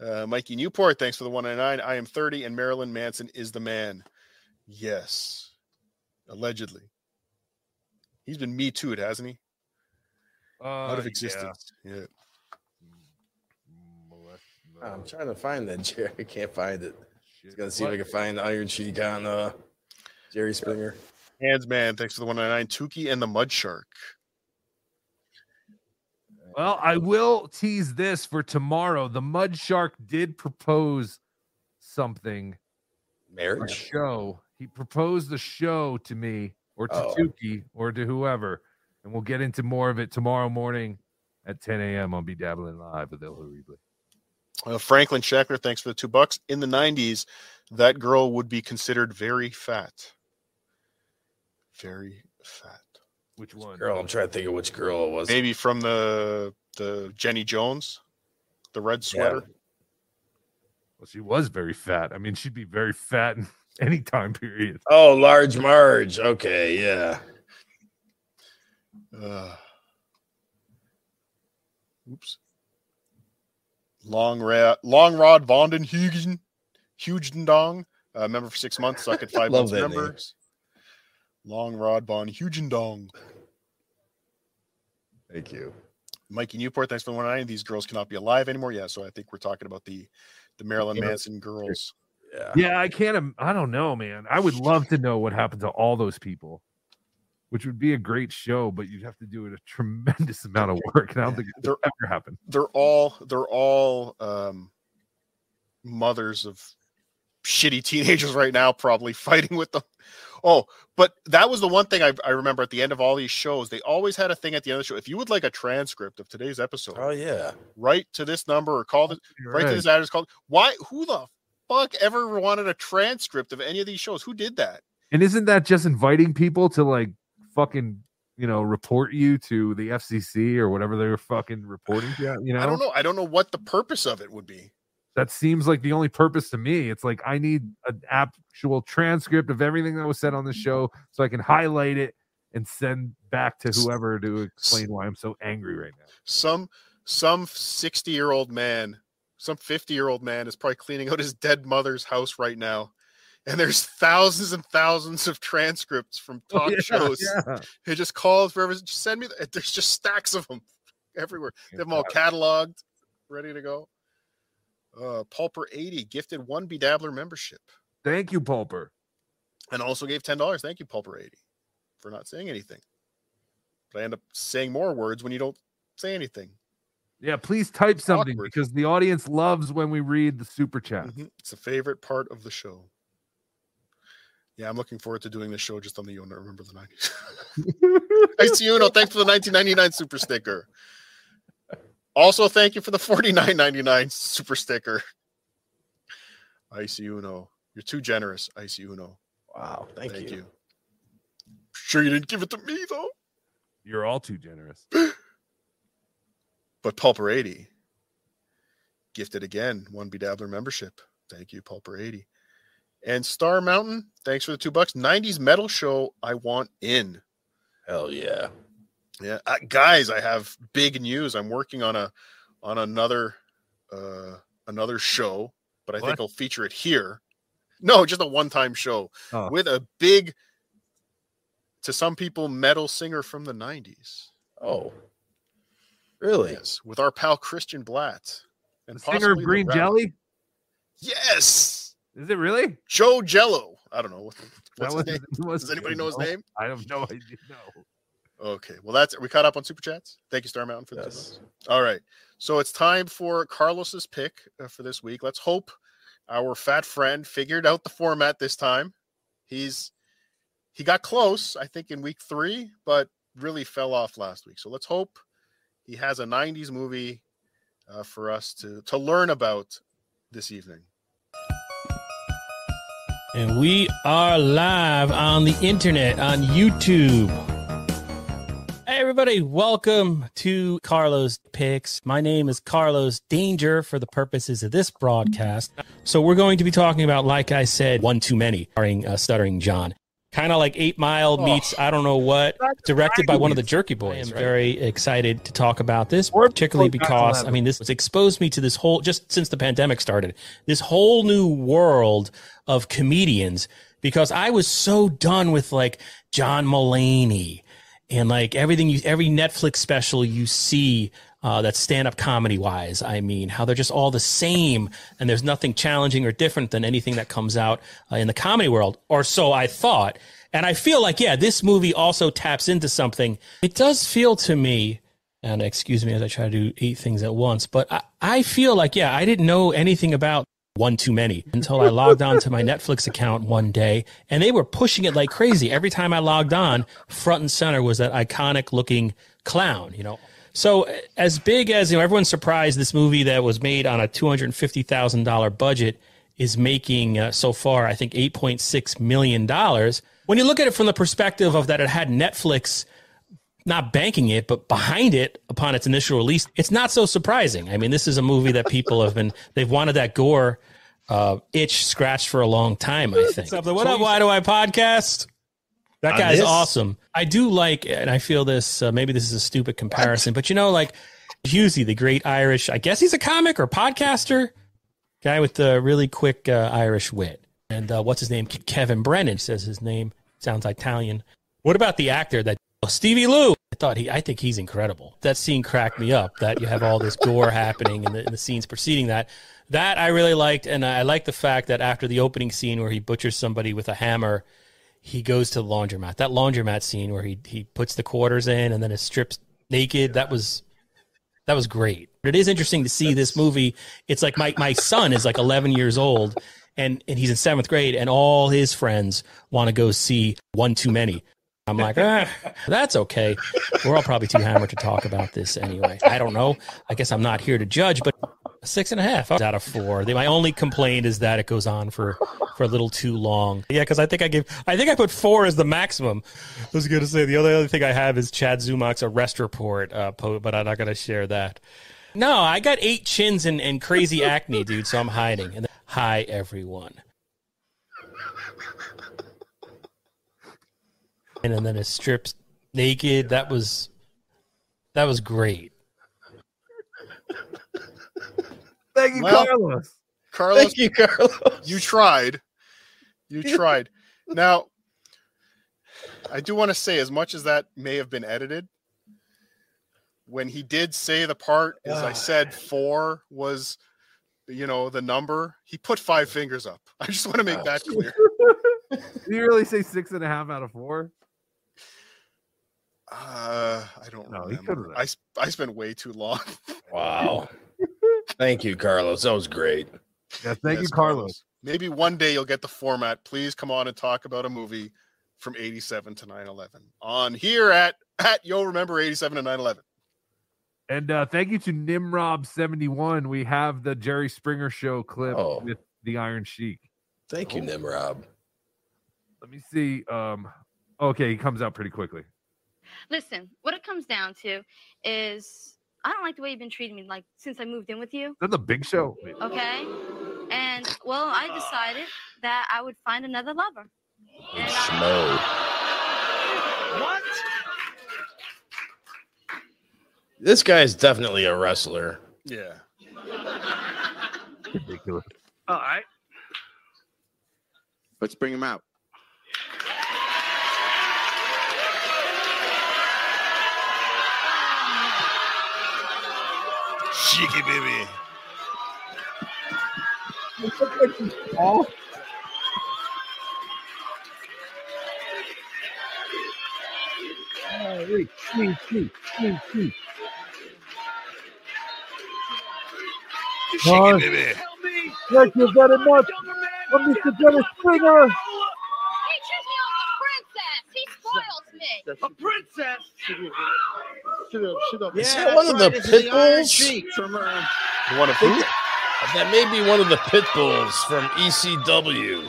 S4: Uh, Mikey Newport, thanks for the one nine nine. I am 30 and Marilyn Manson is the man. Yes. Allegedly. He's been me too, it hasn't he? Oh,
S3: Uh,
S4: Out of existence. Yeah.
S5: Oh, I'm trying to find that Jerry. I can't find it. Just gonna see if I can find Iron Sheik on uh, Jerry Springer.
S4: Hands man, thanks for the one nine nine. Tukey and the Mud Shark.
S3: Well, I will tease this for tomorrow. The Mud Shark did propose something.
S5: Marriage?
S3: A show. He proposed the show to me or to
S5: Oh.
S3: Tukey or to whoever. And we'll get into more of it tomorrow morning at 10 a.m. on Be Dabbling Live with El Horrible.
S4: Uh, Franklin Shackler, thanks for the two bucks. In the 90s, that girl would be considered very fat. Very fat.
S3: Which one?
S5: Girl, I'm trying to think of which girl it was.
S4: Maybe from the the Jenny Jones, the red sweater.
S3: Well, she was very fat. I mean, she'd be very fat in any time period.
S5: Oh, Large Marge. Okay, yeah.
S4: Uh, oops. Long ra- long rod Vonden Hugen Hugen Dong, uh, member for six months. Suck at five
S5: Love
S4: months
S5: that name.
S4: members. Long rod von Hugendong.
S5: Thank you.
S4: Mikey Newport, thanks for the one nine. These girls cannot be alive anymore. Yeah, so I think we're talking about the the Marilyn
S3: Yeah.
S4: Manson girls.
S5: Yeah.
S3: Yeah, I can't. im- I don't know, man. I would love to know what happened to all those people, which would be a great show, but you'd have to do it a tremendous amount of work. And I don't think it'll ever happen.
S4: They're all they're all um mothers of shitty teenagers right now, probably fighting with them. Oh, but that was the one thing I, I remember at the end of all these shows. They always had a thing at the end of the show. If you would like a transcript of today's episode,
S5: Oh yeah,
S4: write to this number or call this
S3: You're
S4: right to
S3: right.
S4: this address. Call why? Who the fuck ever wanted a transcript of any of these shows? Who did that?
S3: And isn't that just inviting people to like fucking, you know, report you to the FCC or whatever they were fucking reporting? Yeah, you know,
S4: I don't know. I don't know what the purpose of it would be.
S3: that seems like the only purpose to me. It's like I need an actual transcript of everything that was said on the show so I can highlight it and send back to whoever to explain why I'm so angry right now.
S4: Some some sixty year old man, some fifty year old man is probably cleaning out his dead mother's house right now, and there's thousands and thousands of transcripts from
S3: Oh,
S4: talk
S3: yeah,
S4: shows.
S3: yeah.
S4: It just calls forever. Just send me. The, there's just stacks of them everywhere. They have them all cataloged, ready to go. Uh, Pulper eighty gifted one Bedabbler membership
S3: Thank you, Pulper.
S4: and also gave ten dollars. Thank you, Pulper eighty, for not saying anything. But I end up saying more words when you don't say anything.
S3: Yeah, please type something because the audience loves when we read the super chat.
S4: Mhm. It's a favorite part of the show. Yeah, I'm looking forward to doing this show just on the Yona. Remember the 90s. Thanks to Uno. Thanks for the 1999 super sticker. Also, thank you for the 49.99 super sticker. Icy Uno. You're too generous, Icy Uno.
S5: Wow. Thank, you.
S4: Sure, you didn't give it to me, though.
S3: You're all too generous.
S4: But Pulper 80 gifted again one Bedabbler membership. Thank you, Pulper 80. And Star Mountain, thanks for the two bucks. 90s metal show I want in.
S5: Hell yeah.
S4: Yeah, I, guys, I have big news. I'm working on a on another uh another show, but I think
S5: What?
S4: I'll feature it here. No, just a one-time show
S3: Oh.
S4: with a big to some people metal singer from the 90s.
S5: Oh, really?
S4: Yes, with our pal Christian Blatt. And
S3: The singer of
S4: possibly the
S3: Green
S4: rapper.
S3: Jelly?
S4: Yes.
S3: Is it really?
S4: Joe Jello. I don't know. What,
S3: That
S4: what's his
S3: was-
S4: name?
S3: it was
S4: Does anybody know his
S3: Jello.
S4: name?
S3: I have no idea. No.
S4: Okay. Well, that's are we caught up on super chats. Thank you, Star Mountain, for this.
S5: Yes.
S4: All right. So it's time for Carlos's pick uh, for this week. Let's hope our fat friend figured out the format this time. He's he got close, I think, in week three, but really fell off last week. So let's hope he has a '90s movie uh, for us to to learn about this evening.
S22: And we are live on the internet on YouTube. Hey, everybody. everybody. Welcome to Carlos Picks. My name is Carlos Danger for the purposes of this broadcast. So, we're going to be talking about, like I said, One Too Many, starring uh, Stuttering John. Kind of like Eight Mile meets I don't know what, directed by one of the Jerky Boys. Oh, I am very excited to talk about this, particularly because, I mean, this has exposed me to this whole, just since the pandemic started, this whole new world of comedians because I was so done with like John Mulaney and like everything you every netflix special you see uh, that's stand-up comedy wise i mean how they're just all the same and there's nothing challenging or different than anything that comes out uh, in the comedy world or so i thought and i feel like yeah this movie also taps into something it does feel to me and excuse me as i try to do eight things at once but i, I feel like yeah i didn't know anything about one too many until I logged on to my Netflix account one day and they were pushing it like crazy. Every time I logged on, front and center was that iconic looking clown, you know. So eh, as big as you know, everyone's surprised this movie that was made on a two hundred fifty thousand dollar budget is making uh, so far, I think eight point six million dollars. When you look at it from the perspective of that it had Netflix not banking it, but behind it upon its initial release, it's not so surprising. I mean, this is a movie that people have been they've wanted that gore uh, itch scratched for a long time. I think. Uh, What up? Why do I podcast? That
S5: On
S22: guy's
S5: this?
S22: awesome. I do like, and I feel this. Uh, maybe this is a stupid comparison, but you know, like Husey, the great Irish. I guess he's a comic or podcaster guy with the really quick uh, Irish wit. And uh, what's his name? Ke- Kevin Brennan says his name sounds Italian. What about the actor that oh, Stevie Lou? I thought he. I think he's incredible. That scene cracked me up. That you have all this gore happening and the, and the scenes preceding that. That I really liked, and I like the fact that after the opening scene where he butchers somebody with a hammer, he goes to the laundromat. That laundromat scene where he he puts the quarters in and then it strips naked. That was that was great. But it is interesting to see this movie. It's like my my son is like 11 years old, and and he's in seventh grade, and all his friends want to go see One Too Many. I'm like, ah, that's okay. We're all probably too hammered to talk about this anyway. I don't know. I guess I'm not here to judge, but six and a half out of four. The- My only complaint is that it goes on for for a little too long. Yeah, because I think I gave I think I put four as the maximum. I was going to say the other other thing I have is Chad Zumach's arrest report, uh, po- but I'm not going to share that. No, I got eight chins and, and crazy acne, dude. So I'm hiding. And hi everyone. And, then it strips naked. That was that was great.
S3: Thank you,
S4: Well,
S3: Carlos.
S4: Carlos,
S3: Thank you, Carlos.
S4: You tried. You tried. now, I do want to say, as much as that may have been edited, when he did say the part, as I
S3: Ah.
S4: said, four was, you know, the number, he put five fingers up. I just want to
S3: Oh,
S4: make that clear.
S3: Did you really say six and a half out of four?
S4: Uh, I don't know.
S3: remember.
S4: I, sp- I spent way too long.
S5: Wow. Thank you, Carlos. That was great.
S3: Yeah,
S5: thank you, Carlos.
S4: Maybe one day you'll get the format. Please come on and talk about a movie from 87 to 9-11 on here at, at Yo Remember 87 to 9-11.
S3: And uh, thank you to Nimrob71. We have the Jerry Springer show clip
S5: Oh.
S3: with the Iron Sheik.
S5: Thank
S23: Oh.
S5: you, Nimrob.
S3: Let me see. Um, okay, he comes out pretty quickly.
S24: Listen, what it comes down to is I don't like the way you've been treating me like since I moved in with you.
S3: That's a big show. Wait.
S24: Okay? And well, I decided that I would find another lover. What?
S5: This guy is definitely a wrestler.
S4: Yeah.
S3: Ridiculous.
S23: All right.
S25: Let's bring him out.
S2: Cheeky baby.
S1: Shaking, baby.
S3: Thank you very much for Mr. Jerry Springer.
S1: He treats me like a princess. He spoils me. A princess.
S23: Shut up, shut up.
S5: Is that one of the pit bulls?
S23: from uh,
S5: E One of That may be one of the pit bulls from ECW.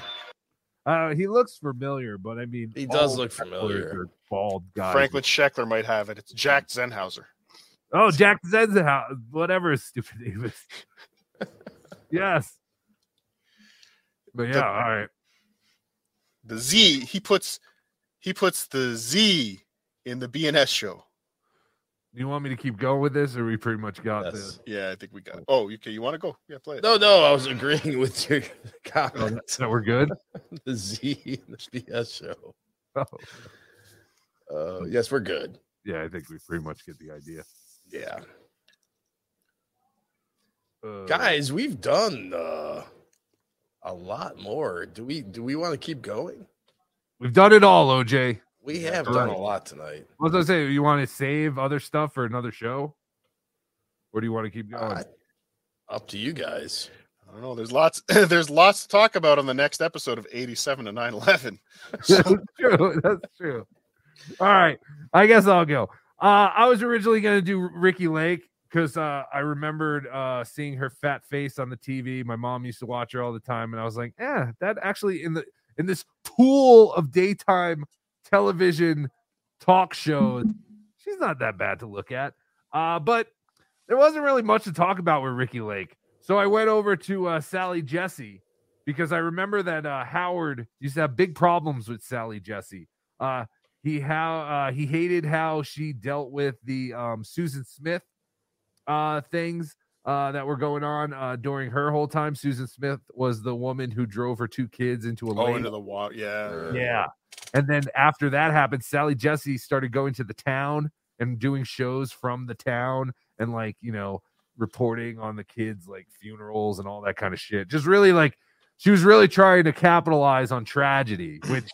S3: Uh, he looks familiar, but I mean,
S5: He does
S3: all
S5: look
S3: wrestlers
S5: familiar.
S3: are Bald guy.
S4: Franklin Scheckler might have it. It's Jack Zenhauser.
S3: Oh, Jack Zenzenhouse, whatever his stupid name is. yes. But yeah, all right.
S4: The Z he puts he puts the Z in the BNS show.
S3: Do you want me to keep going with this, or we pretty much got this?
S4: Yeah, I think we got. Oh, okay. You want to go? Yeah, play it.
S5: No, no, I was agreeing with your comment.
S3: So Oh, we're good. Oh.
S5: the Z and the BS show. Uh, yes, we're good.
S3: Yeah, I think we pretty much get the idea.
S5: Yeah.
S3: Uh,
S5: Guys, we've done uh, a lot more. Do we do we want to keep going?
S3: we've done it all, OJ.
S5: We have done a
S3: right.
S5: lot tonight.
S3: What was I say? You want to save other stuff for another show, or do you want to keep going?
S5: Up to you guys.
S4: I don't know. There's lots. there's lots to talk about on the next episode of 87 to 911.
S3: That's
S5: Uh,
S3: true. That's true. All right. I guess I'll go. Uh, I was originally going to do Ricky Lake because uh, I remembered uh, seeing her fat face on the TV. My mom used to watch her all the time, and I was like, "Yeah, that actually in the in this pool of daytime television talk shows, she's not that bad to look at." Uh, but there wasn't really much to talk about with Ricky Lake, so I went over to uh, Sally Jesse because I remember that uh, Howard used to have big problems with Sally Jesse. Uh, he how uh, he hated how she dealt with the um, Susan Smith uh, things uh, that were going on uh, during her whole time. Susan Smith was the woman who drove her two kids into a
S4: Oh,
S3: lake.
S4: into the water. Yeah.
S3: Yeah. And then after that happened, Sally Jesse started going to the town and doing shows from the town and like, you know, reporting on the kids like funerals and all that kind of shit. Just really like she was really trying to capitalize on tragedy, which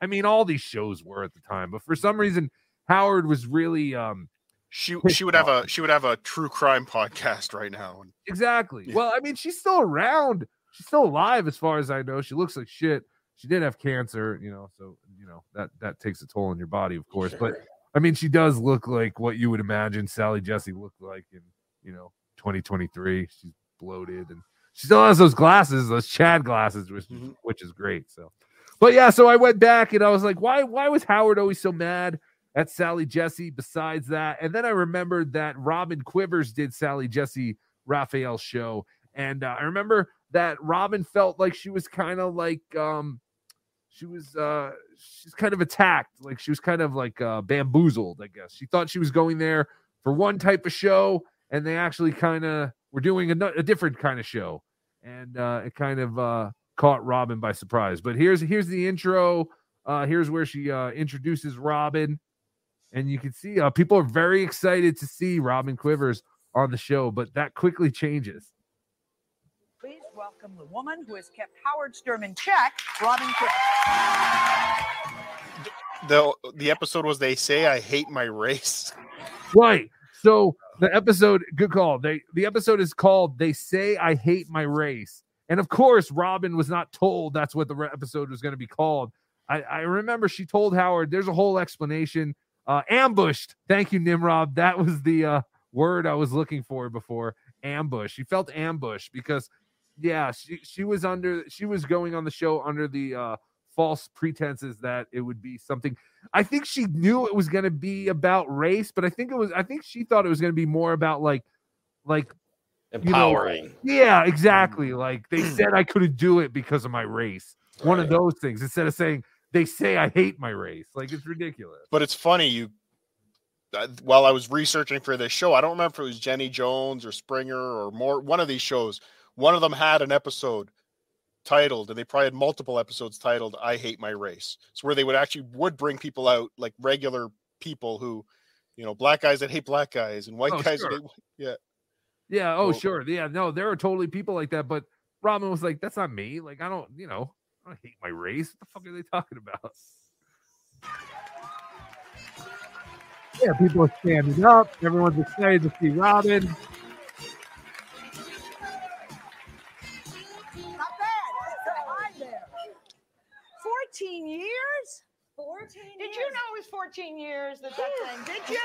S3: I mean all these shows were at the time, but for some reason Howard was really um
S4: She she would have a she would have a true crime podcast right now. And
S3: Exactly. Well, I mean, she's still around. She's still alive, as far as I know. She looks like shit. She did have cancer, you know, so you know that that takes a toll on your body, of course. But I mean, she does look like what you would imagine Sally Jesse looked like in you know 2023. She's bloated and she still has those glasses, those Chad glasses, which which is great. So, but yeah, so I went back and I was like, why why was Howard always so mad at Sally Jesse? Besides that, and then I remembered that Robin Quivers did Sally Jesse Raphael show, and uh, I remember that Robin felt like she was kind of like um she was uh she's kind of attacked like she was kind of like uh bamboozled i guess she thought she was going there for one type of show and they actually kind of were doing a, a different kind of show and uh it kind of uh caught robin by surprise but here's here's the intro uh here's where she uh introduces robin and you can see uh people are very excited to see robin quivers on the show but that quickly changes
S8: Please welcome the woman who has kept Howard Sturm in check, Robin Cook.
S4: the the episode was they say I hate my race.
S3: Right. So the episode, good call. They the episode is called "They Say I Hate My Race," and of course, Robin was not told that's what the re- episode was going to be called. I, I remember she told Howard, "There's a whole explanation." Uh, ambushed. Thank you, Nimrod. That was the uh, word I was looking for before. Ambush. She felt ambushed because, yeah, she she was under she was going on the show under the uh, false pretenses that it would be something. I think she knew it was going to be about race, but I think it was I think she thought it was going to be more about like like you know,
S5: Empowering.
S3: yeah, exactly. Like they said I couldn't do it because of my race. One of those things instead of saying they say I hate my race. Like it's ridiculous.
S4: But it's funny you. I- While I was researching for this show, I don't remember if it was Jenny Jones or Springer or more one of these shows. One of them had an episode titled, and they probably had multiple episodes titled "I Hate My Race." It's where they would actually would bring people out, like regular people who, you know, black guys that hate black guys and white
S3: Oh,
S4: guys that
S3: sure.
S4: hate, white- yeah.
S3: Yeah. Oh,
S4: Well-
S3: sure. Yeah. No, there are totally people like that. But Robin was like, "That's not me. Like, I don't, you know, I don't hate my race. What the fuck are they talking about?" Yeah, people are standing up. Everyone's excited to see Robin.
S8: Not bad. Good time there. 14 years? 14 Did you know it was 14 years at that time? Did you?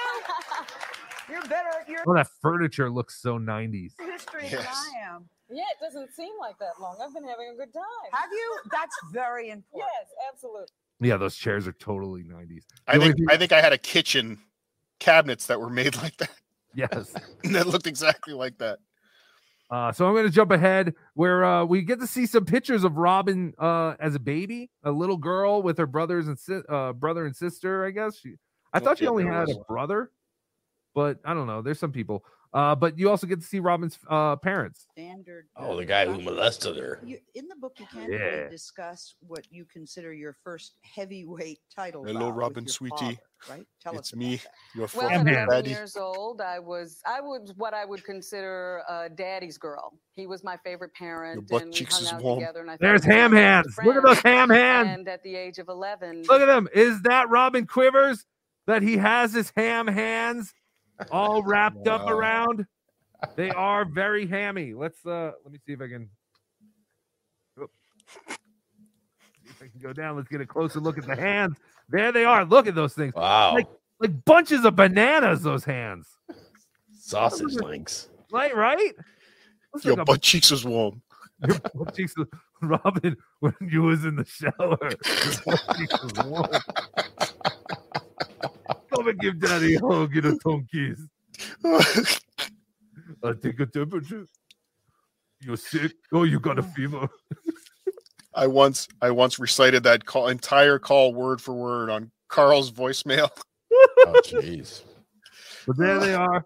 S8: You're better at your
S3: Oh, that furniture looks so '90s.
S8: history than
S3: Yes.
S8: I am.
S11: Yeah, it doesn't seem like that long. I've been having a good time.
S17: Have you? That's very important.
S11: Yes, absolutely.
S3: Yeah, those chairs are totally 90s.
S4: I think I think I had a kitchen cabinets that were made like that.
S3: Yes.
S4: that looked exactly like that.
S3: Uh, so I'm going to jump ahead where uh, we get to see some pictures of Robin uh, as a baby, a little girl with her brothers and si- uh, brother and sister. I guess she. I thought she only had a brother, but I don't know. There's some people. Uh, but you also get to see Robin's uh, parents.
S10: standard.
S5: Oh,
S11: uh,
S5: the guy who molested her.
S10: You, in the book, you can really
S3: Yeah.
S10: discuss what you consider your first heavyweight title.
S4: Hello,
S10: bout with
S4: Robin,
S10: your
S4: sweetie.
S10: father, right? Tell
S4: it's
S10: us.
S4: me, your
S10: Well,
S4: friend,
S11: Well, at 11
S4: daddy.
S11: years old, I was I was what I would consider a daddy's girl. He was my favorite parent,
S4: Your butt
S11: and
S4: cheeks
S11: we
S4: is
S11: hung out
S4: warm.
S11: together. And I thought
S3: There's
S11: we were
S3: ham
S11: best
S3: hands. Look at those ham
S11: friends.
S3: hands.
S11: And at the age of eleven,
S3: Look at them. Is that Robin Quivers that he has his ham hands all wrapped up
S11: Wow.
S3: around? They are very hammy. Let's uh let me see if I can Oop. See if I can go down. Let's get a closer look at the hands. There they are. Look at those things.
S5: Wow.
S3: Like, like bunches of bananas, those hands.
S5: Sausage links.
S3: Right, right? Looks
S4: Your
S3: like a-
S4: butt cheeks is warm.
S3: your butt cheeks was- Robin, when you was in the shower, your butt cheeks was warm. Come and give daddy a hug and a tongue kiss. I take a temperature. You're sick. Oh, you got a fever.
S4: I once I once recited that call entire call word for word on Carl's voicemail.
S5: oh jeez.
S3: But there they are.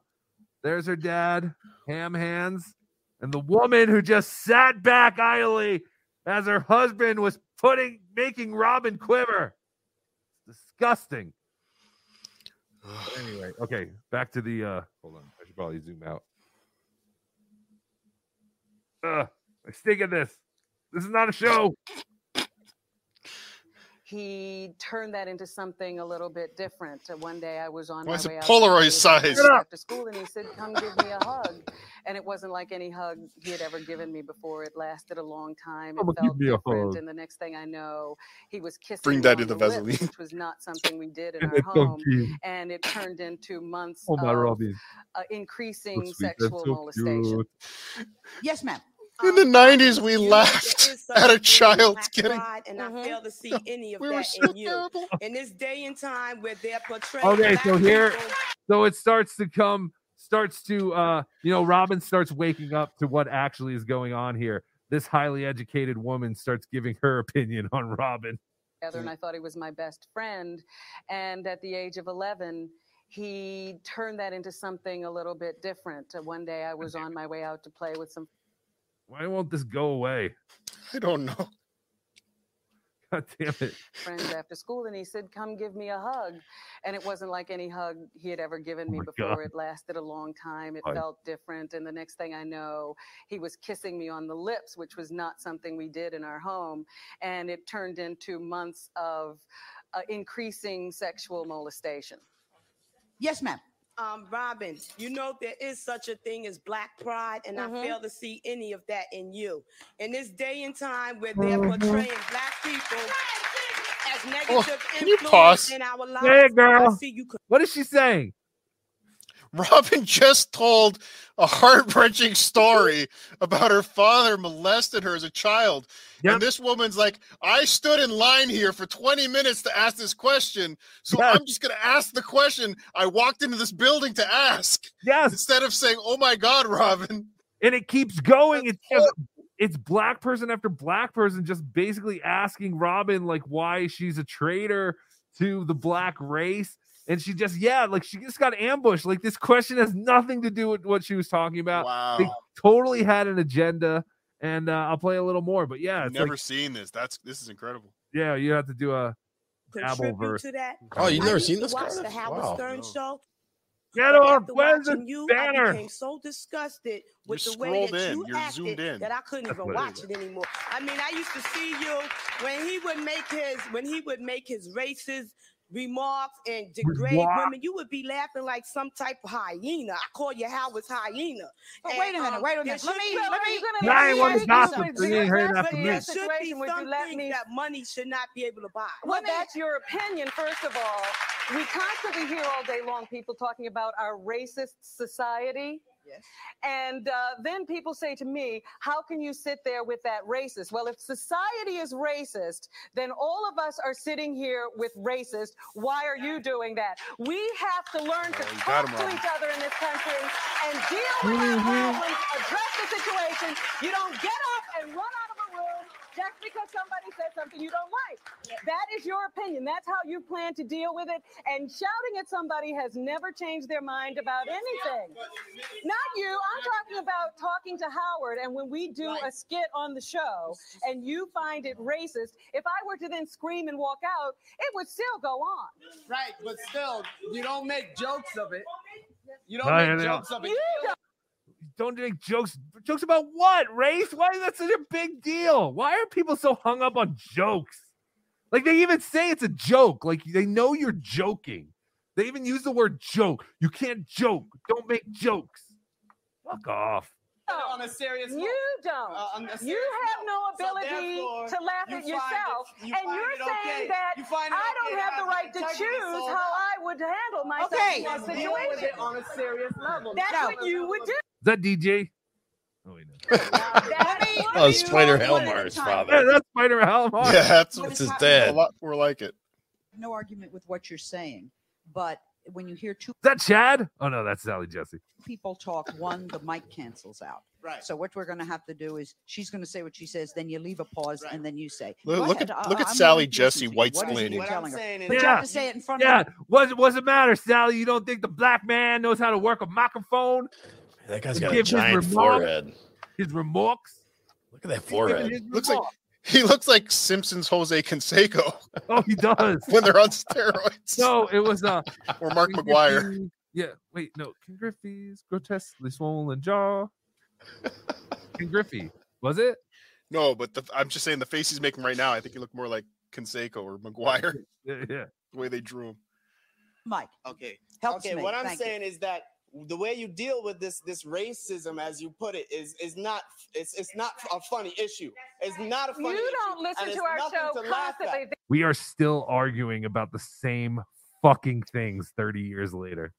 S3: There's her dad, ham hands, and the woman who just sat back idly as her husband was putting making Robin quiver. Disgusting. But anyway, okay, back to the uh hold on. I should probably zoom out. Ugh, I stink at this. This is not a show.
S11: he turned that into something a little bit different. Uh, One day I was on
S4: Why
S11: my
S4: is it
S11: way out
S4: Polaroid size? Shut up.
S11: after school, and he said, "Come give me a hug," and it wasn't like any hug he had ever given me before. It lasted a long time. It
S4: Come give
S11: felt
S4: me a
S11: different,
S4: hug.
S11: and the next thing I know, he was kissing.
S4: Bring
S11: me
S4: that
S11: on
S4: into
S11: the lips,
S4: Vaseline.
S11: which was not something we did in
S4: And
S11: our
S4: a
S11: home,
S4: donkey.
S11: and it turned into months
S3: Oh my
S11: of
S3: Robin.
S11: uh, increasing
S3: So sweet. That's
S11: sexual
S3: so
S11: molestation. Oh,
S3: cute.
S10: Yes, ma'am.
S4: In the nineties, we laughed at a child getting.
S12: Pride, and
S17: Mm-hmm.
S12: I fail to see any of
S4: We were
S12: that
S4: so
S12: in you. In this day and time where they're portraying
S3: Okay,
S12: black
S3: so here,
S12: people-
S3: so it starts to come, starts to, uh, you know, Robin starts waking up to what actually is going on here. This highly educated woman starts giving her opinion on Robin.
S11: together
S3: Mm-hmm.
S11: and I thought he was my best friend. And at the age of 11, he turned that into something a little bit different. Uh, One day I was on my way out to play with some
S3: Why won't this go away?
S4: I don't know.
S3: God damn it.
S11: friends after school and he said, Come give me a hug. And it wasn't like any hug he had ever given me
S3: Oh my
S11: before.
S3: God.
S11: It lasted a long time. It
S3: Right.
S11: felt different. And the next thing I know, he was kissing me on the lips, which was not something we did in our home. And it turned into months of uh, increasing sexual molestation.
S10: Yes, ma'am.
S12: Um, Robin, you know there is such a thing as black pride, and
S17: Mm-hmm.
S12: I fail to see any of that in you. In this day and time where they're
S3: Mhm.
S12: portraying black people as negative
S4: Oh, can you
S12: influence
S4: pause?
S12: in our lives,
S3: Say it,
S12: I
S3: girl.
S12: see you
S3: What is she saying?
S4: Robin just told a heart wrenching story about her father molested her as a child. And this woman's like, I stood in line here for 20 minutes to ask this question. So I'm just going to ask the question I walked into this building to ask.
S3: Yes.
S4: Instead of saying, Oh my God, Robin.
S3: And it keeps going. It's just, it's black person after black person just basically asking Robin like why she's a traitor to the black race. And she just, yeah, like she just got ambushed. Like this question has nothing to do with what she was talking about. They
S4: Wow.
S3: totally had an agenda. And uh, I'll play a little more, but yeah,
S4: I've
S3: it's
S4: never
S3: like,
S4: seen this. That's this is incredible.
S3: yeah, you have to do a dabble
S12: contribute
S3: verse.
S12: to that.
S4: Oh, you've
S12: I
S4: never
S12: used
S4: seen
S12: to
S4: this,
S12: Watch the
S4: Carla?
S12: Howard
S4: Wow.
S12: Stern
S4: No.
S12: show.
S3: Get off.
S12: After
S3: Where's the
S12: watching you, I
S3: banner?
S12: became so disgusted with
S4: You're
S12: the way
S4: scrolled
S12: that
S4: in.
S12: you
S4: You're
S12: acted
S4: zoomed in.
S12: that I couldn't
S4: That's
S12: even
S4: what it
S12: watch
S4: is.
S12: it anymore. I mean, I used to see you when he would make his when he would make his racist remarks and degrade
S10: Remark.
S12: women. You would be laughing like some type of hyena. I call you Howard's hyena. um,
S10: But wait a minute, wait a minute. Let me- let me-
S12: No,
S10: Now I wanna gossip. We ain't heard that
S12: But
S10: from
S12: there
S10: me.
S12: should be
S11: Situation would you
S12: some
S11: let
S12: things
S11: me-
S12: that money should not be able to buy.
S11: Well, that's your opinion, first of all. We constantly hear all day long people talking about our racist society. And uh, then people say to me, How can you sit there with that racist? Well, if society is racist, then all of us are sitting here with racist. Why are you doing that? We have to learn to
S1: you got
S11: talk
S1: 'em
S11: to
S1: wrong.
S11: each other in this country and deal with our
S1: Mhm.
S11: problems, address the situation. You don't get up and run out of a room just because somebody said something you don't like. That is your opinion. That's how you plan to deal with it. And shouting at somebody has never changed their mind about anything. Not you. I'm talking about talking to Howard. And when we do a skit on the show and you find it racist, if I were to then scream and walk out, it would still go on.
S13: Right, but still, you don't make jokes of it. You don't
S3: No, yeah,
S13: make
S3: they
S13: jokes
S3: don't.
S13: of it.
S3: Don't make jokes. Jokes about what, race? Why is that such a big deal? Why are people so hung up on jokes? Like they even say it's a joke. Like they know you're joking. They even use the word joke. You can't joke. Don't make jokes. Fuck off.
S13: on a serious Uh,
S11: You don't.
S13: on a
S11: you
S13: serious
S11: have no
S13: note. So
S11: ability
S13: therefore,
S11: to laugh
S13: you
S11: at
S13: find it-
S11: yourself,
S13: you
S11: and
S13: find
S11: you're
S13: it okay-
S11: saying that
S13: you find it
S11: I don't
S13: okay to
S11: have the
S13: have
S11: right to
S13: integrity
S11: choose
S13: sold
S11: how
S13: out.
S11: I would handle myself
S13: Okay.
S11: in that
S13: Let's deal with
S11: situation.
S13: it on a serious level.
S11: That's
S13: No.
S11: what you would do.
S3: Is that DJ?
S5: Oh, it's Spider Helmar's father.
S3: Yeah, that's Spider Helmar.
S4: Yeah, that's,
S5: It's his dad.
S4: A lot more like it.
S10: No argument with what you're saying, but when you hear two
S3: Is that Chad? Oh no, that's Sally Jesse.
S10: people talk, one the mic cancels out.
S13: Right.
S10: So what we're going to have to do is she's going to say what she says, then you leave a pause, and then you say.
S4: Look-
S10: Go
S4: look
S10: ahead,
S4: at-
S10: I-
S4: look at
S10: I'm
S4: Sally
S10: willing to listen
S4: Jesse
S10: to you.
S4: white
S10: What is it
S4: explaining.
S10: you're
S4: What I'm
S10: telling her?
S13: saying
S10: But you have to say it in front
S3: yeah.
S10: of. her.
S3: What's what's the matter, Sally? You don't think the black man knows how to work a microphone?
S5: That guy's
S3: To
S5: got a
S3: give his
S5: giant
S3: remark-
S5: forehead.
S3: His remarks.
S5: Look at that
S4: His
S5: forehead.
S4: Looks like he looks like Simpsons Jose Canseco.
S3: Oh, he does.
S4: when they're on steroids.
S3: No, it was uh
S4: or Mark
S3: King
S4: McGuire.
S3: Griffey- Yeah, wait, no. King Griffey's grotesquely swollen jaw. King Griffey, was it?
S4: No, but the, I'm just saying the face he's making right now. I think he looked more like Canseco or McGuire.
S3: Yeah, yeah.
S4: The way they drew him.
S10: Mike.
S13: Okay.
S10: Helps
S13: okay.
S10: me,
S13: What I'm
S10: thank you.
S13: saying is that the way you deal with this this racism, as you put it, is is not it's it's not a funny issue. It's not a funny.
S11: You
S13: issue,
S11: don't
S13: and
S11: listen
S13: it's
S11: to our
S13: nothing
S11: show
S13: to laugh at.
S11: constantly.
S3: We are still arguing about the same fucking things 30 years later.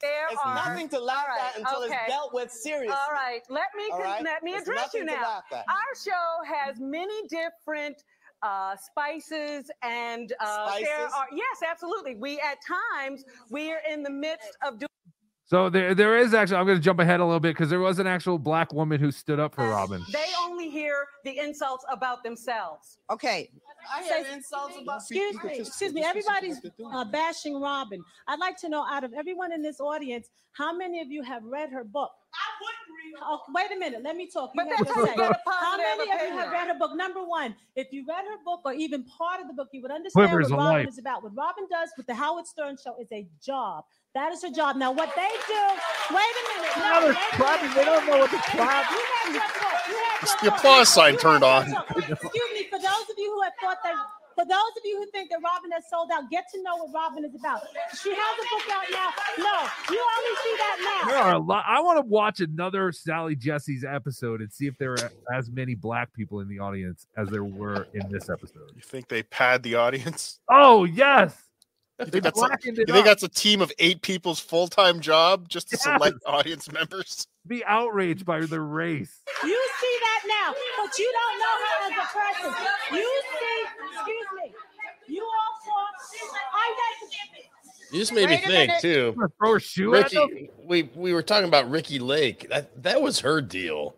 S11: There
S13: It's
S11: are
S13: nothing to laugh
S11: All
S13: at until it's dealt with seriously.
S11: All right, let me
S13: All right?
S11: let me
S13: It's
S11: address you
S13: nothing to
S11: now.
S13: laugh at.
S11: Our show has many different uh, spices and uh, there
S13: Spices?
S11: are yes, absolutely. We at times we are in the midst of doing.
S3: So there there is actually I'm gonna jump ahead a little bit because there was an actual black woman who stood up for Robin.
S11: They only hear the insults about themselves.
S10: Okay.
S13: I
S11: Say-
S13: have insults about.
S14: Excuse me, excuse me. Everybody's uh, bashing Robin. I'd like to know, out of everyone in this audience, how many of you have read her book? Oh, wait a minute. Let me talk. You
S11: But
S14: have
S11: that's
S14: to
S11: how you
S14: say.
S11: get a
S14: How
S11: positive
S14: many of you have
S11: opinion.
S14: read her book? Number one, if you read her book or even part of the book, you would understand
S1: Quivers
S14: what
S1: of
S14: Robin
S1: Life.
S14: is about. What Robin does with the Howard Stern Show is a job. That is her job. Now, what they do? Wait a minute. No,
S1: Now they're
S14: wait a
S1: clapping.
S14: minute.
S1: They don't know what to
S14: You have
S1: clap.
S14: your book. You have
S4: It's
S14: your
S4: the
S14: book.
S4: applause sign turned on.
S14: Excuse me, for those of you who have thought that, for those of you who think that Robin has sold out, get to know what Robin is about. She has a book out now. No, you only see that now.
S3: There are a lot. I want to watch another Sally Jesse's episode and see if there are as many black people in the audience as there were in this episode.
S4: You think they pad the audience?
S3: Oh yes,
S4: You
S3: They
S4: think, that's a,
S3: blackened
S4: you
S3: it
S4: think
S3: up.
S4: that's a team of eight people's full time job just to select audience members?
S3: be outraged by their race.
S14: You see that now, but you don't know her as a person. You see, excuse me, you all saw, I like.
S5: You just made me
S14: Wait a
S5: think
S14: minute.
S5: too.
S3: Throw a shoe at them?
S5: Ricky, we we were talking about Ricky Lake. That that was her deal.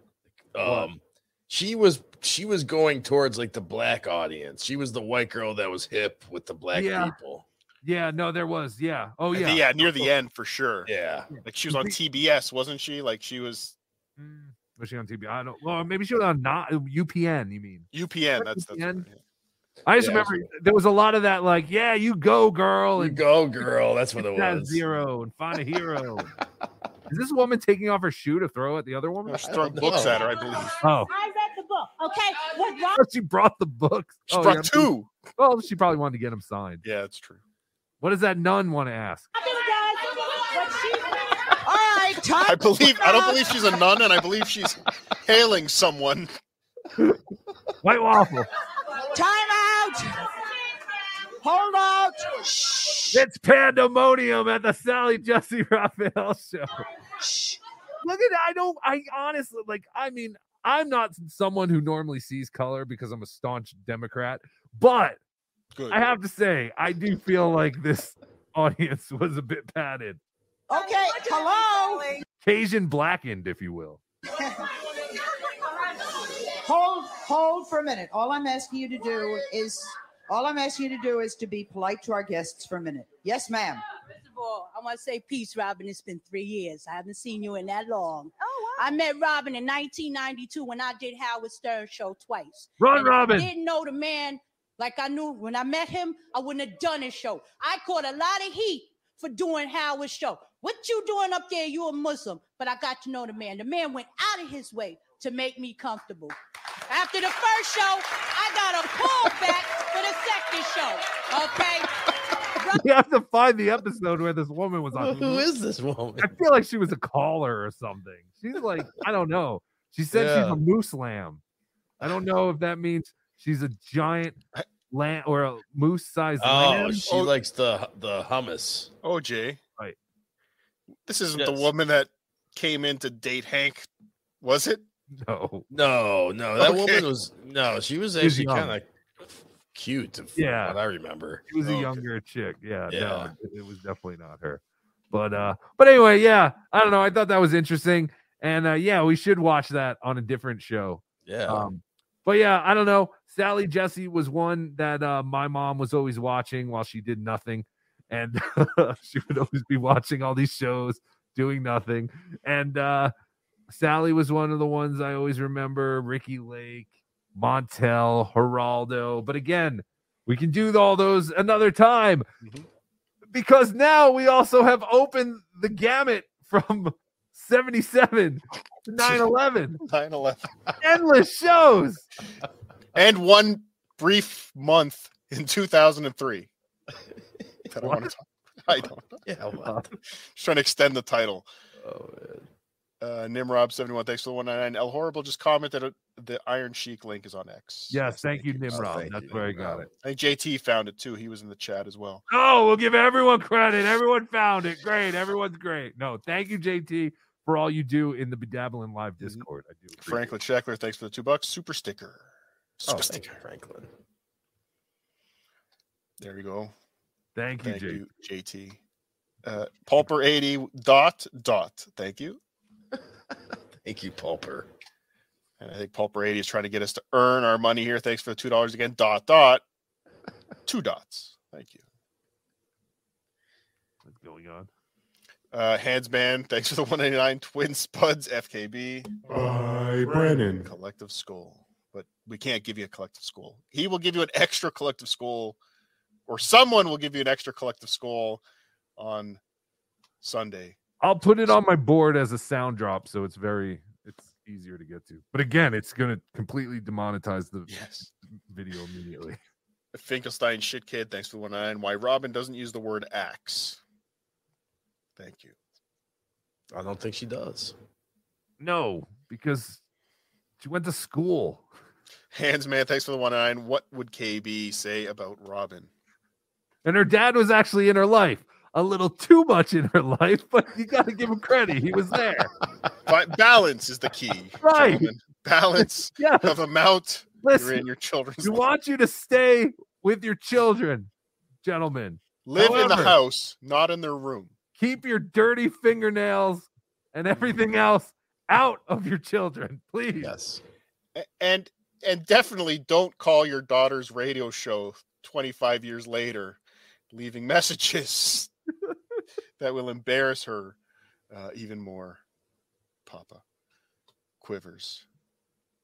S5: Um, she was she was going towards like the black audience. She was the white girl that was hip with the black
S3: Yeah.
S5: people.
S3: Yeah, no, there was. Yeah. Oh
S4: At
S3: yeah.
S4: the- yeah, near the end for sure.
S5: Yeah.
S4: Like she was on TBS, wasn't she? Like she was
S3: Was she on TV? I don't. Well, maybe she was on not UPN. You mean?
S4: UPN. That's, that's
S3: UPN? I just
S5: Yeah,
S3: remember there was a lot of that. Like, yeah, you go, girl.
S5: You
S3: And
S5: go, girl. That's what it
S3: That
S5: was.
S3: Zero and find a hero. Is this woman taking off her shoe to throw at the other woman?
S4: she's throwing books at her, I believe.
S3: Oh,
S14: I read the book, okay? What Robin
S3: she brought the books.
S4: She
S3: oh,
S4: brought
S3: yeah.
S4: two.
S3: Well, she probably wanted to get them signed.
S4: Yeah, that's true.
S3: What does that nun want to ask?
S14: does, what she.
S10: All right, time.
S4: I believe I don't believe she's a nun, and I believe she's hailing someone.
S3: White waffle.
S10: Time out. Hold out.
S3: It's pandemonium at the Sally Jesse Raphael show. Look at I don't I honestly like I mean I'm not someone who normally sees color because I'm a staunch Democrat, but I have to say I do feel like this audience was a bit padded,
S12: Okay, hello.
S3: Cajun blackened, if you will.
S17: Hold, hold for a minute. All I'm asking you to do is, all I'm asking you to do is to be polite to our guests for a minute. Yes, ma'am.
S7: First of all, I want to say peace, Robin. It's been three years. I haven't seen you in that long. Oh, wow. I met Robin in 1992 when I did Howard Stern show twice.
S3: Run,
S7: And if
S3: Robin.
S7: I didn't know the man like I knew when I met him. I wouldn't have done his show. I caught a lot of heat for doing Howard's show. What you doing up there? You a Muslim? But I got to know the man. The man went out of his way to make me comfortable. After the first show, I got a callback for the second show. Okay.
S3: You have to find the episode where this woman was on.
S5: Who is this woman?
S3: I feel like she was a caller or something. She's like, I don't know. She said she's
S5: Yeah.
S3: a moose lamb. I don't know if that means she's a giant lamb or a moose sized
S5: Oh,
S3: lamb.
S5: she likes the the hummus.
S4: OJ.
S3: Right.
S4: Oh, This isn't the woman that came in to date Hank, was it?
S3: No.
S5: No, no, that
S4: Okay.
S5: woman was no. She was
S4: She was
S5: actually
S4: young.
S5: kind of cute. From
S3: Yeah.
S5: yeah, what I remember.
S3: She was a
S5: Okay.
S3: younger chick. Yeah,
S5: Yeah.
S3: No, it, it was definitely not her. But uh, but anyway, yeah, I don't know. I thought that was interesting, and uh, yeah, we should watch that on a different show.
S5: Yeah.
S3: Um, but yeah, I don't know. Sally Jesse was one that uh, my mom was always watching while she did nothing, and she would always be watching all these shows doing nothing. And uh, Sally was one of the ones I always remember. Ricky Lake, Montel, Geraldo. But again, we can do all those another time because now we also have opened the gamut from 77 to 9 11.
S4: 9 11.
S3: Endless shows.
S4: And one brief month in 2003. That I, want to talk. I don't know.
S5: Yeah,
S4: Just trying to extend the title. Uh, Nimrob71, thanks for the 199. El Horrible just commented uh, the Iron Sheik link is on X.
S3: Yes, thank you, Nimrod.
S4: Oh,
S3: That's where I got it.
S4: I think JT found it too. He was in the chat as well.
S3: Oh, we'll give everyone credit. Everyone found it. Great. Everyone's great. No, thank you, JT, for all you do in the Bedabbling Live Discord. I do.
S4: Franklin Scheckler, thanks for the two bucks. Super sticker. Super sticker.
S5: Oh, Franklin.
S4: There you go.
S3: Thank you,
S4: JT. Uh, Pulper eighty dot dot. Thank you.
S5: Thank you, Pulper.
S4: And I think Pulper eighty is trying to get us to earn our money here. Thanks for the two dollars again. Dot dot. Two dots. Thank you.
S3: What's going on?
S4: Uh, Handsman, thanks for the one ninety nine. Twin Spuds FKB.
S6: By Brennan.
S4: Collective School, but we can't give you a collective school. He will give you an extra collective school, or someone will give you an extra collective school on Sunday.
S3: I'll put it on my board as a sound drop, so it's very it's easier to get to. But again, it's going to completely demonetize the video immediately.
S4: Finkelstein shit kid, thanks for the one nine. Why Robin doesn't use the word axe? Thank you.
S5: I don't think she does.
S3: No, because she went to school.
S4: Hands man, thanks for the one nine. What would KB say about Robin?
S3: And her dad was actually in her life. A little too much in her life, but you got to give him credit. He was there.
S4: But balance is the key.
S3: Right.
S4: gentlemen. Balance of amount you're in your children's
S3: We
S4: life.
S3: want you to stay with your children, gentlemen.
S4: Live in the
S3: However,
S4: house, not in their room.
S3: Keep your dirty fingernails and everything else out of your children, please.
S5: Yes.
S4: A- and and definitely don't call your daughter's radio show 25 years later leaving messages that will embarrass her uh, even more papa quivers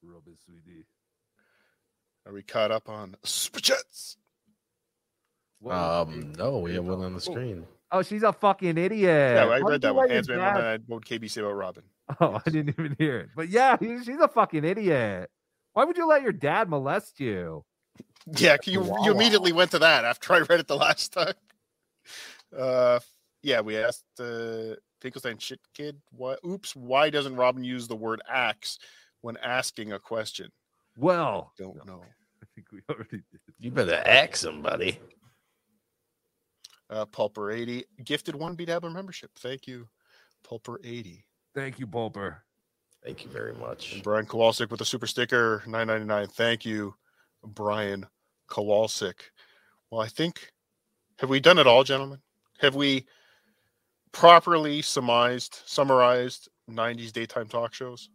S3: Robin sweetie.
S4: are we caught up on super chats
S5: Um, no, we have one on the screen.
S3: Oh, she's a fucking idiot.
S4: yeah, i
S3: Why
S4: read
S3: did you
S4: that one
S3: let your
S4: hands man
S3: dad-
S4: one eye, what would kb say about robin
S3: Oh, I didn't even hear it. But yeah, he- she's a fucking idiot. Why would you let your dad molest you?
S4: yeah you, you immediately went to that after i read it the last time uh yeah we asked uh finkelstein shit kid what oops why doesn't robin use the word axe when asking a question
S3: Well,
S4: don't know.
S3: I think we already did.
S5: You better ask somebody.
S4: Uh, Pulper80 gifted one B Dabbler membership. Thank you, Pulper80.
S3: Thank you, Bulper.
S5: Thank you very much.
S4: And Brian Kowalczyk with a super sticker, nine ninety nine. Thank you, Brian Kowalczyk. Well, I think have we done it all, gentlemen? Have we properly surmised, summarized '90s daytime talk shows?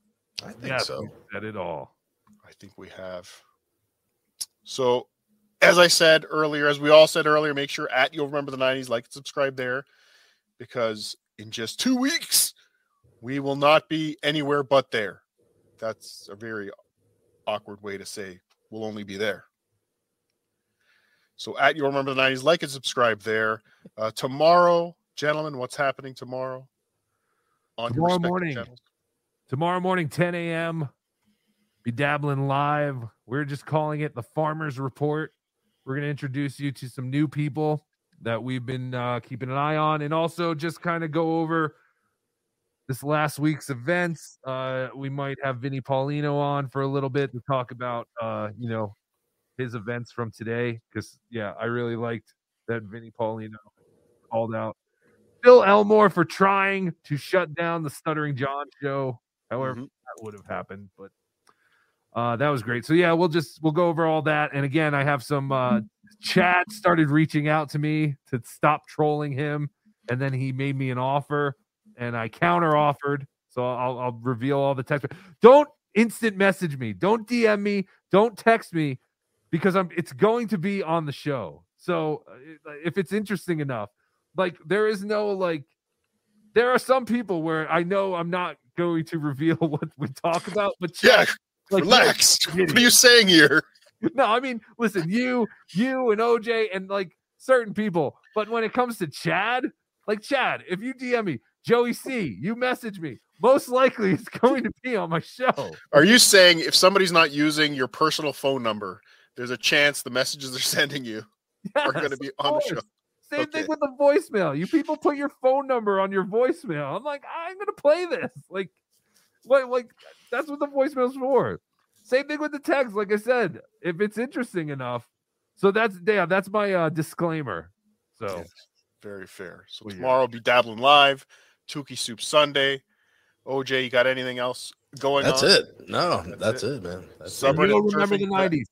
S5: I
S3: think Yes, so. we Said it all.
S4: I think we have. So, as I said earlier, as we all said earlier, make sure at you'll remember the 90s, like and subscribe there because in just two weeks, we will not be anywhere but there. That's a very awkward way to say we'll only be there. So, at you'll remember the 90s, like and subscribe there. Uh, tomorrow, gentlemen, what's happening tomorrow? On your
S3: Tomorrow
S4: respective
S3: morning.
S4: channels?
S3: Tomorrow morning, 10 a.m. Be dabbling live. We're just calling it the Farmers Report. We're going to introduce you to some new people that we've been uh, keeping an eye on, and also just kind of go over this last week's events. Uh, we might have Vinnie Paulino on for a little bit to talk about, uh, you know, his events from today. Because yeah, I really liked that Vinnie Paulino called out Phil Elmore for trying to shut down the Stuttering John show. However, that would have happened, but uh, that was great. So yeah, we'll just we'll go over all that. And again, I have some uh, chat started reaching out to me to stop trolling him, and then he made me an offer, and I counter offered. So I'll, I'll reveal all the text. Don't instant message me. Don't DM me. Don't text me because I'm. It's going to be on the show. So uh, if it's interesting enough, like there is no like there are some people where I know I'm not going to reveal what we talk about, but yeah,
S4: relax. What are you saying here?
S3: No, I mean, listen, you, you, and OJ, and like certain people. But when it comes to Chad, like Chad, if you DM me, Joey C, you message me, most likely it's going to be on my show.
S4: Are you saying if somebody's not using your personal phone number, there's a chance the messages they're sending you are going to
S3: Yes,
S4: be
S3: of
S4: on the
S3: course.
S4: show?
S3: Same thing with the voicemail. You people put your phone number on your voicemail. I'm like, I'm gonna play this. Like, what? Like, that's what the voicemail's for. Same thing with the text. Like I said, if it's interesting enough. So that's yeah, that's my uh, disclaimer. So
S4: Very fair. So
S3: Well, yeah.
S4: tomorrow will be dabbling live, Tukey Soup Sunday. OJ, you got anything else going
S5: That's
S4: on?
S5: it. No, that's, it. man. That's it.
S4: subreddit
S5: You'll remember
S4: surfing,
S5: the 90s.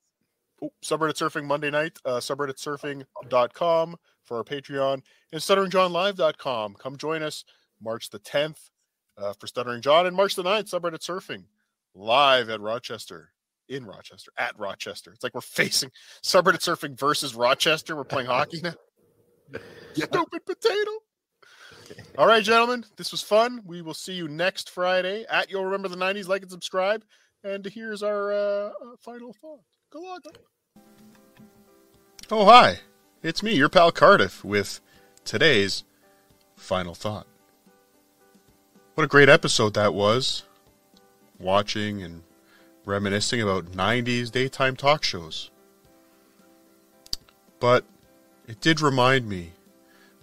S4: Oh, subreddit surfing Monday night, uh, subredditsurfing.com for our Patreon, and stutteringjohnlive.com. Come join us March the 10th uh, for Stuttering John, and March the 9th, subreddit surfing live at Rochester, in Rochester, at Rochester. It's like we're facing subreddit surfing versus Rochester. We're playing hockey now. Stupid potato. All right, gentlemen, this was fun. We will see you next Friday at You'll Remember the 90s. Like and subscribe. And here's our uh, uh, final thought. Go on. Oh, hi. It's me, your pal Cardiff, with today's final thought. What a great episode that was. Watching and reminiscing about 90s daytime talk shows. But it did remind me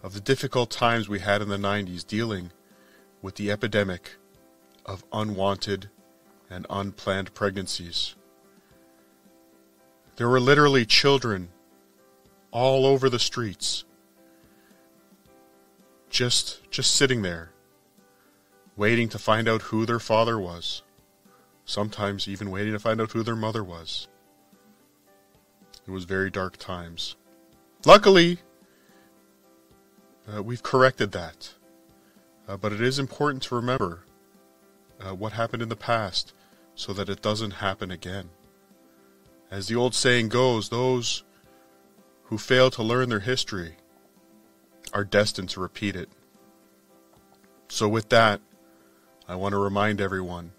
S4: of the difficult times we had in the 90s dealing with the epidemic of unwanted and unplanned pregnancies. There were literally children all over the streets just just sitting there waiting to find out who their father was sometimes even waiting to find out who their mother was it was very dark times luckily uh, we've corrected that Uh, but it is important to remember uh, what happened in the past so that it doesn't happen again as the old saying goes those who fail to learn their history are destined to repeat it. So, with that, I want to remind everyone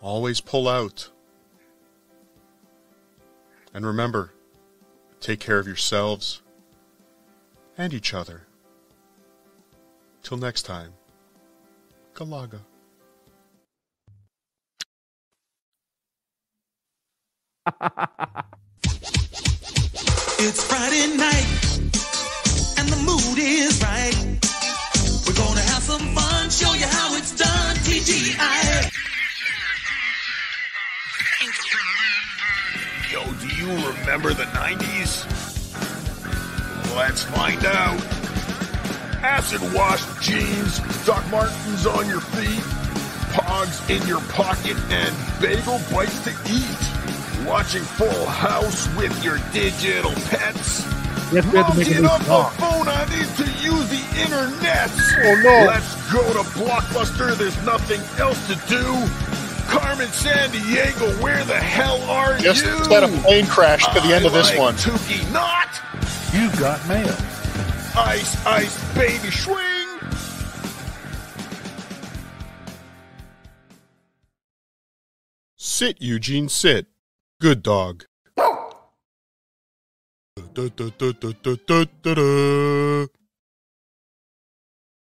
S4: always pull out. And remember, take care of yourselves and each other. Till next time, Galaga.
S1: It's Friday night, and the mood is right. We're gonna have some fun, show you how it's done. TGI.
S2: Yo, do you remember the 90s? Let's find out. Acid washed jeans, Doc Martens on your feet, Pogs in your pocket and bagel bites to eat. Watching Full House with your digital pets.
S1: Yes, we had to make a
S2: Logging
S1: new
S2: off
S1: song.
S2: the phone, I need to use the internet.
S1: Oh, no.
S2: Let's go to Blockbuster. There's nothing else to do. Carmen San Diego, where the hell are
S4: Just
S2: you?
S4: let a plane crash to the end
S2: I
S4: of this
S2: like
S4: one.
S2: Tukey, not
S4: You got mail.
S2: ice, ice, baby, swing.
S15: Sit, Eugene, sit. Good dog.